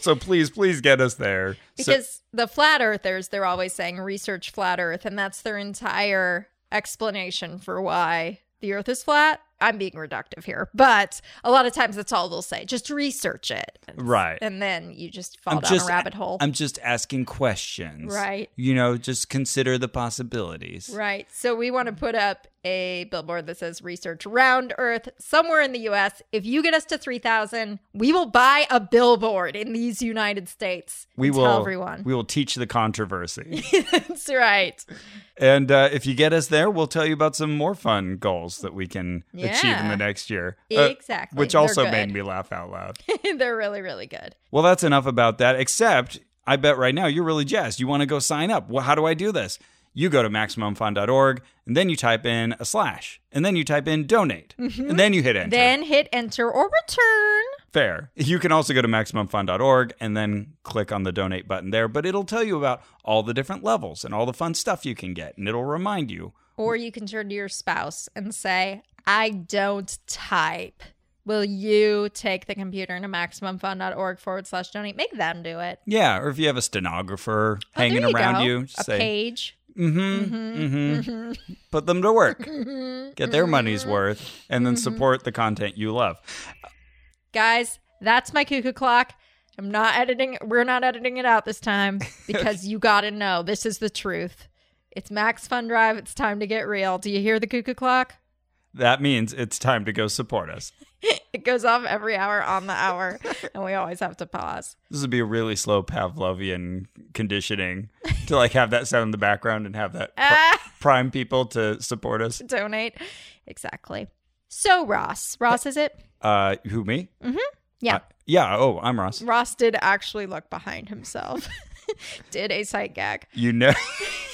[SPEAKER 2] so please, please get us there. so,
[SPEAKER 1] because the flat earthers they're always saying research flat earth and that's their entire explanation for why the earth is flat i'm being reductive here but a lot of times that's all they'll say just research it
[SPEAKER 2] Right.
[SPEAKER 1] and then you just fall
[SPEAKER 2] I'm
[SPEAKER 1] down
[SPEAKER 2] just-
[SPEAKER 1] a rabbit hole
[SPEAKER 2] I'm just asking questions.
[SPEAKER 1] Right.
[SPEAKER 2] You know, just consider the possibilities.
[SPEAKER 1] right so we want to put up a billboard that says research round earth somewhere in the US. If you get us to 3000, we will buy a billboard in these United States.
[SPEAKER 2] We
[SPEAKER 1] and
[SPEAKER 2] will
[SPEAKER 1] tell everyone.
[SPEAKER 2] We will teach the controversy.
[SPEAKER 1] That's right.
[SPEAKER 2] and uh, if you get us there, we'll tell you about some more fun goals that we can achieve in
[SPEAKER 1] Yeah.
[SPEAKER 2] the next year. Uh,
[SPEAKER 1] Exactly.
[SPEAKER 2] which
[SPEAKER 1] They're
[SPEAKER 2] also
[SPEAKER 1] good.
[SPEAKER 2] made me laugh out loud.
[SPEAKER 1] They're really really good.
[SPEAKER 2] well, that's enough about that. Except, I bet right now you're really jazzed. You want to go sign up. Well, how do I do this? You go to maximumfun.org and then you type in a slash and then you type in donate and then you hit enter.
[SPEAKER 1] Mm-hmm. Then hit enter or return.
[SPEAKER 2] Fair. You can also go to MaximumFun.org and then click on the donate button there, but it'll tell you about all the different levels and all the fun stuff you can get, and it'll remind you.
[SPEAKER 1] Or you can turn to your spouse and say, I don't type. Will you take the computer to maximumfund.org forward slash donate? Make them do it.
[SPEAKER 2] Yeah, or if you have a stenographer
[SPEAKER 1] Oh,
[SPEAKER 2] hanging
[SPEAKER 1] there you
[SPEAKER 2] around
[SPEAKER 1] go.
[SPEAKER 2] you,
[SPEAKER 1] a
[SPEAKER 2] just say,
[SPEAKER 1] page.
[SPEAKER 2] mm-hmm, mm-hmm, put them to work,
[SPEAKER 1] Mm-hmm.
[SPEAKER 2] get their money's worth, and then support the content you love.
[SPEAKER 1] Guys, that's my cuckoo clock. I'm not editing we're not editing it out this time because you gotta know this is the truth. It's Max Fun Drive. It's time to get real. Do you hear the cuckoo clock?
[SPEAKER 2] That means it's time to go support us.
[SPEAKER 1] It goes off every hour on the hour, and we always have to pause.
[SPEAKER 2] This would be a really slow Pavlovian conditioning to like have that sound in the background and have that pri-
[SPEAKER 1] Ah!
[SPEAKER 2] prime people to support us.
[SPEAKER 1] donate. Exactly. So Ross, Ross is it?
[SPEAKER 2] Uh, who me?
[SPEAKER 1] Mm-hmm. Yeah.
[SPEAKER 2] Uh, yeah. Oh, I'm Ross.
[SPEAKER 1] Ross did actually look behind himself. did a sight gag.
[SPEAKER 2] You know,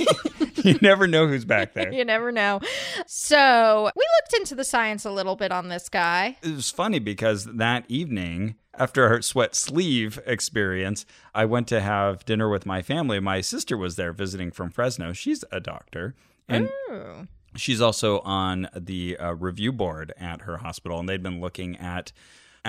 [SPEAKER 2] you never know who's back there.
[SPEAKER 1] You never know. So we looked into the science a little bit on this guy.
[SPEAKER 2] It was funny because that evening, after our sweat sleeve experience, I went to have dinner with my family. My sister was there visiting from Fresno. She's a doctor. And
[SPEAKER 1] Ooh.
[SPEAKER 2] She's also on the uh, review board at her hospital, and they'd been looking at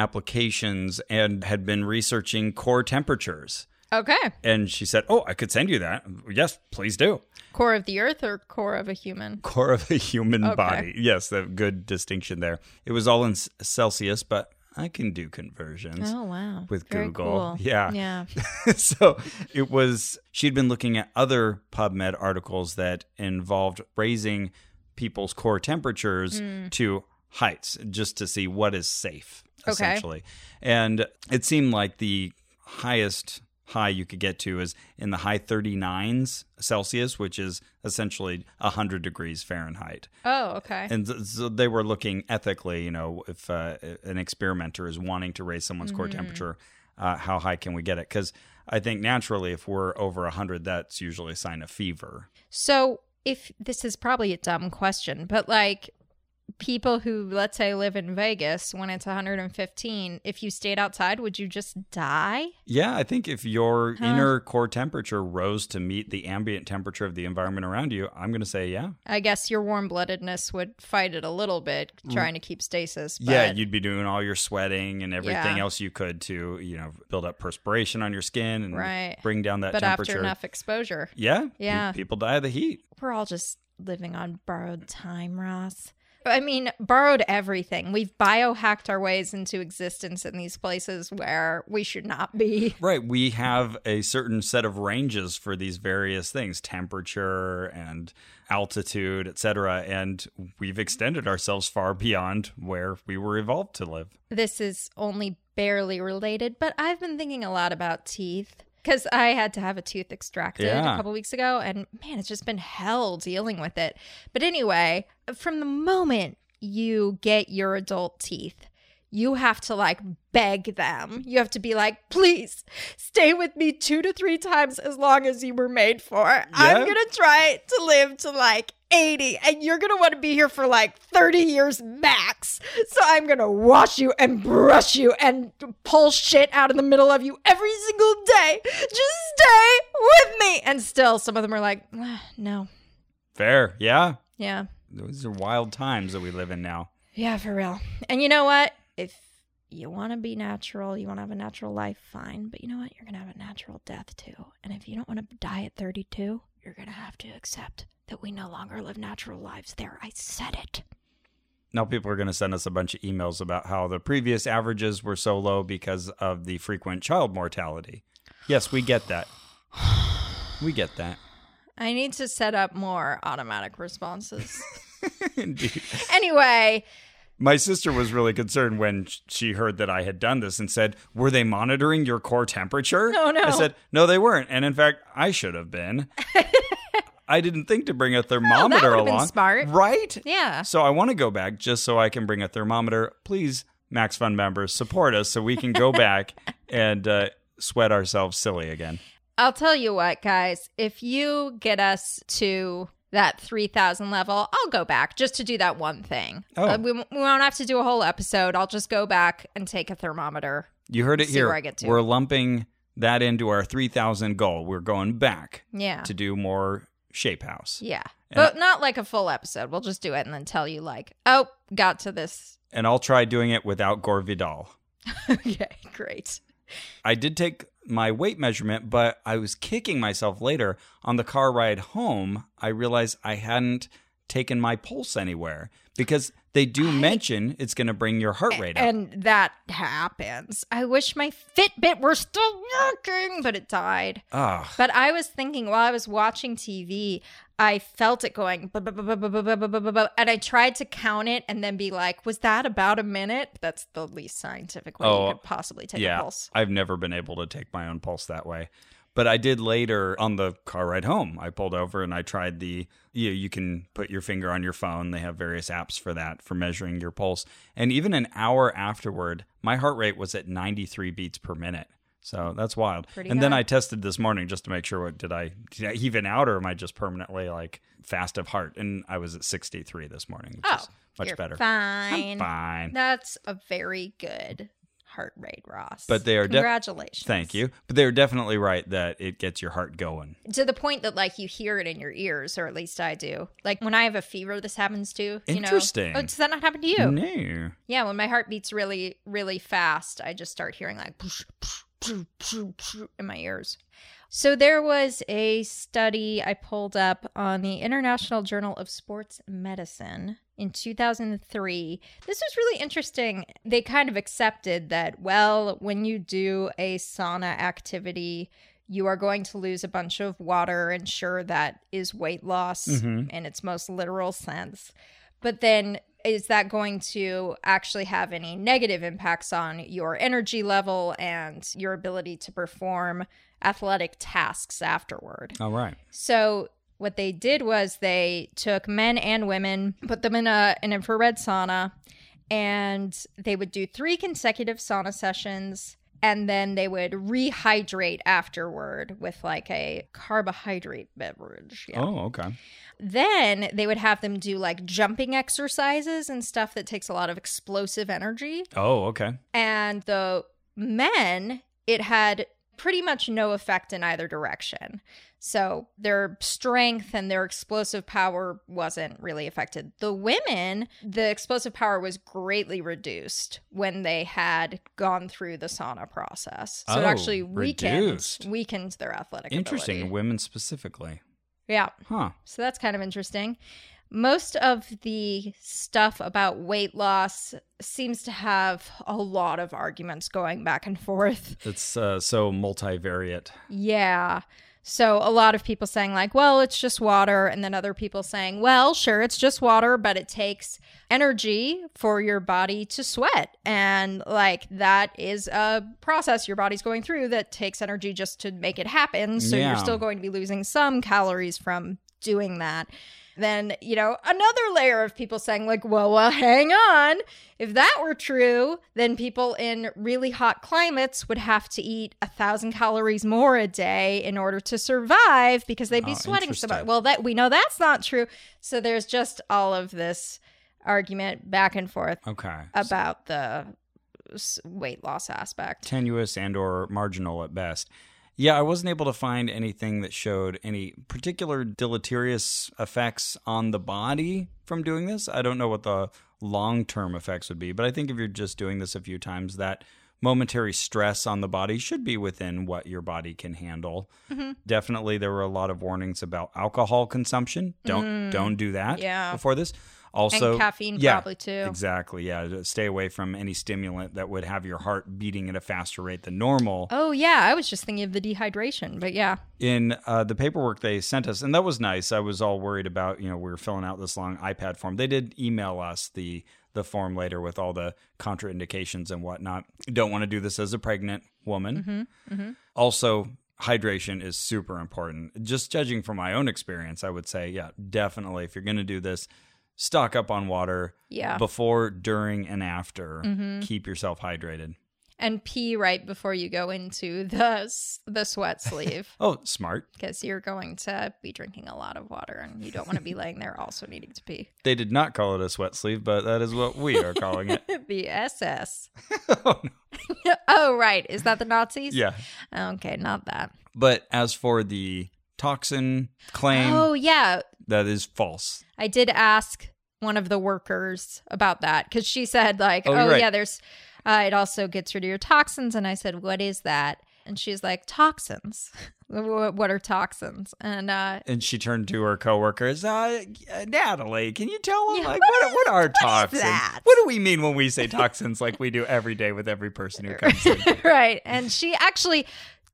[SPEAKER 2] applications and had been researching core temperatures.
[SPEAKER 1] Okay.
[SPEAKER 2] And she said, Oh, I could send you that. Yes, please do.
[SPEAKER 1] Core of the earth or core of a human?
[SPEAKER 2] Core of the human
[SPEAKER 1] Okay.
[SPEAKER 2] body. Yes, a good distinction there. It was all in S- Celsius, but I can do conversions.
[SPEAKER 1] Oh wow.
[SPEAKER 2] With
[SPEAKER 1] Very
[SPEAKER 2] Google.
[SPEAKER 1] cool.
[SPEAKER 2] Yeah.
[SPEAKER 1] Yeah.
[SPEAKER 2] so it was she'd been looking at other PubMed articles that involved raising people's core temperatures
[SPEAKER 1] Hmm.
[SPEAKER 2] to heights just to see what is safe
[SPEAKER 1] Okay.
[SPEAKER 2] essentially. And it seemed like the highest high you could get to is in the high 39s Celsius, which is essentially 100 degrees Fahrenheit.
[SPEAKER 1] Oh, okay.
[SPEAKER 2] And th- so they were looking ethically, you know, if uh, an experimenter is wanting to raise someone's core
[SPEAKER 1] Mm-hmm.
[SPEAKER 2] temperature, uh, how high can we get it? Because I think naturally, if we're over 100, that's usually a sign of fever.
[SPEAKER 1] So, if this is probably a dumb question, but like people who, let's say, live in Vegas when it's 115, if you stayed outside, would you just die?
[SPEAKER 2] Yeah, I think if your
[SPEAKER 1] Huh.
[SPEAKER 2] inner core temperature rose to meet the ambient temperature of the environment around you, I'm going to say, yeah.
[SPEAKER 1] I guess your warm bloodedness would fight it a little bit, trying to keep stasis. But
[SPEAKER 2] Mm. Yeah, you'd be doing all your sweating and everything
[SPEAKER 1] Yeah.
[SPEAKER 2] else you could to, you know, build up perspiration on your skin and
[SPEAKER 1] Right.
[SPEAKER 2] bring down that
[SPEAKER 1] but after
[SPEAKER 2] temperature.
[SPEAKER 1] enough exposure,
[SPEAKER 2] yeah, pe-
[SPEAKER 1] Yeah.
[SPEAKER 2] people die of the heat.
[SPEAKER 1] we're all just living on borrowed time, Ross. I mean, borrowed everything. We've biohacked our ways into existence in these places where we should not be.
[SPEAKER 2] Right. We have a certain set of ranges for these various things, temperature and altitude, et cetera. And we've extended ourselves far beyond where we were evolved to live.
[SPEAKER 1] This is only barely related, but I've been thinking a lot about teeth because I had to have a tooth extracted
[SPEAKER 2] Yeah.
[SPEAKER 1] a couple weeks ago, and man, it's just been hell dealing with it. But anyway, from the moment you get your adult teeth, you have to like beg them. You have to be like, please stay with me two to three times as long as you were made for. I'm
[SPEAKER 2] Yeah.
[SPEAKER 1] going to try to live to like 80, and you're going to want to be here for like 30 years max. So I'm going to wash you and brush you and pull shit out of the middle of you every single day. Just stay with me. And still, some of them are like, "Ah, no.
[SPEAKER 2] Fair. Yeah.
[SPEAKER 1] Yeah.
[SPEAKER 2] Those are wild times that we live in now.
[SPEAKER 1] Yeah, for real. And you know what? If you want to be natural, you want to have a natural life, fine. But you know what? You're going to have a natural death too. And if you don't want to die at 32, you're going to have to accept that we no longer live natural lives there. I said it.
[SPEAKER 2] Now people are going to send us a bunch of emails about how the previous averages were so low because of the frequent child mortality. Yes, we get that. We get that.
[SPEAKER 1] I need to set up more automatic responses.
[SPEAKER 2] Indeed.
[SPEAKER 1] Anyway,
[SPEAKER 2] My sister was really concerned when sh- she heard that I had done this and said, Were they monitoring your core temperature?
[SPEAKER 1] Oh, no.
[SPEAKER 2] I said, No, they weren't. And in fact, I should have been. I didn't think to bring a thermometer
[SPEAKER 1] would've been
[SPEAKER 2] along.
[SPEAKER 1] smart.
[SPEAKER 2] Right?
[SPEAKER 1] yeah.
[SPEAKER 2] So I want to go back just so I can bring a thermometer. Please, Max Fund members, support us so we can go back and uh, sweat ourselves silly again.
[SPEAKER 1] I'll tell you what, guys, if you get us to that 3000 level, I'll go back just to do that one thing.
[SPEAKER 2] Oh.
[SPEAKER 1] Uh, we, we won't have to do a whole episode. I'll just go back and take a thermometer.
[SPEAKER 2] You heard it
[SPEAKER 1] See
[SPEAKER 2] here.
[SPEAKER 1] where I get to.
[SPEAKER 2] We're lumping that into our 3,000 goal. We're going back
[SPEAKER 1] Yeah.
[SPEAKER 2] to do more Shape House.
[SPEAKER 1] yeah.
[SPEAKER 2] And
[SPEAKER 1] But not like a full episode. We'll just do it and then tell you, like, oh, got to this.
[SPEAKER 2] and I'll try doing it without Gore Vidal.
[SPEAKER 1] okay, great.
[SPEAKER 2] I did take my weight measurement, but I was kicking myself later on the car ride home. I realized I hadn't taken my pulse anywhere because they do mention it's going to bring your heart rate up.
[SPEAKER 1] And that happens. I wish my Fitbit were still working, but it died.
[SPEAKER 2] Ugh.
[SPEAKER 1] But I was thinking while I was watching TV, I felt it going, bu- bu- bu- bu- bu- bu- bu- bu- bu- bu- bu- and I tried to count it and then be like, was that about a minute? That's the least scientific way
[SPEAKER 2] Oh,
[SPEAKER 1] you could possibly take a
[SPEAKER 2] yeah,
[SPEAKER 1] pulse.
[SPEAKER 2] I've never been able to take my own pulse that way. But I did later on the car ride home. I pulled over and I tried the you you can put your finger on your phone. They have various apps for that for measuring your pulse. And even an hour afterward, my heart rate was at 93 beats per minute. So that's wild.
[SPEAKER 1] Pretty
[SPEAKER 2] and then
[SPEAKER 1] high.
[SPEAKER 2] I tested this morning just to make sure what did I did I even out or am I just permanently like fast of heart? And I was at 63 this morning, which
[SPEAKER 1] Oh,
[SPEAKER 2] is much
[SPEAKER 1] You're
[SPEAKER 2] better.
[SPEAKER 1] Fine.
[SPEAKER 2] Fine.
[SPEAKER 1] That's a very good heart rate, Ross.
[SPEAKER 2] But they are def-
[SPEAKER 1] congratulations.
[SPEAKER 2] Thank you. But they're definitely right that it gets your heart going.
[SPEAKER 1] To the point that like you hear it in your ears, or at least I do. Like when I have a fever, this happens too. You
[SPEAKER 2] Interesting.
[SPEAKER 1] Know? Oh, does that not happen to you?
[SPEAKER 2] No.
[SPEAKER 1] Yeah, when my heart beats really, really fast, I just start hearing like poosh, poosh, poosh, poosh, poosh in my ears. So there was a study I pulled up on the International Journal of Sports Medicine in 2003. This was really interesting. They kind of accepted that, well, when you do a sauna activity, you are going to lose a bunch of water, and sure, that is weight loss
[SPEAKER 2] Mhm.
[SPEAKER 1] in its most literal sense. But then is that going to actually have any negative impacts on your energy level and your ability to perform athletic tasks afterward?
[SPEAKER 2] All right.
[SPEAKER 1] So what they did was they took men and women, put them in a an infrared sauna, and they would do three consecutive sauna sessions and then they would rehydrate afterward with like a carbohydrate beverage. Yeah
[SPEAKER 2] Oh, okay.
[SPEAKER 1] then they would have them do like jumping exercises and stuff that takes a lot of explosive energy.
[SPEAKER 2] Oh, okay.
[SPEAKER 1] And the men, it had pretty much no effect in either direction. So their strength and their explosive power wasn't really affected. The women, the explosive power was greatly reduced when they had gone through the sauna process. So
[SPEAKER 2] Oh,
[SPEAKER 1] it actually weakened,
[SPEAKER 2] reduced.
[SPEAKER 1] weakened their athletic
[SPEAKER 2] Interesting.
[SPEAKER 1] ability.
[SPEAKER 2] Women specifically.
[SPEAKER 1] Yeah.
[SPEAKER 2] Huh.
[SPEAKER 1] So that's kind of interesting. Most of the stuff about weight loss seems to have a lot of arguments going back and forth.
[SPEAKER 2] It's uh, so multivariate.
[SPEAKER 1] Yeah. So a lot of people saying, like, well, it's just water. And then other people saying, well, sure, it's just water, but it takes energy for your body to sweat. And like, that is a process your body's going through that takes energy just to make it happen. So
[SPEAKER 2] Yeah.
[SPEAKER 1] you're still going to be losing some calories from doing that. Then, you know, another layer of people saying, like, well, well, hang on. If that were true, then people in really hot climates would have to eat a thousand calories more a day in order to survive because they'd be
[SPEAKER 2] Oh,
[SPEAKER 1] sweating so much.
[SPEAKER 2] interesting.
[SPEAKER 1] Well, that we know that's not true. So there's just all of this argument back and forth
[SPEAKER 2] Okay.
[SPEAKER 1] about the s- weight loss aspect.
[SPEAKER 2] Tenuous and or marginal at best. Yeah, I wasn't able to find anything that showed any particular deleterious effects on the body from doing this. I don't know what the long-term effects would be, but I think if you're just doing this a few times that momentary stress on the body should be within what your body can handle.
[SPEAKER 1] Mm-hmm.
[SPEAKER 2] Definitely there were a lot of warnings about alcohol consumption. Don't don't do that
[SPEAKER 1] Mm-hmm. Yeah.
[SPEAKER 2] before this. Also,
[SPEAKER 1] and caffeine
[SPEAKER 2] yeah,
[SPEAKER 1] probably too.
[SPEAKER 2] Exactly. Yeah. Just Stay away from any stimulant that would have your heart beating at a faster rate than normal.
[SPEAKER 1] Oh yeah, I was just thinking of the dehydration, but yeah.
[SPEAKER 2] In uh, the paperwork they sent us, and that was nice. I was all worried about, you know, we were filling out this long iPad form. They did email us the the form later with all the contraindications and whatnot. You don't want to do this as a pregnant woman. Also, hydration is super important. Just judging from my own experience, I would say, yeah, definitely. If you're going to do this, stock up on water.
[SPEAKER 1] Yeah.
[SPEAKER 2] Before, during, and after. Keep yourself hydrated.
[SPEAKER 1] And pee right before you go into the s- the sweat sleeve
[SPEAKER 2] Oh, smart.
[SPEAKER 1] because you're going to be drinking a lot of water and you don't want to be laying there also needing to pee.
[SPEAKER 2] They did not call it a sweat sleeve, but that is what we are calling it.
[SPEAKER 1] The SS.
[SPEAKER 2] Oh, no.
[SPEAKER 1] oh right, is that the Nazis?
[SPEAKER 2] Yeah.
[SPEAKER 1] Okay, not that.
[SPEAKER 2] But as for the toxin claim,
[SPEAKER 1] Oh yeah,
[SPEAKER 2] that is false.
[SPEAKER 1] I did ask one of the workers about that because she said like,
[SPEAKER 2] Oh,
[SPEAKER 1] "Oh,
[SPEAKER 2] you're right.
[SPEAKER 1] yeah, there's uh, it also gets rid of your toxins." And I said, "What is that?" And she's like, "Toxins. Wh- what are toxins?" And uh,
[SPEAKER 2] And she turned to her coworkers, uh, Natalie, can you tell them
[SPEAKER 1] Yeah,
[SPEAKER 2] like what, what are toxins?
[SPEAKER 1] that?
[SPEAKER 2] What do we mean when we say toxins like we do every day with every person who comes in?
[SPEAKER 1] right, and she actually.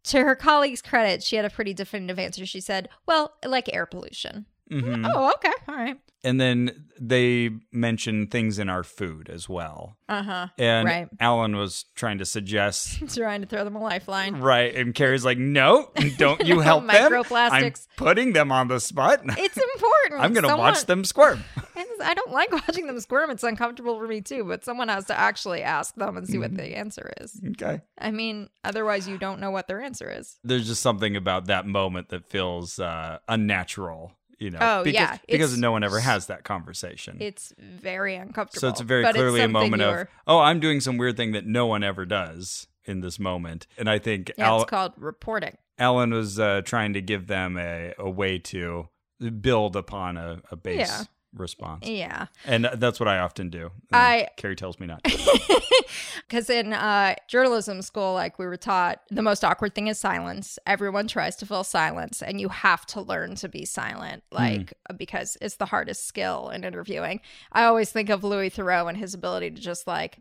[SPEAKER 1] To her colleague's credit, she had a pretty definitive answer. She said, "Well, like air pollution."
[SPEAKER 2] Mhm.
[SPEAKER 1] Oh, okay, all right.
[SPEAKER 2] And then they mention things in our food as well.
[SPEAKER 1] Uh huh.
[SPEAKER 2] And
[SPEAKER 1] Right.
[SPEAKER 2] Alan was trying to suggest
[SPEAKER 1] Trying to throw them a lifeline.
[SPEAKER 2] Right. And Carrie's like, no, don't you
[SPEAKER 1] No
[SPEAKER 2] help them. I'm
[SPEAKER 1] microplastics."
[SPEAKER 2] putting them on the spot.
[SPEAKER 1] It's important.
[SPEAKER 2] I'm going to
[SPEAKER 1] Someone-
[SPEAKER 2] watch them squirm.
[SPEAKER 1] It's- I don't like watching them squirm. It's uncomfortable for me too, but someone has to actually ask them and see what
[SPEAKER 2] Mm-hmm.
[SPEAKER 1] the answer is.
[SPEAKER 2] okay.
[SPEAKER 1] I mean, otherwise, you don't know what their answer is.
[SPEAKER 2] There's just something about that moment that feels uh, unnatural, you know.
[SPEAKER 1] Oh,
[SPEAKER 2] because,
[SPEAKER 1] yeah.
[SPEAKER 2] Because
[SPEAKER 1] It's-
[SPEAKER 2] no one ever has that conversation.
[SPEAKER 1] It's very uncomfortable.
[SPEAKER 2] so it's very
[SPEAKER 1] but it's
[SPEAKER 2] clearly a
[SPEAKER 1] something
[SPEAKER 2] moment of,
[SPEAKER 1] you're-
[SPEAKER 2] oh, I'm doing some weird thing that no one ever does in this moment. And I think
[SPEAKER 1] Yeah,
[SPEAKER 2] Al-
[SPEAKER 1] it's called reporting.
[SPEAKER 2] Alan was uh, trying to give them a, a way to build upon a, a base
[SPEAKER 1] Yeah.
[SPEAKER 2] response.
[SPEAKER 1] Yeah.
[SPEAKER 2] And that's what I often do. And
[SPEAKER 1] I-
[SPEAKER 2] Carrie tells me not.
[SPEAKER 1] Because in uh, journalism school, like we were taught, the most awkward thing is silence. Everyone tries to fill silence, and you have to learn to be silent, like uh, because it's the hardest skill in interviewing. I always think of Louis Thoreau and his ability to just like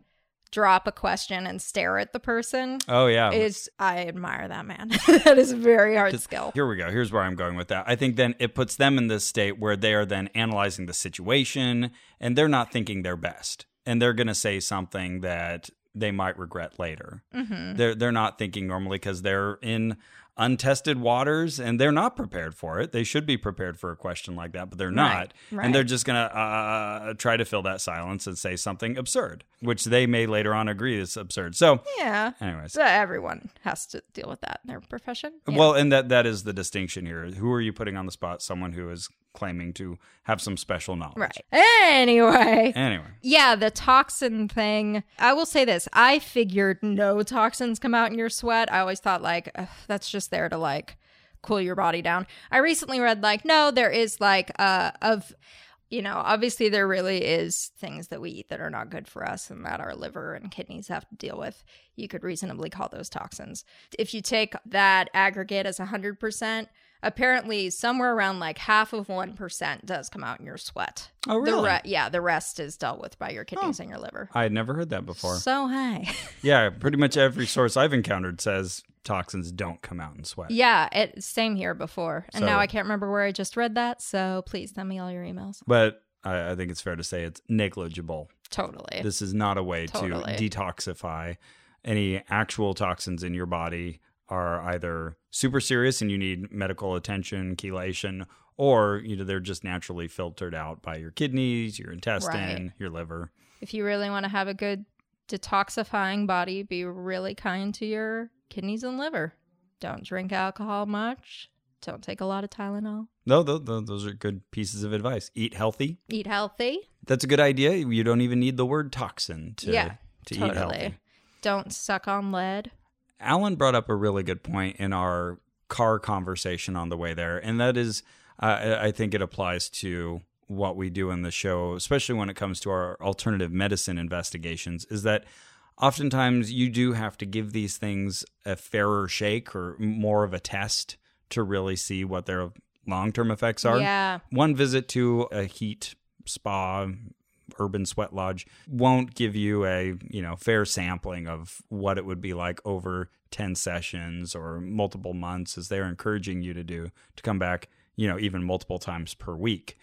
[SPEAKER 1] drop a question and stare at the person.
[SPEAKER 2] Oh yeah.
[SPEAKER 1] Is I admire that man. that is a very hard skill.
[SPEAKER 2] Here we go. Here's where I'm going with that. I think then it puts them in this state where they are then analyzing the situation and they're not thinking their best. And they're going to say something that they might regret later.
[SPEAKER 1] Mm-hmm.
[SPEAKER 2] They're they're not thinking normally cuz they're in untested waters and they're not prepared for it. They should be prepared for a question like that, but they're not.
[SPEAKER 1] right.
[SPEAKER 2] And they're just going to uh, try to fill that silence and say something absurd, which they may later on agree is absurd. So,
[SPEAKER 1] Yeah.
[SPEAKER 2] anyways,
[SPEAKER 1] So everyone has to deal with that in their profession. Yeah.
[SPEAKER 2] Well, and that that is the distinction here. Who are you putting on the spot? Someone who is claiming to have some special knowledge.
[SPEAKER 1] right. Anyway.
[SPEAKER 2] Anyway.
[SPEAKER 1] Yeah, the toxin thing. I will say this. I figured no toxins come out in your sweat. I always thought like ugh, that's just there to like cool your body down. I recently read like no, there is like uh of you know, obviously there really is things that we eat that are not good for us and that our liver and kidneys have to deal with. You could reasonably call those toxins. If you take that aggregate as 100%, apparently somewhere around like half of 1% does come out in your sweat.
[SPEAKER 2] Oh,
[SPEAKER 1] The
[SPEAKER 2] really?
[SPEAKER 1] re- yeah, the rest is dealt with by your kidneys and your liver.
[SPEAKER 2] I had never heard that before.
[SPEAKER 1] Oh. So high.
[SPEAKER 2] yeah, pretty much every source I've encountered says toxins don't come out in sweat.
[SPEAKER 1] yeah, it same here before. And
[SPEAKER 2] So-
[SPEAKER 1] now I can't remember where I just read that, so please send me all your emails.
[SPEAKER 2] But I, I think it's fair to say it's negligible.
[SPEAKER 1] Totally.
[SPEAKER 2] This is not a way
[SPEAKER 1] Eh, Totally.
[SPEAKER 2] to detoxify any actual toxins in your body are either super serious and you need medical attention, chelation, or you know they're just naturally filtered out by your kidneys, your intestine, your liver.
[SPEAKER 1] if you really want to have a good detoxifying body, be really kind to your kidneys and liver. Don't drink alcohol much. Don't take a lot of Tylenol.
[SPEAKER 2] No, those, those are good pieces of advice. Eat healthy.
[SPEAKER 1] Eat healthy.
[SPEAKER 2] That's a good idea. You don't even need the word toxin to,
[SPEAKER 1] Yeah,
[SPEAKER 2] to eat
[SPEAKER 1] totally.
[SPEAKER 2] healthy.
[SPEAKER 1] Don't suck on lead.
[SPEAKER 2] Alan brought up a really good point in our car conversation on the way there, and that is, uh, I- I think it applies to what we do in the show, especially when it comes to our alternative medicine investigations, is that oftentimes you do have to give these things a fairer shake or more of a test to really see what their long term effects are
[SPEAKER 1] Yeah.
[SPEAKER 2] one visit to a heat spa, urban sweat lodge won't give you a you know fair sampling of what it would be like over 10 sessions or multiple months as they're encouraging you to do to come back you know even multiple times per week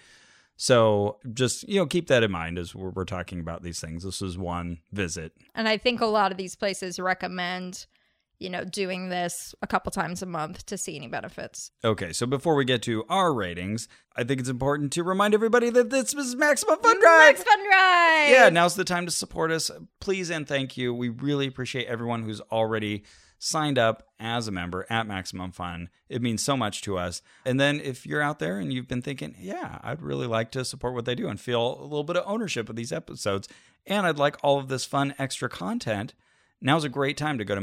[SPEAKER 2] so just you know keep that in mind as we're, we're talking about these things this is one visit
[SPEAKER 1] And I think a lot of these places recommend, you know, doing this a couple times a month to see any benefits.
[SPEAKER 2] Okay, so before we get to our ratings, I think it's important to remind everybody that this was Maximum Fun Drive.
[SPEAKER 1] Max Fun Ride!
[SPEAKER 2] yeah, now's the time to support us. Please and thank you. We really appreciate everyone who's already signed up as a member at Maximum Fun. It means so much to us. And then if you're out there and you've been thinking, yeah, I'd really like to support what they do and feel a little bit of ownership of these episodes, and I'd like all of this fun extra content, now's a great time to go to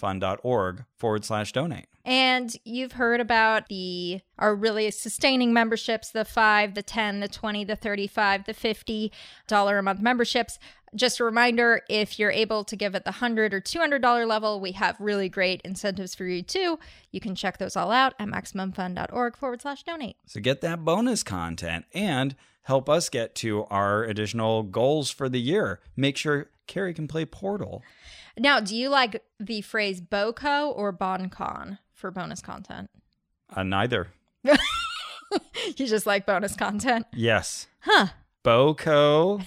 [SPEAKER 2] MaximumFun.org forward slash donate.
[SPEAKER 1] And you've heard about the our really sustaining memberships, the 5, the 10, the 20, the 35, the 50 dollar a month memberships. Just a reminder, if you're able to give at the 100 or 200 dollar level, we have really great incentives for you too. You can check those all out at maximumfund.org forward slash donate.
[SPEAKER 2] So get that bonus content and help us get to our additional goals for the year. Make sure Carrie can play Portal.
[SPEAKER 1] Now, do you like the phrase BOCO or BonCon for bonus content?
[SPEAKER 2] Uh, neither.
[SPEAKER 1] you just like bonus content.
[SPEAKER 2] Yes.
[SPEAKER 1] Huh.
[SPEAKER 2] Boco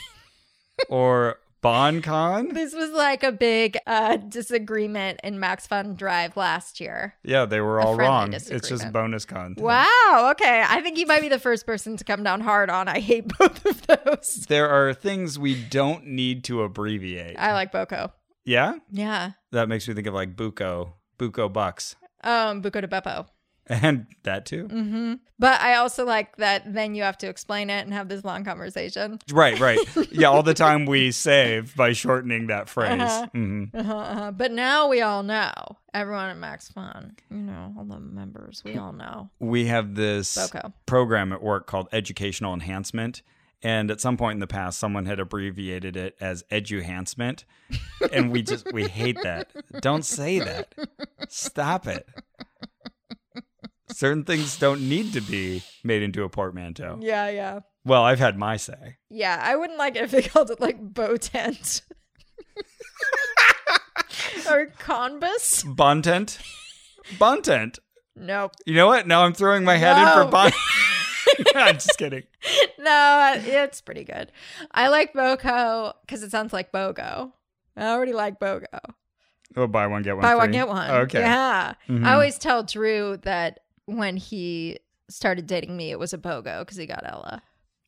[SPEAKER 2] or Boncon?
[SPEAKER 1] This was like a big uh, disagreement in Max Fun Drive last year.
[SPEAKER 2] Yeah, they were
[SPEAKER 1] A
[SPEAKER 2] all
[SPEAKER 1] friendly
[SPEAKER 2] wrong. It's just
[SPEAKER 1] disagreement.
[SPEAKER 2] bonus content.
[SPEAKER 1] Wow. Okay. I think you might be the first person to come down hard on. I hate both of those.
[SPEAKER 2] There are things we don't need to abbreviate.
[SPEAKER 1] I like Boko.
[SPEAKER 2] yeah?
[SPEAKER 1] Yeah.
[SPEAKER 2] That makes me think of like Buco, Buco Bucks,
[SPEAKER 1] Um, Buko de Beppo.
[SPEAKER 2] and that too.
[SPEAKER 1] hmm But I also like that then you have to explain it and have this long conversation.
[SPEAKER 2] Right, right. Yeah, all the time we save by shortening that phrase.
[SPEAKER 1] Uh-huh.
[SPEAKER 2] Mhm.
[SPEAKER 1] Uh-huh, uh-huh. But now we all know. Everyone at Max Fun, you know, all the members, we all know.
[SPEAKER 2] We have this.
[SPEAKER 1] Boko.
[SPEAKER 2] program at work called Educational Enhancement. And at some point in the past, someone had abbreviated it as eduhancement. And we just, we hate that. Don't say that. Stop it. Certain things don't need to be made into a portmanteau.
[SPEAKER 1] Yeah, yeah.
[SPEAKER 2] Well, I've had my say.
[SPEAKER 1] Yeah, I wouldn't like it if they called it like bow tent. or conbus?
[SPEAKER 2] Bontent? Bontent.
[SPEAKER 1] Nope.
[SPEAKER 2] You know what? Now I'm throwing my head in
[SPEAKER 1] No.
[SPEAKER 2] for bon. I'm just kidding.
[SPEAKER 1] No, it's pretty good. I like Boco because it sounds like Bogo. I already like Bogo.
[SPEAKER 2] Oh, buy one, get one.
[SPEAKER 1] Buy one,
[SPEAKER 2] free.
[SPEAKER 1] get one.
[SPEAKER 2] Okay.
[SPEAKER 1] Yeah.
[SPEAKER 2] Mhm.
[SPEAKER 1] I always tell Drew that when he started dating me, it was a Bogo because he got Ella.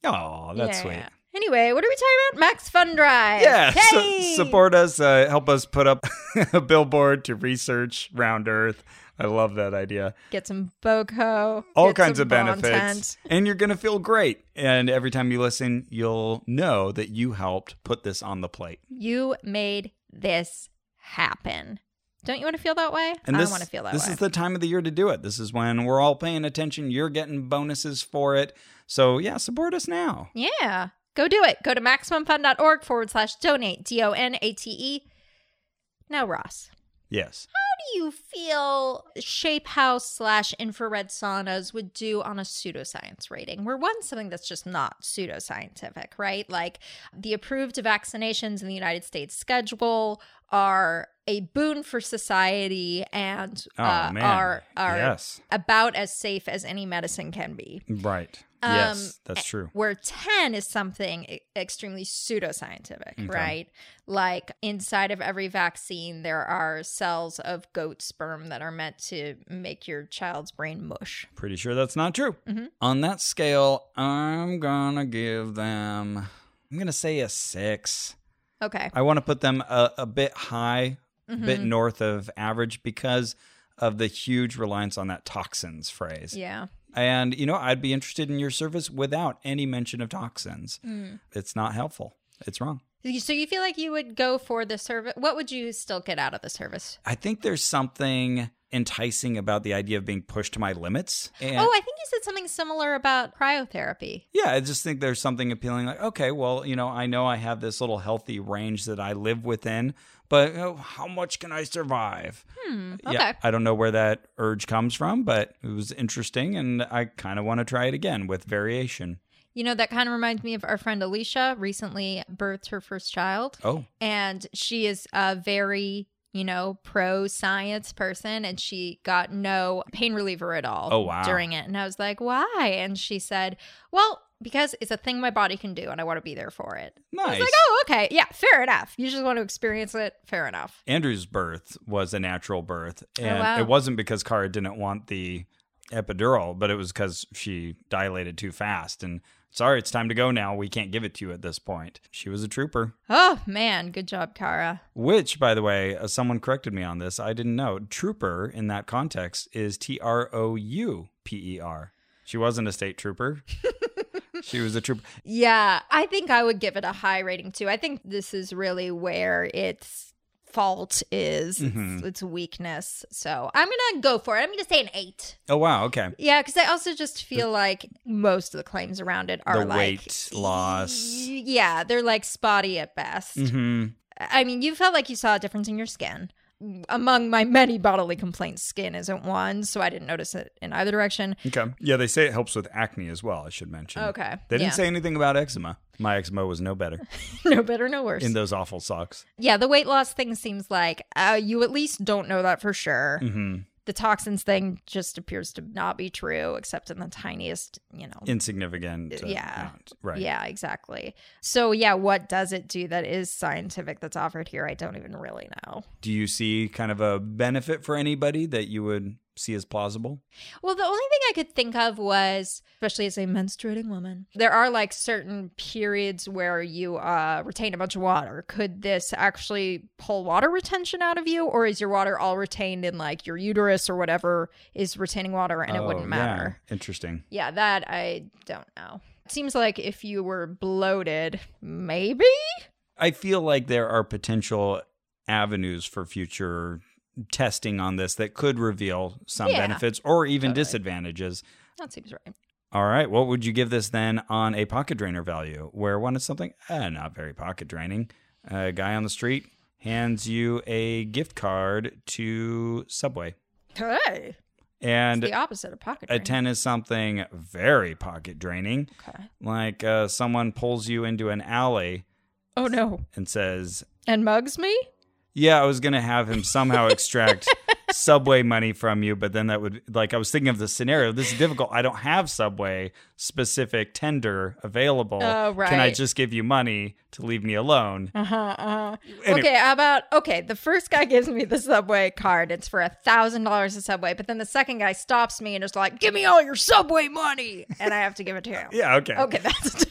[SPEAKER 2] Aw, that's
[SPEAKER 1] Yeah.
[SPEAKER 2] sweet.
[SPEAKER 1] Anyway, what are we talking about? Max Fun Drive.
[SPEAKER 2] Yeah, su-
[SPEAKER 1] Yay!
[SPEAKER 2] support us. Uh, help us put up a billboard to research Round Earth. I love that idea.
[SPEAKER 1] Get some Boco.
[SPEAKER 2] All
[SPEAKER 1] get
[SPEAKER 2] kinds
[SPEAKER 1] some
[SPEAKER 2] of benefits.
[SPEAKER 1] Bontent.
[SPEAKER 2] And you're going to feel great. And every time you listen, you'll know that you helped put this on the plate.
[SPEAKER 1] You made this happen. Don't you want to feel that way?
[SPEAKER 2] And
[SPEAKER 1] I want to feel that
[SPEAKER 2] This
[SPEAKER 1] way.
[SPEAKER 2] is the time of the year to do it. This is when we're all paying attention. You're getting bonuses for it. So, yeah, support us now.
[SPEAKER 1] Yeah. Go do it. Go to MaximumFun.org forward slash donate, D O N A T E. Now, Ross,
[SPEAKER 2] Yes.
[SPEAKER 1] how do you feel Shape House slash infrared saunas would do on a pseudoscience rating? We're one something that's just not pseudoscientific, right? Like the approved vaccinations in the United States schedule are a boon for society and
[SPEAKER 2] Oh,
[SPEAKER 1] uh,
[SPEAKER 2] man.
[SPEAKER 1] are, are
[SPEAKER 2] yes.
[SPEAKER 1] about as safe as any medicine can be
[SPEAKER 2] Right.
[SPEAKER 1] Um,
[SPEAKER 2] yes. That's true.
[SPEAKER 1] where 10 is something e- extremely pseudoscientific,
[SPEAKER 2] Okay.
[SPEAKER 1] right? Like inside of every vaccine, there are cells of goat sperm that are meant to make your child's brain mush.
[SPEAKER 2] Pretty sure that's not true.
[SPEAKER 1] Mhm.
[SPEAKER 2] On that scale, I'm gonna give them. I'm gonna say a six.
[SPEAKER 1] Okay.
[SPEAKER 2] I want to put them a, a bit high, a bit
[SPEAKER 1] Mhm.
[SPEAKER 2] north of average because of the huge reliance on that toxins phrase.
[SPEAKER 1] Yeah.
[SPEAKER 2] And you know, I'd be interested in your service without any mention of toxins.
[SPEAKER 1] Mm.
[SPEAKER 2] It's not helpful. It's wrong.
[SPEAKER 1] So you feel like you would go for the service? What would you still get out of the service?
[SPEAKER 2] I think there's something enticing about the idea of being pushed to my limits. And
[SPEAKER 1] Oh, I think you said something similar about cryotherapy.
[SPEAKER 2] Yeah, I just think there's something appealing. Like, okay, well, you know, I know I have this little healthy range that I live within, but oh, how much can I survive?
[SPEAKER 1] Hmm. Okay.
[SPEAKER 2] Yeah, I don't know where that urge comes from, but it was interesting, and I kind of want to try it again with variation.
[SPEAKER 1] You know, that kind of reminds me of our friend Alicia, recently birthed her first child.
[SPEAKER 2] Oh,
[SPEAKER 1] And she is a very, you know, pro science person and she got no pain reliever at all
[SPEAKER 2] Oh, wow.
[SPEAKER 1] during it. And I was like, why? And she said, well, because it's a thing my body can do and I want to be there for it.
[SPEAKER 2] nice.
[SPEAKER 1] I was like, oh, okay. Yeah, fair enough. You just want to experience it. Fair enough.
[SPEAKER 2] Andrew's birth was a natural birth, and
[SPEAKER 1] Oh, wow.
[SPEAKER 2] it wasn't because Kara didn't want the epidural, but it was because she dilated too fast. And sorry, it's time to go now. We can't give it to you at this point. She was a trooper.
[SPEAKER 1] Oh, man. Good job, Kara.
[SPEAKER 2] Which, by the way, uh, someone corrected me on this. I didn't know. Trooper in that context is T R O U P E R. She wasn't a state trooper. she was a trooper.
[SPEAKER 1] Yeah, I think I would give it a high rating too. I think this is really where its fault is, its,
[SPEAKER 2] Mm-hmm.
[SPEAKER 1] its weakness. So I'm going to go for it. I'm going to say an eight.
[SPEAKER 2] Oh, wow. Okay.
[SPEAKER 1] Yeah, because I also just feel like most of the claims around it are
[SPEAKER 2] The
[SPEAKER 1] like.
[SPEAKER 2] weight loss.
[SPEAKER 1] Yeah, they're like spotty at best.
[SPEAKER 2] hmm
[SPEAKER 1] I mean, you felt like you saw a difference in your skin. Among my many bodily complaints, skin isn't one, so I didn't notice it in either direction.
[SPEAKER 2] Okay. Yeah, they say it helps with acne as well, I should mention.
[SPEAKER 1] Okay,
[SPEAKER 2] Mm. They didn't
[SPEAKER 1] yeah.
[SPEAKER 2] say anything about eczema. My eczema was no better
[SPEAKER 1] no better, no worse.
[SPEAKER 2] in those awful socks.
[SPEAKER 1] Yeah, the weight loss thing seems like uh, you at least don't know that for sure.
[SPEAKER 2] hmm
[SPEAKER 1] The toxins thing just appears to not be true, except in the tiniest, you know.
[SPEAKER 2] Insignificant. uh,
[SPEAKER 1] Yeah.
[SPEAKER 2] amount. Right.
[SPEAKER 1] Yeah, exactly. So, yeah, what does it do that is scientific that's offered here? I don't even really know.
[SPEAKER 2] Do you see kind of a benefit for anybody that you would see as plausible?
[SPEAKER 1] Well, the only thing I could think of was, especially as a menstruating woman, there are like certain periods where you uh, retain a bunch of water. Could this actually pull water retention out of you, or is your water all retained in like your uterus or whatever is retaining water and it
[SPEAKER 2] Oh,
[SPEAKER 1] wouldn't matter?
[SPEAKER 2] Yeah. Interesting.
[SPEAKER 1] Yeah. that I don't know. Seems like if you were bloated, maybe?
[SPEAKER 2] I feel like there are potential avenues for future testing on this that could reveal some
[SPEAKER 1] Yeah.
[SPEAKER 2] benefits or even
[SPEAKER 1] Totally.
[SPEAKER 2] disadvantages.
[SPEAKER 1] That seems right.
[SPEAKER 2] All right, what would you give this then on a pocket drainer value? Where one is something uh, not very pocket draining. A guy on the street hands you a gift card to Subway,
[SPEAKER 1] Okay.
[SPEAKER 2] and
[SPEAKER 1] The opposite of pocket.
[SPEAKER 2] a
[SPEAKER 1] drain.
[SPEAKER 2] ten is something very pocket draining.
[SPEAKER 1] Okay.
[SPEAKER 2] Like uh, someone pulls you into an alley
[SPEAKER 1] Oh, no.
[SPEAKER 2] and says,
[SPEAKER 1] And mugs me?
[SPEAKER 2] Yeah, I was gonna have him somehow extract subway money from you, but then that would like I was thinking of the scenario. This is difficult. I don't have subway specific tender available.
[SPEAKER 1] Oh,
[SPEAKER 2] Can I
[SPEAKER 1] right.
[SPEAKER 2] just give you money to leave me alone?
[SPEAKER 1] Uh-huh, uh-huh.
[SPEAKER 2] Anyway.
[SPEAKER 1] Okay, how about okay, the first guy gives me the subway card. It's for a thousand dollars a subway, but then the second guy stops me and is like, Give me all your subway money and I have to give it to him.
[SPEAKER 2] Yeah, okay.
[SPEAKER 1] Okay, that's a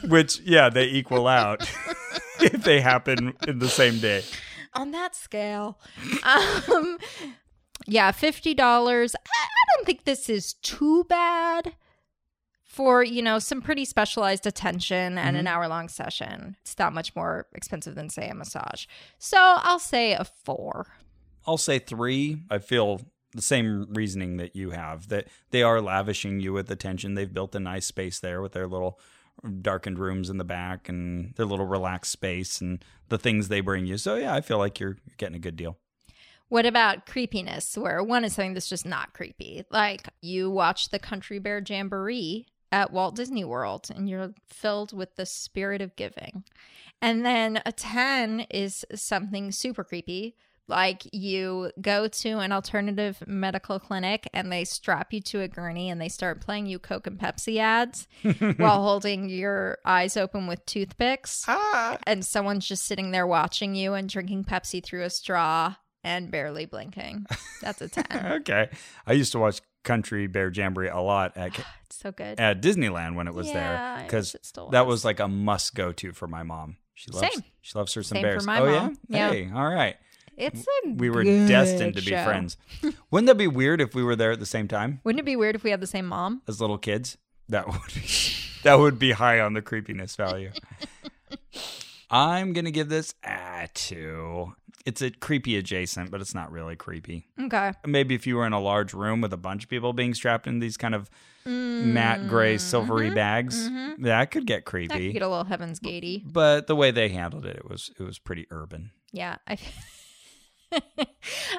[SPEAKER 1] 10.
[SPEAKER 2] Which yeah, they equal out if they happen in the same day.
[SPEAKER 1] on that scale. Um yeah, fifty dollars. I, I don't think this is too bad for, you know, some pretty specialized attention and an hour long session. It's not much more expensive than say a massage. So I'll say a four.
[SPEAKER 2] I'll say three. I feel the same reasoning that you have that they are lavishing you with attention. They've built a nice space there with their little darkened rooms in the back and their little relaxed space and the things they bring you. So yeah, I feel like you're getting a good deal.
[SPEAKER 1] What about creepiness? Where one is something that's just not creepy. Like you watch the Country Bear Jamboree at Walt Disney World and you're filled with the spirit of giving. And then a 10 is something super creepy. Like you go to an alternative medical clinic and they strap you to a gurney and they start playing you Coke and Pepsi ads while holding your eyes open with toothpicks
[SPEAKER 2] Ah.
[SPEAKER 1] and someone's just sitting there watching you and drinking Pepsi through a straw and barely blinking. That's a 10.
[SPEAKER 2] Okay. I used to watch Country Bear Jamboree a lot at
[SPEAKER 1] it's so good.
[SPEAKER 2] at Disneyland when it was
[SPEAKER 1] Yeah, I
[SPEAKER 2] there
[SPEAKER 1] wish
[SPEAKER 2] because
[SPEAKER 1] it still
[SPEAKER 2] that
[SPEAKER 1] was.
[SPEAKER 2] was like a must go to for my mom. She loves
[SPEAKER 1] Same.
[SPEAKER 2] she loves her some
[SPEAKER 1] Same for
[SPEAKER 2] bears.
[SPEAKER 1] my
[SPEAKER 2] oh
[SPEAKER 1] mom. Yeah.
[SPEAKER 2] yeah. Hey, all right.
[SPEAKER 1] It's a
[SPEAKER 2] we were
[SPEAKER 1] good
[SPEAKER 2] destined to be
[SPEAKER 1] show.
[SPEAKER 2] friends. Wouldn't that be weird if we were there at the same time
[SPEAKER 1] Wouldn't it be weird if we had the same mom?
[SPEAKER 2] as little kids? That would be, that would be high on the creepiness value. I'm gonna give this a two. It's a creepy adjacent, but it's not really creepy.
[SPEAKER 1] Okay.
[SPEAKER 2] Maybe if you were in a large room with a bunch of people being strapped in these kind of matte gray
[SPEAKER 1] Mm-hmm.
[SPEAKER 2] silvery bags, that could get creepy.
[SPEAKER 1] I Mm-hmm. could get a little Heaven's Gatey.
[SPEAKER 2] but the way they handled it, it was it was pretty urban.
[SPEAKER 1] Yeah. I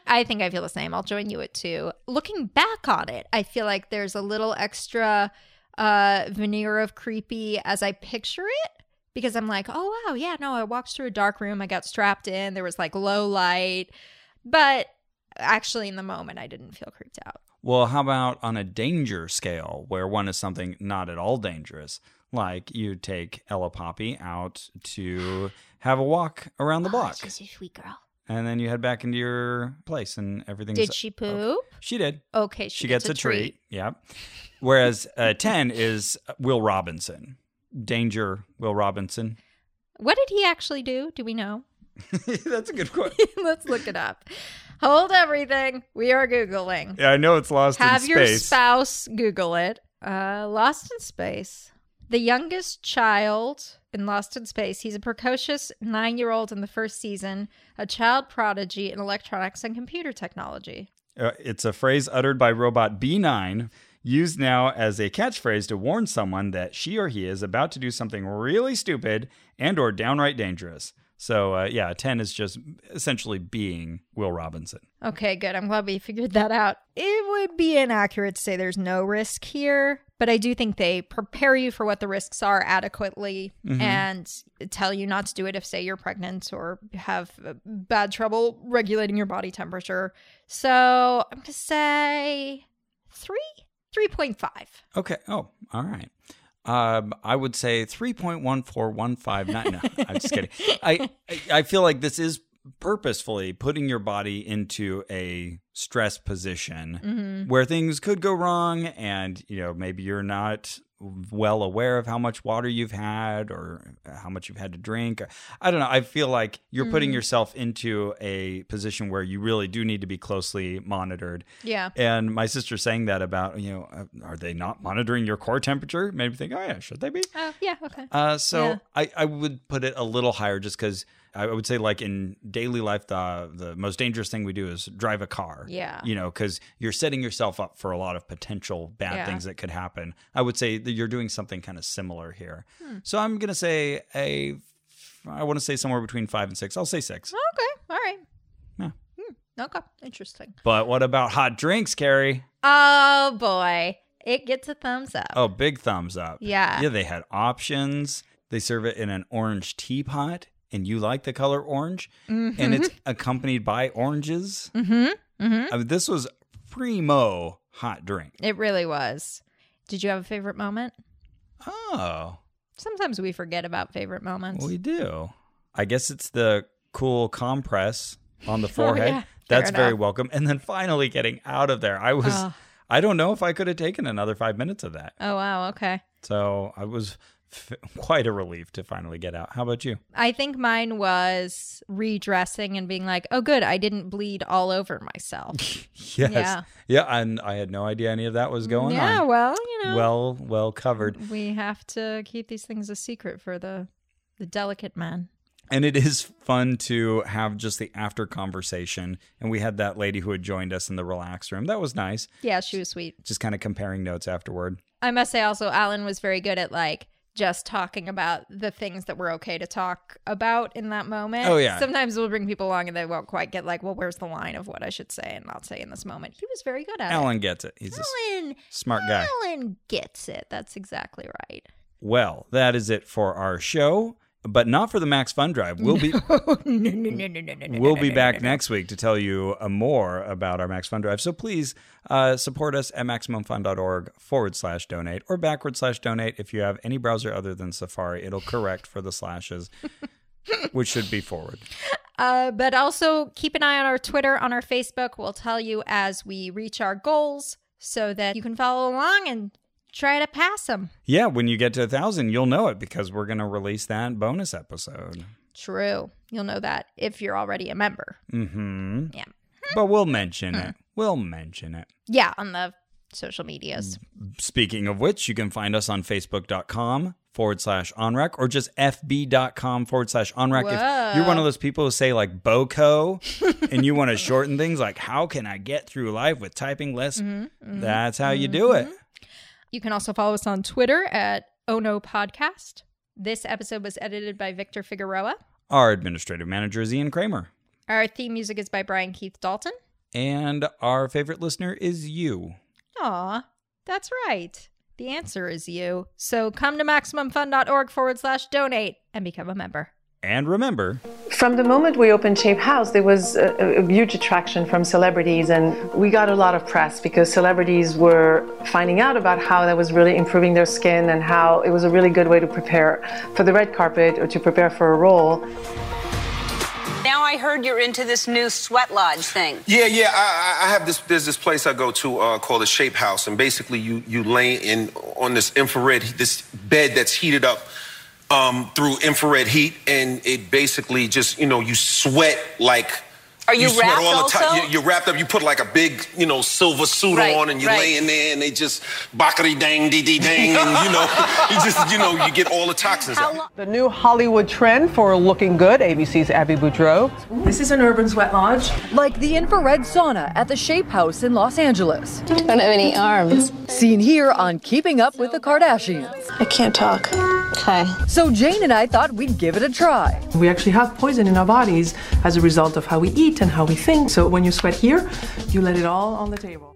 [SPEAKER 1] I think I feel the same. I'll join you at two. Looking back on it, I feel like there's a little extra uh, veneer of creepy as I picture it because I'm like, oh, wow, yeah, no, I walked through a dark room. I got strapped in. There was like low light. But actually, in the moment, I didn't feel creeped out.
[SPEAKER 2] Well, how about on a danger scale where one is something not at all dangerous? Like you take Ella Poppy out to have a walk around the block.
[SPEAKER 1] Oh, She's a sweet girl.
[SPEAKER 2] And then you head back into your place and everything's.
[SPEAKER 1] Did she poop?
[SPEAKER 2] She did.
[SPEAKER 1] Okay, she,
[SPEAKER 2] She gets, a, treat. Yeah. Whereas uh, 10 is Will Robinson. Danger, Will Robinson.
[SPEAKER 1] What did he actually do? Do we know?
[SPEAKER 2] That's a good quote.
[SPEAKER 1] Let's look it up. Hold everything. We are Googling.
[SPEAKER 2] Yeah, I know it's lost
[SPEAKER 1] Have
[SPEAKER 2] in
[SPEAKER 1] your
[SPEAKER 2] space.
[SPEAKER 1] spouse Google it. Uh, Lost in Space. The youngest child in Lost in Space. He's a precocious nine year old in the first season, a child prodigy in electronics and computer technology.
[SPEAKER 2] Uh, it's a phrase uttered by robot B9, used now as a catchphrase to warn someone that she or he is about to do something really stupid and or downright dangerous. So uh, yeah, 10 is just essentially being Will Robinson.
[SPEAKER 1] Okay, good. I'm glad we figured that out. It would be inaccurate to say there's no risk here, but I do think they prepare you for what the risks are adequately
[SPEAKER 2] Mm-hmm.
[SPEAKER 1] and tell you not to do it if, say, you're pregnant or have uh, bad trouble regulating your body temperature. So I'm going to say three, 3.5.
[SPEAKER 2] Okay. Oh, all right. Um, I would say 3.14159. No, I'm just kidding. I, I I feel like this is purposefully putting your body into a stress position
[SPEAKER 1] Mm-hmm.
[SPEAKER 2] where things could go wrong and, you know, maybe you're not well aware of how much water you've had or how much you've had to drink. I don't know. I feel like you're putting yourself into a position where you really do need to be closely monitored.
[SPEAKER 1] Yeah.
[SPEAKER 2] And my sister saying that about, you know, uh, are they not monitoring your core temperature? Made me think, oh, yeah, should they be?
[SPEAKER 1] Oh, yeah. Okay.
[SPEAKER 2] Uh, so
[SPEAKER 1] Yeah.
[SPEAKER 2] I, I would put it a little higher just because I would say, like, in daily life, the, the most dangerous thing we do is drive a car.
[SPEAKER 1] Yeah.
[SPEAKER 2] You know, because you're setting yourself up for a lot of potential bad
[SPEAKER 1] Yeah.
[SPEAKER 2] things that could happen. I would say that you're doing something kind of similar here.
[SPEAKER 1] Hmm.
[SPEAKER 2] So I'm going to say a. I want to say somewhere between five and six. I'll say six.
[SPEAKER 1] okay. All right.
[SPEAKER 2] Yeah.
[SPEAKER 1] Hmm, okay. Interesting.
[SPEAKER 2] But what about hot drinks, Carrie?
[SPEAKER 1] Oh, boy. It gets a thumbs up.
[SPEAKER 2] Oh, big thumbs up.
[SPEAKER 1] Yeah.
[SPEAKER 2] Yeah, they had options. They serve it in an orange teapot, and you like the color orange, and
[SPEAKER 1] Mm-hmm.
[SPEAKER 2] it's accompanied by oranges. Mm-hmm. Mm-hmm. I mean, this was primo hot drink.
[SPEAKER 1] It really was. Did you have a favorite moment?
[SPEAKER 2] Oh,
[SPEAKER 1] Sometimes we forget about favorite moments.
[SPEAKER 2] we do. I guess it's the cool compress on the forehead.
[SPEAKER 1] Oh, yeah.
[SPEAKER 2] That's
[SPEAKER 1] Fair
[SPEAKER 2] very
[SPEAKER 1] enough.
[SPEAKER 2] welcome. And then finally getting out of there. I was.
[SPEAKER 1] Oh.
[SPEAKER 2] I don't know if I could have taken another five minutes of that.
[SPEAKER 1] oh, wow. Okay.
[SPEAKER 2] So I was f- quite a relief to finally get out. How about you?
[SPEAKER 1] I think mine was redressing and being like, oh, good. I didn't bleed all over myself.
[SPEAKER 2] Yes.
[SPEAKER 1] Yeah. Mm,
[SPEAKER 2] Yeah. and I had no idea any of that was going
[SPEAKER 1] yeah,
[SPEAKER 2] on.
[SPEAKER 1] well, you know,
[SPEAKER 2] Well, well covered.
[SPEAKER 1] we have to keep these things a secret for the the delicate man.
[SPEAKER 2] And it is fun to have just the after conversation. And we had that lady who had joined us in the relax room. That was nice.
[SPEAKER 1] Yeah, she was sweet.
[SPEAKER 2] Just kind of comparing notes afterward.
[SPEAKER 1] I must say also, Alan was very good at like just talking about the things that were okay to talk about in that moment.
[SPEAKER 2] Oh, yeah.
[SPEAKER 1] Sometimes we'll bring people along and they won't quite get like, well, where's the line of what I should say and not say in this moment. He was very good at it.
[SPEAKER 2] Alan gets it. He's a s-
[SPEAKER 1] Alan,
[SPEAKER 2] smart guy.
[SPEAKER 1] Alan gets it. That's exactly right.
[SPEAKER 2] Well, that is it for our show, but not for the Max Fun Drive. We'll be We'll be back next week to tell you uh, more about our Max Fund Drive. So please uh, support us at MaximumFund.org forward slash donate or backward slash donate. If you have any browser other than Safari, it'll correct for the slashes, which should be forward.
[SPEAKER 1] Uh, but also keep an eye on our Twitter, on our Facebook. We'll tell you as we reach our goals so that you can follow along and try to pass them.
[SPEAKER 2] Yeah, when you get to a thousand, you'll know it because we're going to release that bonus episode.
[SPEAKER 1] True. You'll know that if you're already a member.
[SPEAKER 2] hmm
[SPEAKER 1] Yeah.
[SPEAKER 2] But we'll mention it. We'll mention it.
[SPEAKER 1] Yeah, on the social medias.
[SPEAKER 2] Speaking of which, you can find us on facebook.com forward slash onrec or just fb.com forward slash onrec. If you're one of those people who say like BOCO and you want to shorten things, like how can I get through life with typing less? That's how you do it.
[SPEAKER 1] You can also follow us on Twitter at Oh No Podcast. This episode was edited by Victor Figueroa.
[SPEAKER 2] Our administrative manager is Ian Kramer.
[SPEAKER 1] Our theme music is by Brian Keith Dalton.
[SPEAKER 2] And our favorite listener is you.
[SPEAKER 1] Aw, that's right. The answer is you. So come to MaximumFun.org forward slash donate and become a member.
[SPEAKER 2] And remember,
[SPEAKER 4] From the moment we opened Shape House, there was a, a huge attraction from celebrities, and we got a lot of press because celebrities were finding out about how that was really improving their skin and how it was a really good way to prepare for the red carpet or to prepare for a role.
[SPEAKER 5] Now I heard you're into this new sweat lodge thing.
[SPEAKER 6] Yeah, yeah. I, I- I have this. There's this place I go to uh, called the Shape House, and basically you you lay in on this infrared this bed that's heated up um, through infrared heat, and it basically just you know you sweat like.
[SPEAKER 5] Are you
[SPEAKER 6] sweat
[SPEAKER 5] wrapped
[SPEAKER 6] all the time.
[SPEAKER 5] also?
[SPEAKER 6] You- You're wrapped up. You put like a big, you know, silver suit
[SPEAKER 5] Right,
[SPEAKER 6] on, and you
[SPEAKER 5] right.
[SPEAKER 6] lay in there, and they just bakari dang dee dee dang, and you know, you just, you know, you get all the toxins. out.
[SPEAKER 7] The new Hollywood trend for looking good, ABC's Abby Boudreau.
[SPEAKER 8] This is an urban sweat lodge.
[SPEAKER 9] like the infrared sauna at the Shape House in Los Angeles.
[SPEAKER 10] don't have any arms.
[SPEAKER 9] Seen here on Keeping Up with the Kardashians.
[SPEAKER 10] I can't talk. Okay.
[SPEAKER 9] So Jane and I thought we'd give it a try.
[SPEAKER 7] We actually have poison in our bodies as a result of how we eat and how we think. So when you sweat here, you let it all on the table.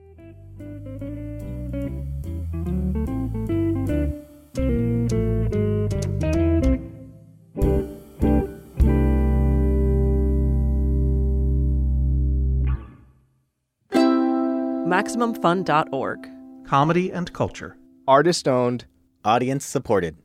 [SPEAKER 11] MaximumFun.org.
[SPEAKER 12] Comedy and culture.
[SPEAKER 13] Artist owned, audience supported.